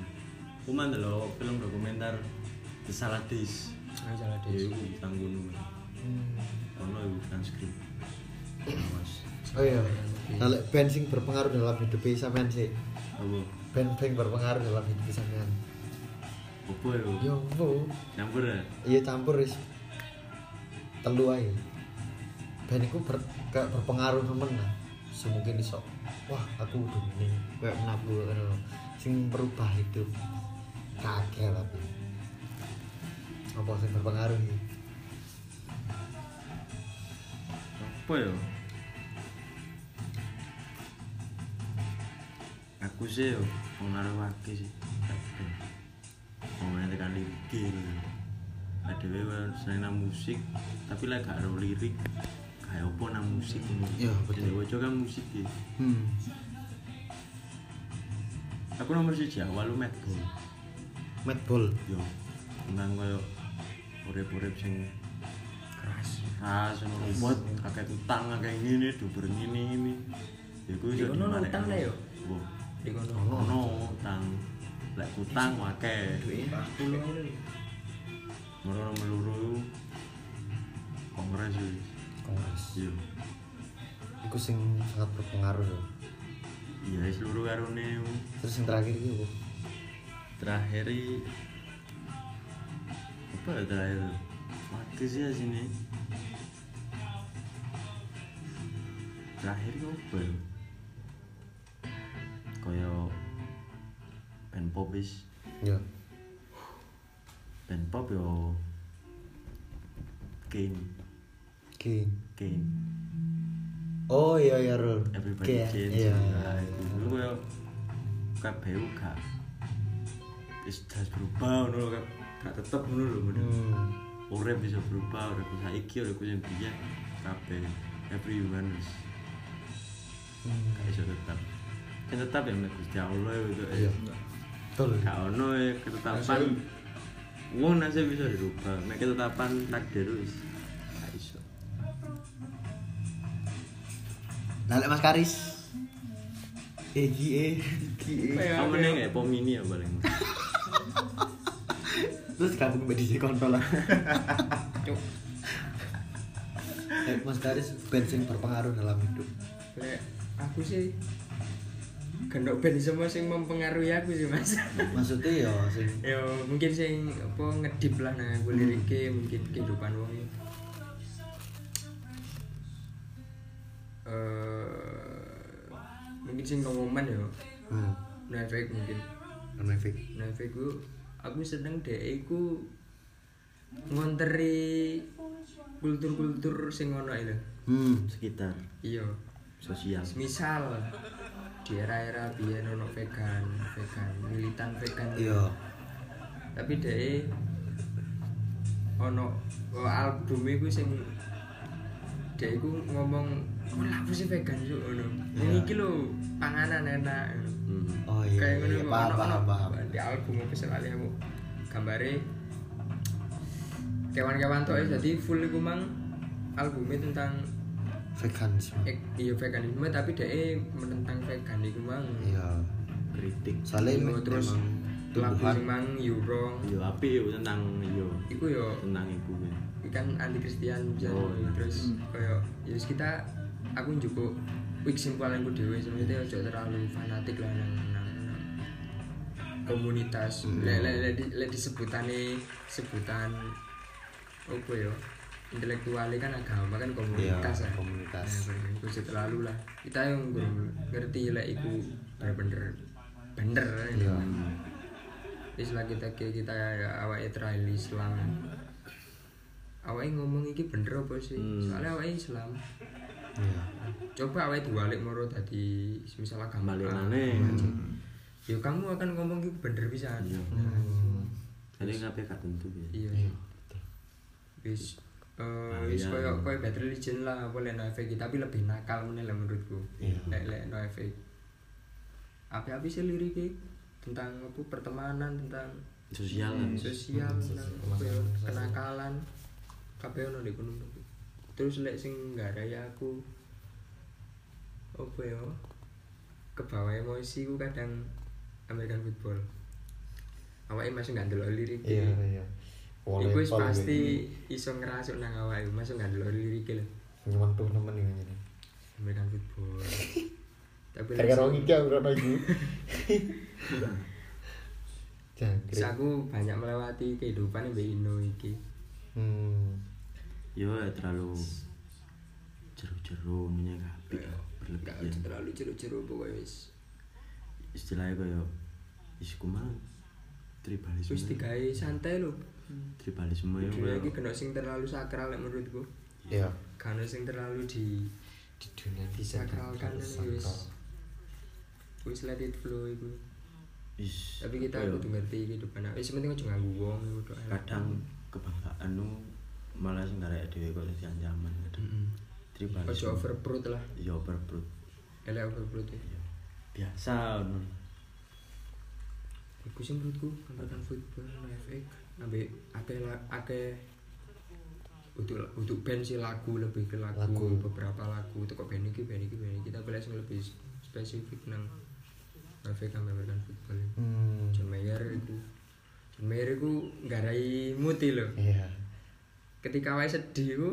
[SPEAKER 3] Cuman lho film dokumenter The Saladis
[SPEAKER 1] nggak salah
[SPEAKER 3] ya
[SPEAKER 1] deh
[SPEAKER 3] iku tanggono
[SPEAKER 2] Hmm.
[SPEAKER 3] ono iku kan Scream lawas
[SPEAKER 2] oh iya. Nah, lek band sing berpengaruh dalam hidup e sampean sih.
[SPEAKER 3] apa
[SPEAKER 2] Band sing berpengaruh dalam hidup e sampean.
[SPEAKER 3] apa iku
[SPEAKER 2] Yo, bu.
[SPEAKER 3] nyampur ya
[SPEAKER 2] Iya campur wis. Telu ae. Band iku ber, kayak berpengaruh nemen lah. Semungkin iso. Wah, aku udah ini kayak menabu kan lho. sing merubah hidup. Kaget tapi. Apa sing berpengaruh iki?
[SPEAKER 3] apa ya aku sih yo pengaruh wakil sih ngomongnya tekan lirik gitu ada wewe seneng nang musik tapi lah gak ada lirik kayak apa nang musik ini
[SPEAKER 2] Iya, betul.
[SPEAKER 3] Dewa kan musik gitu
[SPEAKER 2] Hmm.
[SPEAKER 3] aku nomor siji awal lu medbol
[SPEAKER 2] Madball.
[SPEAKER 3] yo tentang koyo urip-urip sing keras keras ngono buat kakek utang kakek ngene duber ngene ngene ya ku iso
[SPEAKER 1] Yo, ono utang lah yo.
[SPEAKER 3] Wo,
[SPEAKER 1] di kono
[SPEAKER 3] ono ono utang lek utang akeh
[SPEAKER 1] duit sepuluh
[SPEAKER 3] merono meluru kongres yo
[SPEAKER 2] Kongres.
[SPEAKER 3] yo
[SPEAKER 2] Iku sing sangat berpengaruh lho.
[SPEAKER 3] iya wis luru karone yo.
[SPEAKER 2] Terus yang terakhir iki apa?
[SPEAKER 3] terakhir i- apa ya terakhir mati sih ya sini terakhir itu apa ya kaya band pop is
[SPEAKER 2] Ya.
[SPEAKER 3] band pop yo Kane
[SPEAKER 2] Oke.
[SPEAKER 3] Kane
[SPEAKER 2] Oh iya ya Rul.
[SPEAKER 3] Everybody
[SPEAKER 2] Oke,
[SPEAKER 3] Kane
[SPEAKER 2] Iya.
[SPEAKER 3] nah, itu dulu kaya kabeh yo gak wis das berubah ngono lho, gak gak tetep ngono lho ngono.
[SPEAKER 2] Hmm.
[SPEAKER 3] urip bisa berubah urip saiki urip sing biyen kabeh everyone is
[SPEAKER 2] Hmm.
[SPEAKER 3] gak iso tetap kan tetap ya mek Gusti Allah ya, itu ya
[SPEAKER 2] Iya. Betul.
[SPEAKER 3] gak ono ya ketetapan wong nasib bisa dirubah mek ketetapan takdir wis gak iso
[SPEAKER 2] Nah, lek Mas Karis. Eh, E, EGE.
[SPEAKER 3] kamu ning ya pom ini ya paling
[SPEAKER 2] Terus gabung mbak DJ kontrol lah.
[SPEAKER 1] cuk
[SPEAKER 2] Lek Mas Karis band sing berpengaruh dalam hidup.
[SPEAKER 1] Lek aku sih gendok band semua sing mempengaruhi aku sih mas
[SPEAKER 2] Maksudnya ya sing
[SPEAKER 1] yo mungkin sing apa ngedip lah nang aku liriknya mungkin kehidupan wong ya. Eh, mungkin sing ngomongan yo
[SPEAKER 2] hmm,
[SPEAKER 1] Nevek mungkin
[SPEAKER 2] non-efek.
[SPEAKER 1] Nevek ku aku seneng dhek iku ngonteri kultur-kultur sing ono itu
[SPEAKER 2] Hmm.
[SPEAKER 3] sekitar
[SPEAKER 1] iya
[SPEAKER 3] sosial
[SPEAKER 1] misal di era-era biyen ono vegan vegan militan vegan
[SPEAKER 2] Iya.
[SPEAKER 1] tapi dhewe ono oh, album iku sing dhewe iku ngomong "Oh, lah apa sih vegan yo ngono
[SPEAKER 2] Iya.
[SPEAKER 1] yeah. iki lho panganan enak ngono.
[SPEAKER 3] Hmm.
[SPEAKER 2] Oh iya.
[SPEAKER 1] kayak
[SPEAKER 2] iya,
[SPEAKER 1] ngono
[SPEAKER 2] iya,
[SPEAKER 1] iku,
[SPEAKER 2] paham
[SPEAKER 1] ono-
[SPEAKER 2] paham
[SPEAKER 1] ono
[SPEAKER 2] paham.
[SPEAKER 1] di album apa sih lali aku gambare kewan-kewan tuh jadi full iku mang albumnya tentang
[SPEAKER 2] Veganisme.
[SPEAKER 1] Eh, iya veganisme tapi dia eh menentang vegan itu mang
[SPEAKER 2] Iya.
[SPEAKER 3] kritik
[SPEAKER 2] Soalnya
[SPEAKER 1] Iya, terus
[SPEAKER 2] emang
[SPEAKER 1] pelaku
[SPEAKER 2] tumbuhan.
[SPEAKER 1] sih mang yo wrong
[SPEAKER 3] yo api yo tentang yo
[SPEAKER 1] iku yo
[SPEAKER 3] tentang ibu ya
[SPEAKER 1] gak kan anti Christian jan
[SPEAKER 3] Oh, iya.
[SPEAKER 1] terus
[SPEAKER 7] Hmm.
[SPEAKER 1] koyo ya wis kita aku njupuk wik simpulanku dhewe sebenarnya ojo terlalu fanatik lah nang nang nang komunitas lek lek lek di- lek disebutane sebutan opo yo intelektualnya kan agama kan komunitas ya
[SPEAKER 2] Iya, komunitas.
[SPEAKER 1] Nah, itu sih terlalu lah kita yang belum ngerti lah itu bener bener
[SPEAKER 2] Iya.
[SPEAKER 1] ya istilah kita kayak kita ya awake trial Islam awake ngomong iki bener apa sih
[SPEAKER 3] Hmm.
[SPEAKER 1] soalnya awake Islam
[SPEAKER 2] Iya.
[SPEAKER 1] coba awake diwalik moro tadi misal agama
[SPEAKER 3] Balik
[SPEAKER 1] A,
[SPEAKER 3] maneh.
[SPEAKER 2] Iya.
[SPEAKER 1] ngaji. ya kamu akan ngomong iki bener bisa
[SPEAKER 3] Iya. Jadi ngapain gak tentu ya?
[SPEAKER 1] iya wis eh
[SPEAKER 3] Ah,
[SPEAKER 1] wis
[SPEAKER 3] iya.
[SPEAKER 1] koyo koyo bad religion lah boleh no efek tapi lebih nakal meneh lah menurutku
[SPEAKER 2] Iya.
[SPEAKER 1] lek lek no efek apa apa sih liriknya tentang apa pertemanan tentang Hmm,
[SPEAKER 3] Sosial kan.
[SPEAKER 1] sosial nang koyo kenakalan kabeh ono di gunung Batu. terus lek sing nggarai aku opo ya kebawa emosi ku kadang American football awake masih gak ndelok lirik
[SPEAKER 2] Iya, iya.
[SPEAKER 1] Iku wis
[SPEAKER 2] Volleyball
[SPEAKER 1] pasti iso ngerasuk nang awake masih gak ndelok lirik lho
[SPEAKER 2] ini. nyewentuh nemen iki ngene.
[SPEAKER 1] American football tapi lek
[SPEAKER 2] Gara-gara
[SPEAKER 1] sing-
[SPEAKER 2] wong iki aku ora iki.
[SPEAKER 1] terus
[SPEAKER 2] Jangkrik.
[SPEAKER 1] aku banyak melewati kehidupan mbek Ino iki
[SPEAKER 2] Hmm.
[SPEAKER 3] Yo ya terlalu jeru-jeru punya kabeh
[SPEAKER 1] gak
[SPEAKER 3] berlebihan.
[SPEAKER 1] terlalu jeru-jeru pokoknya wis
[SPEAKER 3] Istilahnya kaya is kumaha? Tribalisme.
[SPEAKER 1] wis digawe santai lho
[SPEAKER 3] Tribalisme ya
[SPEAKER 1] dunia
[SPEAKER 3] kaya
[SPEAKER 1] iki kena sing terlalu sakral lek menurutku
[SPEAKER 2] Iya.
[SPEAKER 1] kena sing terlalu di
[SPEAKER 2] Di dunia ini
[SPEAKER 1] disakralkan
[SPEAKER 2] terlalu
[SPEAKER 1] ini wis
[SPEAKER 2] sakral.
[SPEAKER 1] wis let it flow iku
[SPEAKER 3] is
[SPEAKER 1] tapi kita
[SPEAKER 3] kaya
[SPEAKER 1] kudu ngerti Hmm. kehidupan awake. wis penting aja nganggu wong iku tok ae.
[SPEAKER 3] kadang kebanggaan nu malah sing ngarep dhewe kok dadi ancaman
[SPEAKER 1] Hmm.
[SPEAKER 3] kadang.
[SPEAKER 1] Mm-mm.
[SPEAKER 3] Tribalisme.
[SPEAKER 1] ojo overproud lah
[SPEAKER 3] Yo overproof.
[SPEAKER 1] elek overprood ya.
[SPEAKER 3] Yo. Biasa ngono.
[SPEAKER 1] iku sih menurutku tentang football FX ambek akeh la- akeh untuk untuk band sih lagu lebih ke lagu,
[SPEAKER 2] Lagu.
[SPEAKER 1] beberapa lagu itu kok band iki band iki band iki tapi lek sing lebih spesifik nang FX ambek American football iku.
[SPEAKER 2] Hmm.
[SPEAKER 1] John Mayer itu John Mayer itu nggarai muti loh
[SPEAKER 2] Iya.
[SPEAKER 1] ketika wae sedih itu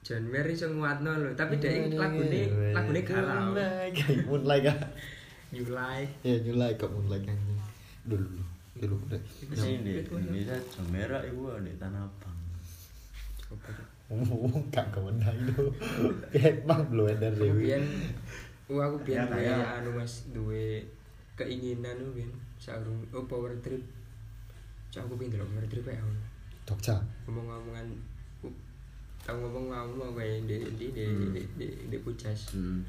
[SPEAKER 1] John Mayer iso nguatno lho tapi dhek lagune lagune garau
[SPEAKER 2] Iya. Moonlight gak?
[SPEAKER 1] you like
[SPEAKER 2] Ya nyulai kok moonlight anjing. Dulu dulu dulu.
[SPEAKER 3] Sing di Indonesia jemerak iku di Tanah Abang.
[SPEAKER 1] coba
[SPEAKER 2] Ngomong gak kewenang itu. Emang belum ada
[SPEAKER 1] aku
[SPEAKER 2] review.
[SPEAKER 1] biyen oh, aku biyen
[SPEAKER 3] Ya, ya.
[SPEAKER 1] kaya anu Mas duwe keinginan ku biyen saurung oh power trip Cak aku pengen delok power trip ae aku.
[SPEAKER 2] Jogja.
[SPEAKER 1] ngomong-ngomongan ku tau ngomong mau mau kayak di di di di di, di Pujas.
[SPEAKER 3] Hmm.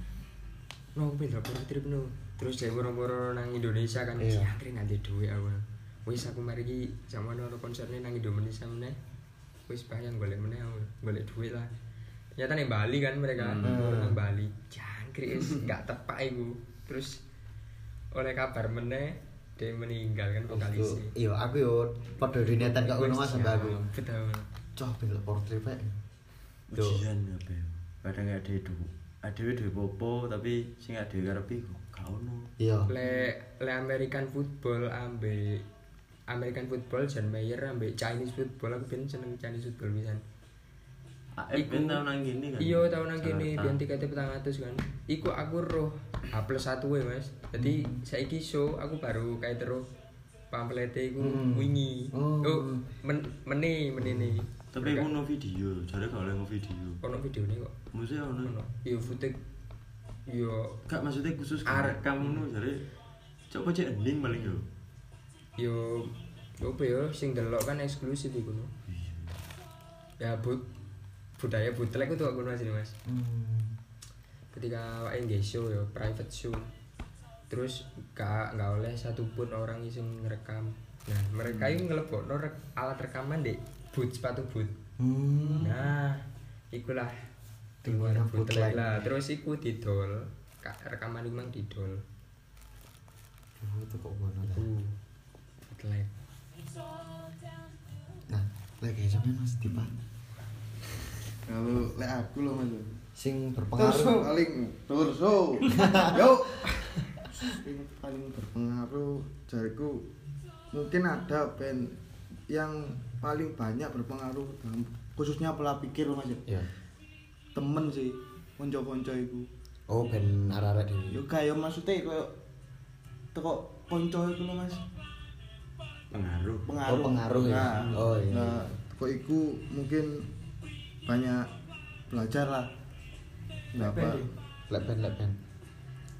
[SPEAKER 1] no aku pindah pura trip no terus saya boro-boro nang Indonesia kan
[SPEAKER 2] Iya.
[SPEAKER 1] yeah. akhirnya nanti duit aku wis aku mari ki sama ono konsernya nang Indonesia meneh wis bayang golek meneh aku golek duit lah ternyata nang Bali kan mereka
[SPEAKER 2] Hmm.
[SPEAKER 1] nang Bali jangkrik wis gak tepak iku terus oleh kabar meneh dia meninggal kan vokalis
[SPEAKER 2] Iya, aku yo padha dinetan kok ngono mas mbak aku.
[SPEAKER 1] betul
[SPEAKER 2] Cah pinter portrait pak. Yo.
[SPEAKER 3] Ujian apa ya? Kadang gak ada itu. Ada itu popo tapi sing ada karepi gak ono.
[SPEAKER 2] Iya.
[SPEAKER 1] le le American football ambe American football John Mayer ambe Chinese football aku biyen seneng Chinese football pisan
[SPEAKER 3] AF
[SPEAKER 1] Iku-
[SPEAKER 3] kan tau nang kene kan.
[SPEAKER 1] iya tahun nang kene
[SPEAKER 3] Jakarta.
[SPEAKER 1] biyen tiketnya petang atus kan iku aku roh H plus satu ya mas jadi saiki show aku baru kayak terus pamplete iku wingi
[SPEAKER 2] Oh.
[SPEAKER 1] oh men meni meni nih
[SPEAKER 3] Tapi iku ono video, jare gak oleh video.
[SPEAKER 1] ono videone kok
[SPEAKER 3] Maksudnya ono.
[SPEAKER 1] ono iya footage iya
[SPEAKER 3] Gak maksudnya khusus
[SPEAKER 1] Arek.
[SPEAKER 3] kamu ngono jare coba cek ending paling yo.
[SPEAKER 1] yo opo yo sing delok kan eksklusif iku no. ya but budaya bootleg itu aku mas ini mas
[SPEAKER 2] Hmm.
[SPEAKER 1] ketika awake nggih show ya private show terus gak nggak oleh satupun orang yang ngerekam nah mereka itu ngelebokno rek- alat rekaman dek boot sepatu boot
[SPEAKER 2] Hmm.
[SPEAKER 1] nah ikulah keluar
[SPEAKER 2] Dunia bootleg.
[SPEAKER 1] bootleg lah terus iku didol Ka- rekaman itu mang didol
[SPEAKER 2] Oh, itu kok ngono lah.
[SPEAKER 1] uh bootleg
[SPEAKER 2] Nah, lagi sampean Mas Dipa.
[SPEAKER 7] Kalau lek aku loh mas.
[SPEAKER 2] Sing
[SPEAKER 7] Terus
[SPEAKER 2] berpengaruh.
[SPEAKER 7] paling terus so. Yo. Sing paling berpengaruh jariku mungkin ada band yang paling banyak berpengaruh dalam khususnya pola pikir loh mas ya
[SPEAKER 2] ya
[SPEAKER 7] temen sih konco-konco iku
[SPEAKER 2] oh ben arek-arek
[SPEAKER 7] yo
[SPEAKER 2] dhewe
[SPEAKER 7] gak yo maksudnya koyo teko konco iku lho mas
[SPEAKER 3] pengaruh
[SPEAKER 7] pengaruh
[SPEAKER 2] Oh, pengaruh ya?
[SPEAKER 7] Nah,
[SPEAKER 2] Oh, iya.
[SPEAKER 7] nah kok iku mungkin banyak belajar lah Nah,
[SPEAKER 1] Apa
[SPEAKER 7] apa
[SPEAKER 1] ini?
[SPEAKER 2] lek ben lek ben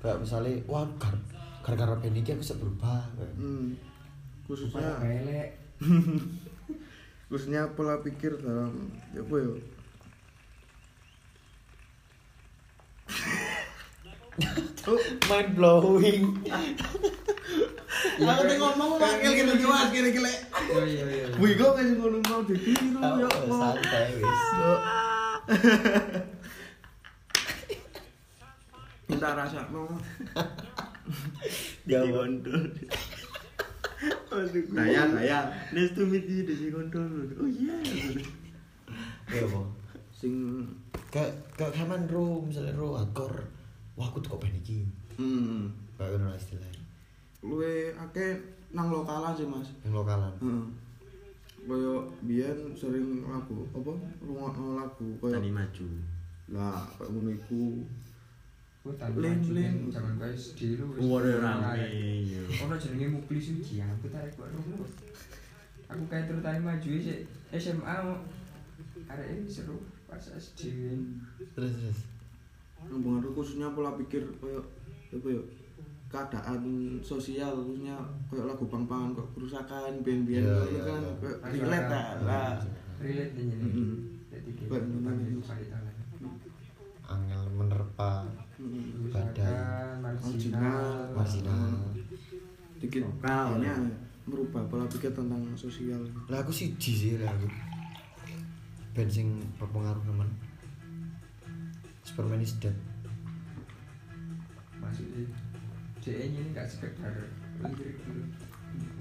[SPEAKER 2] kayak misalnya wah gar- gara-gara ben iki aku bisa berubah
[SPEAKER 7] hmm,
[SPEAKER 1] Supaya
[SPEAKER 7] khususnya
[SPEAKER 1] elek.
[SPEAKER 7] khususnya pola pikir dalam ya apa ya
[SPEAKER 2] mind blowing
[SPEAKER 7] aku tuh ngomong wakil gitu jelas gile-gile
[SPEAKER 1] Oh iya iya.
[SPEAKER 7] wih kok kayak ngono mau ditiru ya Allah.
[SPEAKER 2] santai wis
[SPEAKER 7] minta rasa mau
[SPEAKER 2] ya
[SPEAKER 3] Desi Kondol. Saya, saya. Nice to meet you, Desi Kondol. Oh iya.
[SPEAKER 2] ya apa
[SPEAKER 7] sing
[SPEAKER 2] kayak kayak kaman ro misalnya ro hardcore wah aku tuh kok ben iki
[SPEAKER 7] hmm
[SPEAKER 2] kayak ngono lah istilahnya
[SPEAKER 7] luwe akeh nang lokalan sih mas
[SPEAKER 2] yang lokalan
[SPEAKER 7] heeh kaya biyen sering lagu apa rungokno lagu kaya
[SPEAKER 3] Tadi maju.
[SPEAKER 7] lah kaya ngono iku
[SPEAKER 1] Hutan
[SPEAKER 7] Lin,
[SPEAKER 1] maju,
[SPEAKER 7] lin.
[SPEAKER 1] Lin. jangan guys di lu.
[SPEAKER 3] Waduh rame. yo.
[SPEAKER 1] Ono jenenge mukli suci aku tarik kok lu. Aku kayak terutama maju sih SMA arek ini seru pas SD.
[SPEAKER 2] terus terus
[SPEAKER 7] nang pengaruh khususnya pola pikir kaya apa ya keadaan sosial khususnya kaya lagu pang-pangan kok kerusakan biyen-biyen
[SPEAKER 2] Iya,
[SPEAKER 7] ngono
[SPEAKER 2] iya,
[SPEAKER 7] kan
[SPEAKER 2] iya.
[SPEAKER 7] kaya
[SPEAKER 1] Masyarakat.
[SPEAKER 7] relate lah. lah
[SPEAKER 1] Relate nih ini.
[SPEAKER 7] Heeh.
[SPEAKER 1] Jadi
[SPEAKER 7] Buat
[SPEAKER 1] kita
[SPEAKER 7] minuman
[SPEAKER 1] panggil
[SPEAKER 7] itu.
[SPEAKER 1] kaitan.
[SPEAKER 2] angel menerpa
[SPEAKER 7] Heeh.
[SPEAKER 1] Usahakan marginal.
[SPEAKER 7] Marginal.
[SPEAKER 2] marginal
[SPEAKER 7] dikit
[SPEAKER 3] Lokal.
[SPEAKER 7] banyak merubah pola pikir tentang sosial
[SPEAKER 2] lah aku siji sih lah aku band sing berpengaruh teman Superman is dead
[SPEAKER 1] maksudnya dia ini nggak sekedar lirik gitu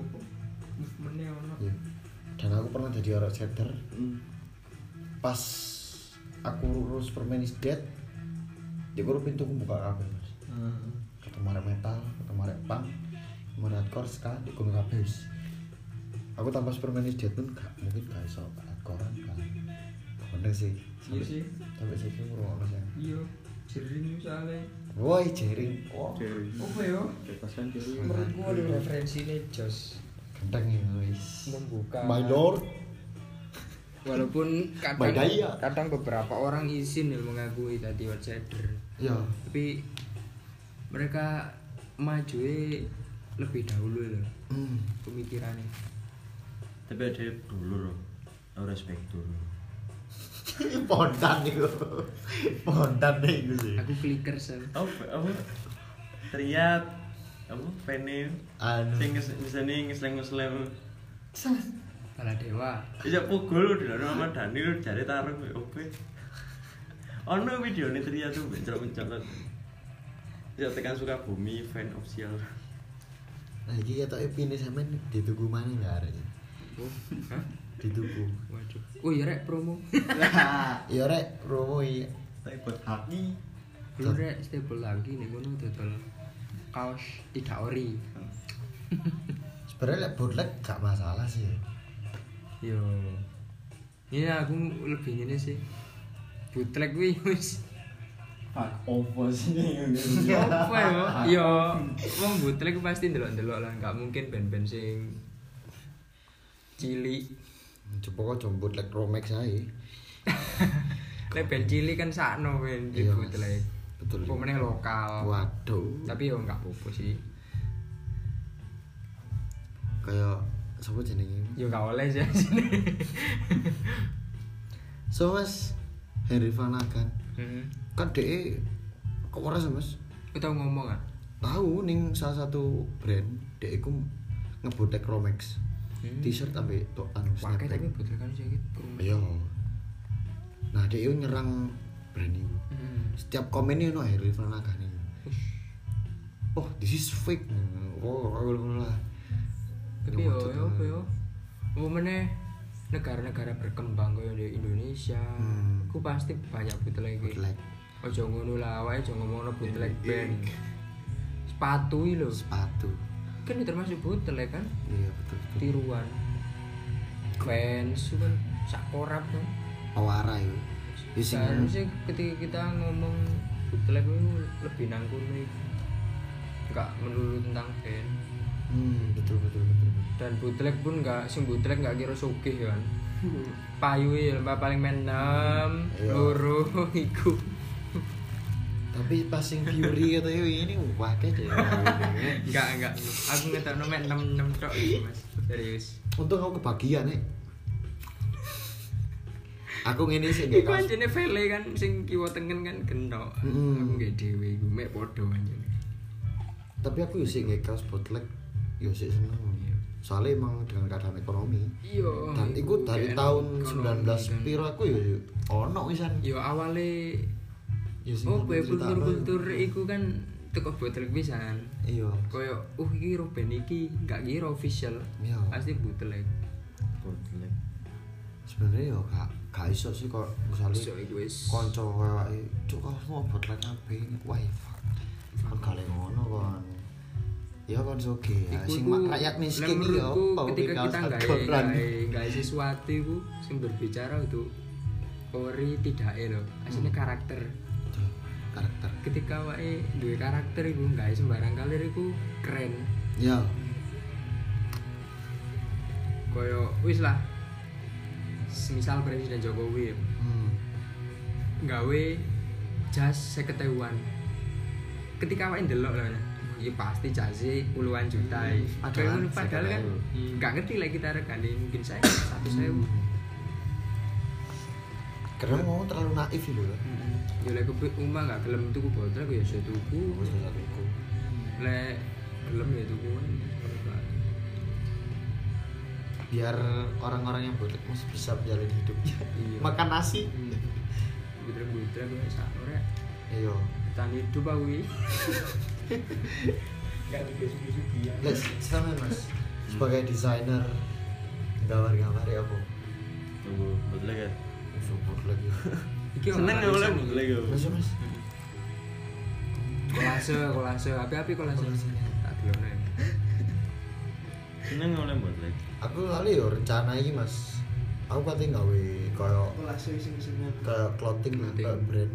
[SPEAKER 1] apa movementnya ono
[SPEAKER 2] ya. dan aku pernah jadi orang setter
[SPEAKER 7] Heeh.
[SPEAKER 2] pas aku lurus Superman is dead ya aku pintu aku buka kabeh mas
[SPEAKER 1] Hmm.
[SPEAKER 2] ketemu arek metal ketemu arek punk ketemu arek hardcore ska di gunung kabeh wis. aku tanpa Superman is dead pun gak mungkin gak iso hardcorean kan bener sih
[SPEAKER 1] iya sih
[SPEAKER 2] sampai sih aku ngurung sih
[SPEAKER 1] iya jering soalnya
[SPEAKER 2] woi jering
[SPEAKER 1] oh
[SPEAKER 7] Jering.
[SPEAKER 1] apa ya
[SPEAKER 7] bebaskan diri
[SPEAKER 1] menurutku ada referensinya jos
[SPEAKER 2] genteng ya wis
[SPEAKER 1] membuka
[SPEAKER 2] my lord
[SPEAKER 1] walaupun kadang
[SPEAKER 2] Badaya.
[SPEAKER 1] kadang beberapa orang izin ya mengakui tadi outsider
[SPEAKER 2] ya
[SPEAKER 1] tapi mereka maju lebih dahulu loh
[SPEAKER 2] hmm.
[SPEAKER 1] pemikirannya
[SPEAKER 3] Tapi ada dulur. oh. Aku respect dulu.
[SPEAKER 2] Pondan itu Pondan deh itu sih
[SPEAKER 1] aku clicker sel
[SPEAKER 3] Aku, aku teriak. Aku pene.
[SPEAKER 2] Anu
[SPEAKER 3] Sing nges- ngeseni ngesleng-ngesleng.
[SPEAKER 1] Baladewa
[SPEAKER 3] Iya pukul udah ono sama Dani lu jare tarung kowe opo. Ono videone Tria tuh bencok-bencok. Ya tekan suka bumi fan official.
[SPEAKER 2] Nah ini ya tapi ini sama ini dituku mana nggak arahnya
[SPEAKER 1] Oh, Hah?
[SPEAKER 2] Dituku
[SPEAKER 1] waduh oh iya rek promo
[SPEAKER 2] Ya rek Romo iya
[SPEAKER 3] Tapi buat haki
[SPEAKER 1] Dulu rek stable lagi nih kono dodol kaos tidak ori.
[SPEAKER 2] Sebenernya lek bootleg gak masalah sih
[SPEAKER 1] Yo. Ini aku lebih ini sih. Bootleg kuwi wis
[SPEAKER 2] Ah,
[SPEAKER 11] Fuck opo sih ini?
[SPEAKER 1] apa ya? Yo, wong bootleg pasti ndelok-ndelok lah, nggak mungkin band-band sing cilik.
[SPEAKER 2] Coba kok coba bootleg Romex aja
[SPEAKER 1] Lek band cilik kan sakno band di
[SPEAKER 2] Iya, Mas.
[SPEAKER 1] bootleg.
[SPEAKER 2] Betul.
[SPEAKER 1] Apa meneh lokal.
[SPEAKER 2] Waduh
[SPEAKER 1] Tapi yo nggak apa-apa sih.
[SPEAKER 2] Kayak Siapa jenengnya
[SPEAKER 1] Yo nggak oleh sih sini.
[SPEAKER 2] So mas Harry Vanagan
[SPEAKER 1] Heeh.
[SPEAKER 2] Kan dia Kok ora sih mas
[SPEAKER 1] Aku tau ngomong ah.
[SPEAKER 2] tahu ning salah satu brand dia iku ngebotek Romex
[SPEAKER 1] Hmm.
[SPEAKER 2] t-shirt sampai to anu
[SPEAKER 1] Pakai tapi
[SPEAKER 2] snapback
[SPEAKER 1] bootleg kan sih gitu.
[SPEAKER 2] iya nah dia iku nyerang brand itu
[SPEAKER 1] Heeh.
[SPEAKER 2] setiap komen ini no Harry Vanagan ini oh this is fake oh oh lah
[SPEAKER 1] tapi yo yo apa yo apa meneh negara-negara berkembang kaya di Indonesia
[SPEAKER 2] Hmm.
[SPEAKER 1] ku pasti banyak bootleg
[SPEAKER 2] bootleg
[SPEAKER 1] ojo ngono lah awake aja ngomongno bootleg band sepatu iki lho
[SPEAKER 2] sepatu
[SPEAKER 1] kan itu termasuk bootleg kan
[SPEAKER 2] iya betul betul
[SPEAKER 1] tiruan fans kan sak korap kan
[SPEAKER 2] apa arah itu ya sing
[SPEAKER 1] seharusnya ketika kita ngomong bootleg itu lebih nangkuni nggak melulu tentang band
[SPEAKER 2] hmm, betul betul betul
[SPEAKER 1] dan bootleg pun nggak sing bootleg nggak kira sugih kan Hmm. payu ya mbak paling menem
[SPEAKER 2] Iya.
[SPEAKER 1] loro iku
[SPEAKER 2] tapi pas sing Fury katanya ini gitu." wakai deh
[SPEAKER 1] nggak nggak aku ngetok nomek enam enam trok iki, mas serius
[SPEAKER 2] untung aku kebagian nih aku ngene sih nggak
[SPEAKER 1] Iku
[SPEAKER 2] kaos
[SPEAKER 1] anjene vele kan sing kiwa tengen kan genok.
[SPEAKER 2] Mm.
[SPEAKER 1] Aku nggih dhewe iku mek padha anjene.
[SPEAKER 2] tapi aku sih nggak kaos bootleg yo sih seneng soalnya emang dengan keadaan ekonomi
[SPEAKER 1] Iya.
[SPEAKER 2] dan itu dari
[SPEAKER 1] kayak
[SPEAKER 2] tahun
[SPEAKER 1] ekonomi
[SPEAKER 2] 19
[SPEAKER 1] kan.
[SPEAKER 2] piro aku yo ono wisan
[SPEAKER 1] Yo awale
[SPEAKER 2] yo sing
[SPEAKER 1] oh kowe
[SPEAKER 2] cerita apa.
[SPEAKER 1] kultur-kultur iku kan teko bootleg pisan.
[SPEAKER 2] iya
[SPEAKER 1] Koyo uh iki ro band iki gak kira official.
[SPEAKER 2] Iya.
[SPEAKER 1] Pasti bootleg.
[SPEAKER 3] Bootleg.
[SPEAKER 2] sebenarnya yo gak gak iso sih kok misalnya
[SPEAKER 1] So iku wis
[SPEAKER 2] konco kayak cuk kau mau bootleg apa ini wah fuck kan kali ngono kan ya kan soge ya
[SPEAKER 1] Iku-
[SPEAKER 2] sing
[SPEAKER 1] iku-
[SPEAKER 2] mak- rakyat
[SPEAKER 1] lah
[SPEAKER 2] miskin iki yo
[SPEAKER 1] menurutku
[SPEAKER 2] apa
[SPEAKER 1] ketika
[SPEAKER 2] kaos
[SPEAKER 1] kita nggak eh.
[SPEAKER 2] adoran.
[SPEAKER 1] nggak sesuatu itu sing berbicara untuk ori tidak elo aslinya
[SPEAKER 2] Hmm.
[SPEAKER 1] karakter
[SPEAKER 2] Betul, karakter
[SPEAKER 1] ketika wae duwe karakter iku nggak sembarang kalir iku keren
[SPEAKER 2] ya
[SPEAKER 1] koyo wis lah misal presiden Jokowi ya,
[SPEAKER 2] hmm.
[SPEAKER 1] nggawe jas seketewuan ketika awake ndelok lho ya iya pasti jase puluhan juta ya. Kowe ngono,
[SPEAKER 2] Padahal
[SPEAKER 1] padahal kan nggak ngerti lah kita regane mungkin saya satu sewu
[SPEAKER 2] karena Hmm. mau terlalu naif gitu loh
[SPEAKER 1] Hmm. yo lek kowe umah nggak gelem tuku botol kowe ya iso tuku
[SPEAKER 2] Wes, wes, aku.
[SPEAKER 1] lek gelem ya tuku
[SPEAKER 2] biar orang-orang yang bootleg masih bisa menjalani hidupnya
[SPEAKER 1] Iya.
[SPEAKER 2] makan nasi
[SPEAKER 1] butrek-butrek kowe sak ora
[SPEAKER 2] iya
[SPEAKER 1] Tahan hidup aku ini
[SPEAKER 2] Let's sama mas sebagai desainer gambar-gambar ya apa
[SPEAKER 3] Tunggu, bootleg ya.
[SPEAKER 2] Info bootleg ya.
[SPEAKER 1] Iki
[SPEAKER 3] Seneng ya oleh bootleg ya.
[SPEAKER 2] Mas, mas
[SPEAKER 1] Kolase, kolase, api-api kolase Tak delono ya
[SPEAKER 3] Seneng ya oleh bootleg.
[SPEAKER 2] aku kali yo rencana iki mas aku katanya gawe kaya
[SPEAKER 9] Olah sing sing sing.
[SPEAKER 2] kaya clothing lah
[SPEAKER 1] Clothing.
[SPEAKER 2] kaya brand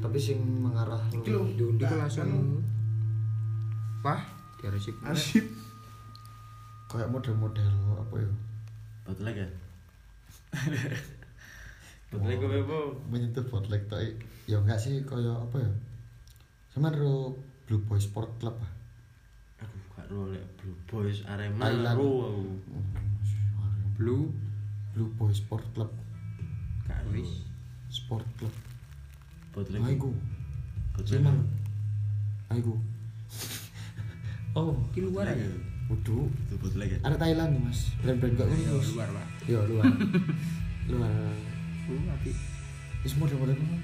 [SPEAKER 2] tapi sing mengarah lu
[SPEAKER 1] Dundi kolase Wah, diaresi
[SPEAKER 7] Asyik.
[SPEAKER 2] kaya model-model apa ya
[SPEAKER 3] Bootleg ya. Bootleg gue bebo.
[SPEAKER 2] menyentuh bootleg tok i. ya enggak sih kaya apa ya sama ro Blue Boy Sport Club ah
[SPEAKER 3] Aku gak ro oleh Blue Boys Arema
[SPEAKER 2] Thailand.
[SPEAKER 3] ro aku.
[SPEAKER 1] Blue
[SPEAKER 2] Blue Boy Sport Club
[SPEAKER 3] Gak ro. ya?
[SPEAKER 1] Wis.
[SPEAKER 2] Sport Club
[SPEAKER 3] Bootleg.
[SPEAKER 2] Aiku
[SPEAKER 3] Bootleg.
[SPEAKER 2] Seneng Aiku Oh
[SPEAKER 1] Iki luar ya
[SPEAKER 2] Waduh
[SPEAKER 3] Itu bootleg ya.
[SPEAKER 2] Ada Thailand mas Brand-brand kok ini Mas.
[SPEAKER 1] Luar pak
[SPEAKER 2] Yo luar Luar
[SPEAKER 1] Blue api
[SPEAKER 2] Wis model-model ngono.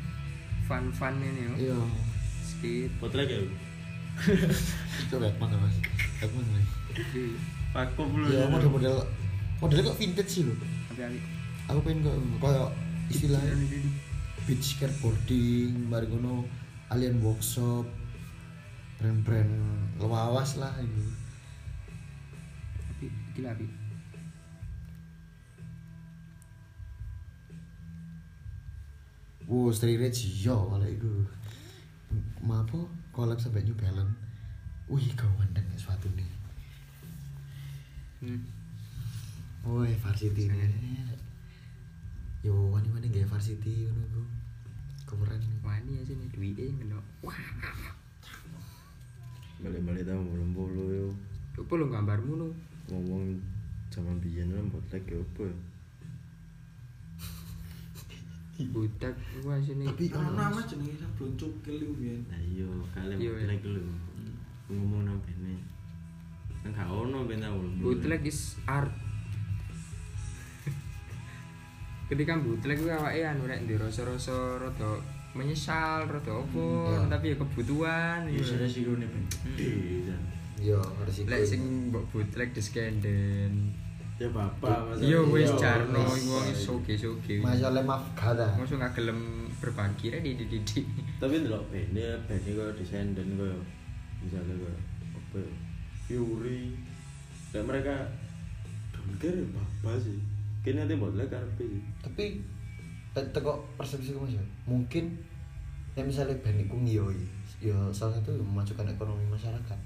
[SPEAKER 1] Fun-fun ini ya
[SPEAKER 2] Iya
[SPEAKER 1] Skate
[SPEAKER 3] Bootleg ya.
[SPEAKER 2] Coba mana mas Batman nih
[SPEAKER 1] Blue
[SPEAKER 3] Pakum lu.
[SPEAKER 2] Iya model-model Modelnya kok vintage sih lho
[SPEAKER 1] Api-api
[SPEAKER 2] Aku pengen kok Kayak istilahnya Beach skateboarding Mari ngono Alien workshop Brand-brand Lawas lah ini
[SPEAKER 1] Api Gila api
[SPEAKER 2] Wow, Stray Rage yo kalau itu. Mapo collab sampai New Balance. Wih, kawan dengan suatu nih.
[SPEAKER 1] Hmm.
[SPEAKER 2] Woi, varsity ini. Yo, wani wani gak varsity ngono ku. Keren.
[SPEAKER 1] Wani ya sini Dwi E ngenok Wah
[SPEAKER 3] Balik-balik tau belum bolo yo.
[SPEAKER 1] Coba lo gambarmu no
[SPEAKER 3] Ngomong zaman biyen lah bootleg ya apa ya.
[SPEAKER 1] Butek Wah sini
[SPEAKER 2] Tapi
[SPEAKER 9] Ono
[SPEAKER 2] ono
[SPEAKER 9] nama jenenge sablon cukil iku biyen.
[SPEAKER 3] Nah iya, kalian
[SPEAKER 1] Iya,
[SPEAKER 3] bootleg lho. Ngomong nang bene. Nang gak ono bene tau belum.
[SPEAKER 1] bootleg is art ketika bootleg gue awake anu rek ndi rasa-rasa rada menyesal rada opo
[SPEAKER 2] Hmm, iya.
[SPEAKER 1] tapi ya kebutuhan
[SPEAKER 3] Iya,
[SPEAKER 1] ya.
[SPEAKER 3] saya sih gue nih Ben. Iya.
[SPEAKER 2] Yo, harus ikut.
[SPEAKER 1] lek sing mbok bootleg di skenden
[SPEAKER 3] Ya bapak masa.
[SPEAKER 1] yo wis
[SPEAKER 3] Iya,
[SPEAKER 1] jarno
[SPEAKER 3] wis.
[SPEAKER 1] wong wis soge-soge
[SPEAKER 2] Masalah maaf kata.
[SPEAKER 1] mosok gak gelem berbagi rek di di di
[SPEAKER 3] Tapi ndelok bene, bene koyo descendant koyo misalnya koyo apa ya? Fury. Dan mereka dongker ya bapak sih. Kene ate bootleg karepe sih.
[SPEAKER 2] Tapi Te- teko persepsi mas ya mungkin ya misalnya band iku ngiyoi ya salah satu yang memajukan ekonomi masyarakat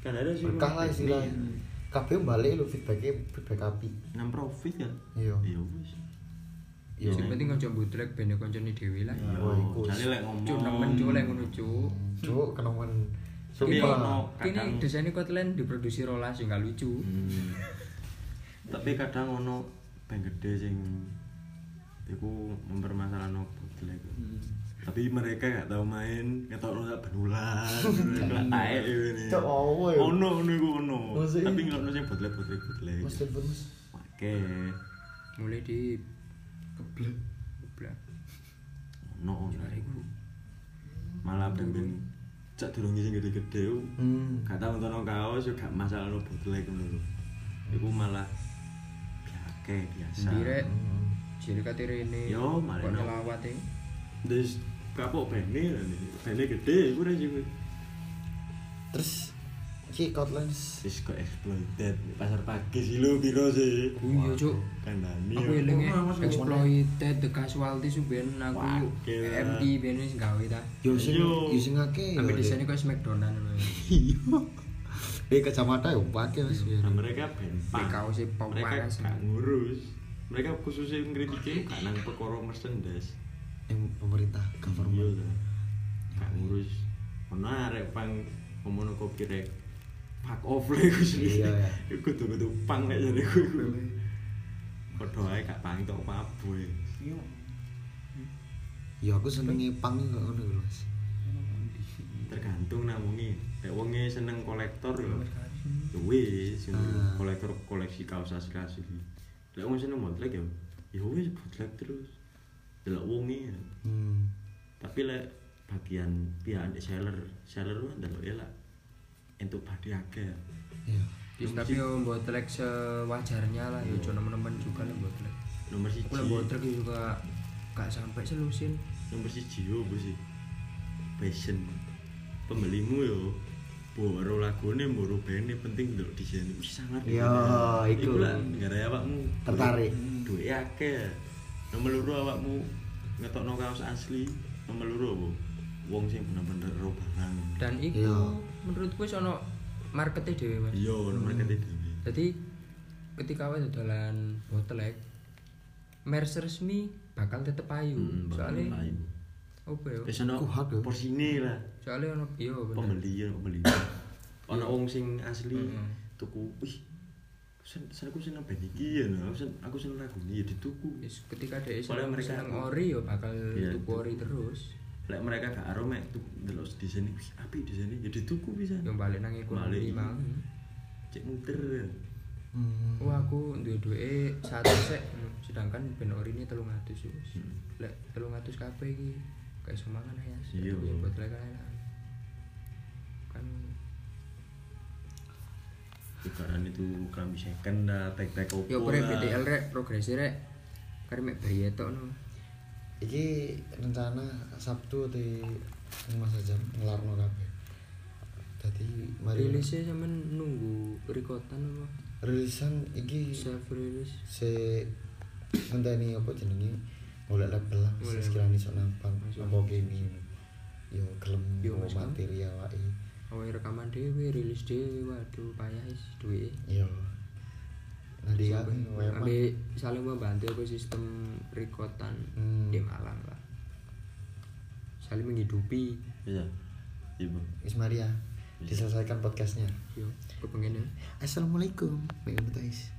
[SPEAKER 3] kan ada sih
[SPEAKER 2] berkah lah
[SPEAKER 3] istilahnya
[SPEAKER 2] istilahnya kabeh balik lo feedbacknya feedback api
[SPEAKER 3] nang profit ya
[SPEAKER 2] iya
[SPEAKER 3] ya wis
[SPEAKER 2] iya
[SPEAKER 1] Sing penting kanca butrek ben kancane dhewe lah.
[SPEAKER 3] ya
[SPEAKER 2] Oh, iku.
[SPEAKER 3] jane lek ngomong
[SPEAKER 1] Cuk nemen cuk lek ngono cuk.
[SPEAKER 2] cuk kenemen
[SPEAKER 3] Suwi
[SPEAKER 1] Ini-
[SPEAKER 3] ono
[SPEAKER 1] Ini
[SPEAKER 3] kadang
[SPEAKER 1] desainnya Kotlen diproduksi rolas sih nggak lucu.
[SPEAKER 3] Hmm. tapi kadang ono band gede sing iku mempermasalahan opo jelek tapi mereka gak tau main gak tau rusak benulan gak tae ini
[SPEAKER 2] Cuk, apa ya?
[SPEAKER 3] ono ono iku ono
[SPEAKER 2] Maksudnya-
[SPEAKER 3] tapi ngelokno sing botlek botlek botlek
[SPEAKER 2] mas telepon mas
[SPEAKER 3] oke
[SPEAKER 1] Mulai di keblek keblek.
[SPEAKER 3] ono ono iku malah band-band cak durungi sing gede-gede ku
[SPEAKER 2] hmm
[SPEAKER 3] gak tau nonton kaos yo gak masalah ono botlek ngono lho iku malah biasa biasa
[SPEAKER 1] Direk jadi kate rene.
[SPEAKER 3] Yo, mari
[SPEAKER 1] Kok
[SPEAKER 3] no.
[SPEAKER 1] nyelawat e.
[SPEAKER 3] Terus kapok bene lah nih. Bene gede iku rek sing
[SPEAKER 2] terus ki kotlens
[SPEAKER 3] wis kok exploited pasar pagi sih lu piro sih?
[SPEAKER 1] Iya cuk.
[SPEAKER 3] Kandani.
[SPEAKER 1] Aku elinge exploited the casualty suben aku
[SPEAKER 3] Wakil.
[SPEAKER 1] MT ben wis gawe ta.
[SPEAKER 2] yo sing
[SPEAKER 3] Yo.
[SPEAKER 2] yo sing akeh yo
[SPEAKER 1] Ambil
[SPEAKER 2] Dek.
[SPEAKER 1] desainnya kok smackdownan ngono. ya.
[SPEAKER 2] di kacamata yo pakai mas biar.
[SPEAKER 3] Nah, mereka ben
[SPEAKER 1] Di kaosnya pau
[SPEAKER 3] Mereka
[SPEAKER 1] panas.
[SPEAKER 3] gak ngurus. Mereka khususnya ngkritike gak nang perkara merchandise.
[SPEAKER 2] yang pemerintah
[SPEAKER 3] Iya
[SPEAKER 2] government
[SPEAKER 3] lah. Gak ngurus. Ono arek pang ngomong kopi rek. Fuck off lek iku sih.
[SPEAKER 2] Iya, ya.
[SPEAKER 3] Iku kudu-kudu pang lek jare iku. Padha ae gak pang tok e. mabuk. Iya.
[SPEAKER 2] yo aku senengnya pang kok ngono lho mas
[SPEAKER 3] tergantung namungi nek wonge seneng kolektor ya ya wis ya
[SPEAKER 2] Ah.
[SPEAKER 3] kolektor koleksi kaos asli asli nek wong seneng bootleg ya ya wis bootleg terus delok wonge ya.
[SPEAKER 2] hmm
[SPEAKER 3] tapi lek bagian pihak ndek seller seller lu ndelok ya lah entuk badhe akeh ya.
[SPEAKER 2] iya
[SPEAKER 1] Yes, tapi yo botlek sewajarnya lah yo cuma temen-temen juga lah botlek.
[SPEAKER 3] nomor
[SPEAKER 1] Aku
[SPEAKER 3] siji
[SPEAKER 1] lah botlek juga gak sampai selusin.
[SPEAKER 3] nomor siji yo opo sih passion pembelimu yo boro lagune boro bene penting ndelok desain wis sangat
[SPEAKER 2] Yo, iku.
[SPEAKER 3] lah gara awakmu
[SPEAKER 2] Tertarik. Hmm.
[SPEAKER 3] duwe akeh nomor loro awakmu ngetokno kaos asli nomor loro apa wong sing bener-bener ro barang
[SPEAKER 1] Dan itu
[SPEAKER 2] Iya.
[SPEAKER 1] menurutku wis ono markete dhewe Mas.
[SPEAKER 3] yo nomor
[SPEAKER 2] Hmm.
[SPEAKER 3] kete dhewe
[SPEAKER 1] Jadi ketika awake dodolan botlek merch resmi bakal tetep ayu.
[SPEAKER 3] Hmm, bakal
[SPEAKER 1] soalnya
[SPEAKER 3] lain.
[SPEAKER 1] opo yo?
[SPEAKER 3] wis ono
[SPEAKER 2] Kuhat yo.
[SPEAKER 3] porsine lah
[SPEAKER 1] Soalnya ono yo bener.
[SPEAKER 3] pembeli yo pembeli ono wong sing asli tuku wih sen, sen aku seneng band iki ya no. aku sen, aku seneng lagu ini ya dituku
[SPEAKER 1] Yes, ketika ada
[SPEAKER 3] Soalnya
[SPEAKER 1] seneng
[SPEAKER 3] mereka-
[SPEAKER 1] seneng ori yo bakal
[SPEAKER 3] Iya,
[SPEAKER 1] tuku
[SPEAKER 3] tuku.
[SPEAKER 1] ori terus.
[SPEAKER 3] lek mereka gak aro mek tuku delok di sini wih apik di sini ya dituku bisa
[SPEAKER 1] Yo balik nang ekonomi
[SPEAKER 3] Balik.
[SPEAKER 1] mang.
[SPEAKER 3] cek muter
[SPEAKER 2] hmm
[SPEAKER 1] Wah Oh, aku duwe-duwe satu sek hmm, sedangkan ben ori ini telung atus wis.
[SPEAKER 3] Hmm.
[SPEAKER 1] Lek telung atus kabeh iki gak iso mangan ya.
[SPEAKER 3] Iya.
[SPEAKER 1] Tapi buat lek enak. Kan
[SPEAKER 3] tukaran itu kami second dah tek tek opo
[SPEAKER 1] yo pre BTL rek progresi rek. Kare mek bayi tok no.
[SPEAKER 2] Iki rencana Sabtu di Mas Ajam ngelarno kabeh. Dadi mari
[SPEAKER 1] Rilisnya sampean nunggu rekotan apa?
[SPEAKER 2] rilisan iki
[SPEAKER 1] Self rilis.
[SPEAKER 2] se ngenteni apa jenenge golek label lah
[SPEAKER 1] Golek.
[SPEAKER 2] sekiranya iso nampan apa game yo gelem
[SPEAKER 1] Yo,
[SPEAKER 2] yo
[SPEAKER 1] Mas, kan?
[SPEAKER 2] materi awake
[SPEAKER 1] Awake rekaman dhewe, rilis dhewe. Waduh payah is duwe.
[SPEAKER 2] yo nanti ya memang
[SPEAKER 1] Ambil saling membantu aku sistem rekotan
[SPEAKER 2] Hmm.
[SPEAKER 1] di Malang lah. Saling menghidupi.
[SPEAKER 3] iya iya bang
[SPEAKER 2] wis Maria diselesaikan podcastnya
[SPEAKER 1] Yo, kepengen ya.
[SPEAKER 2] Assalamualaikum Mbak Mutais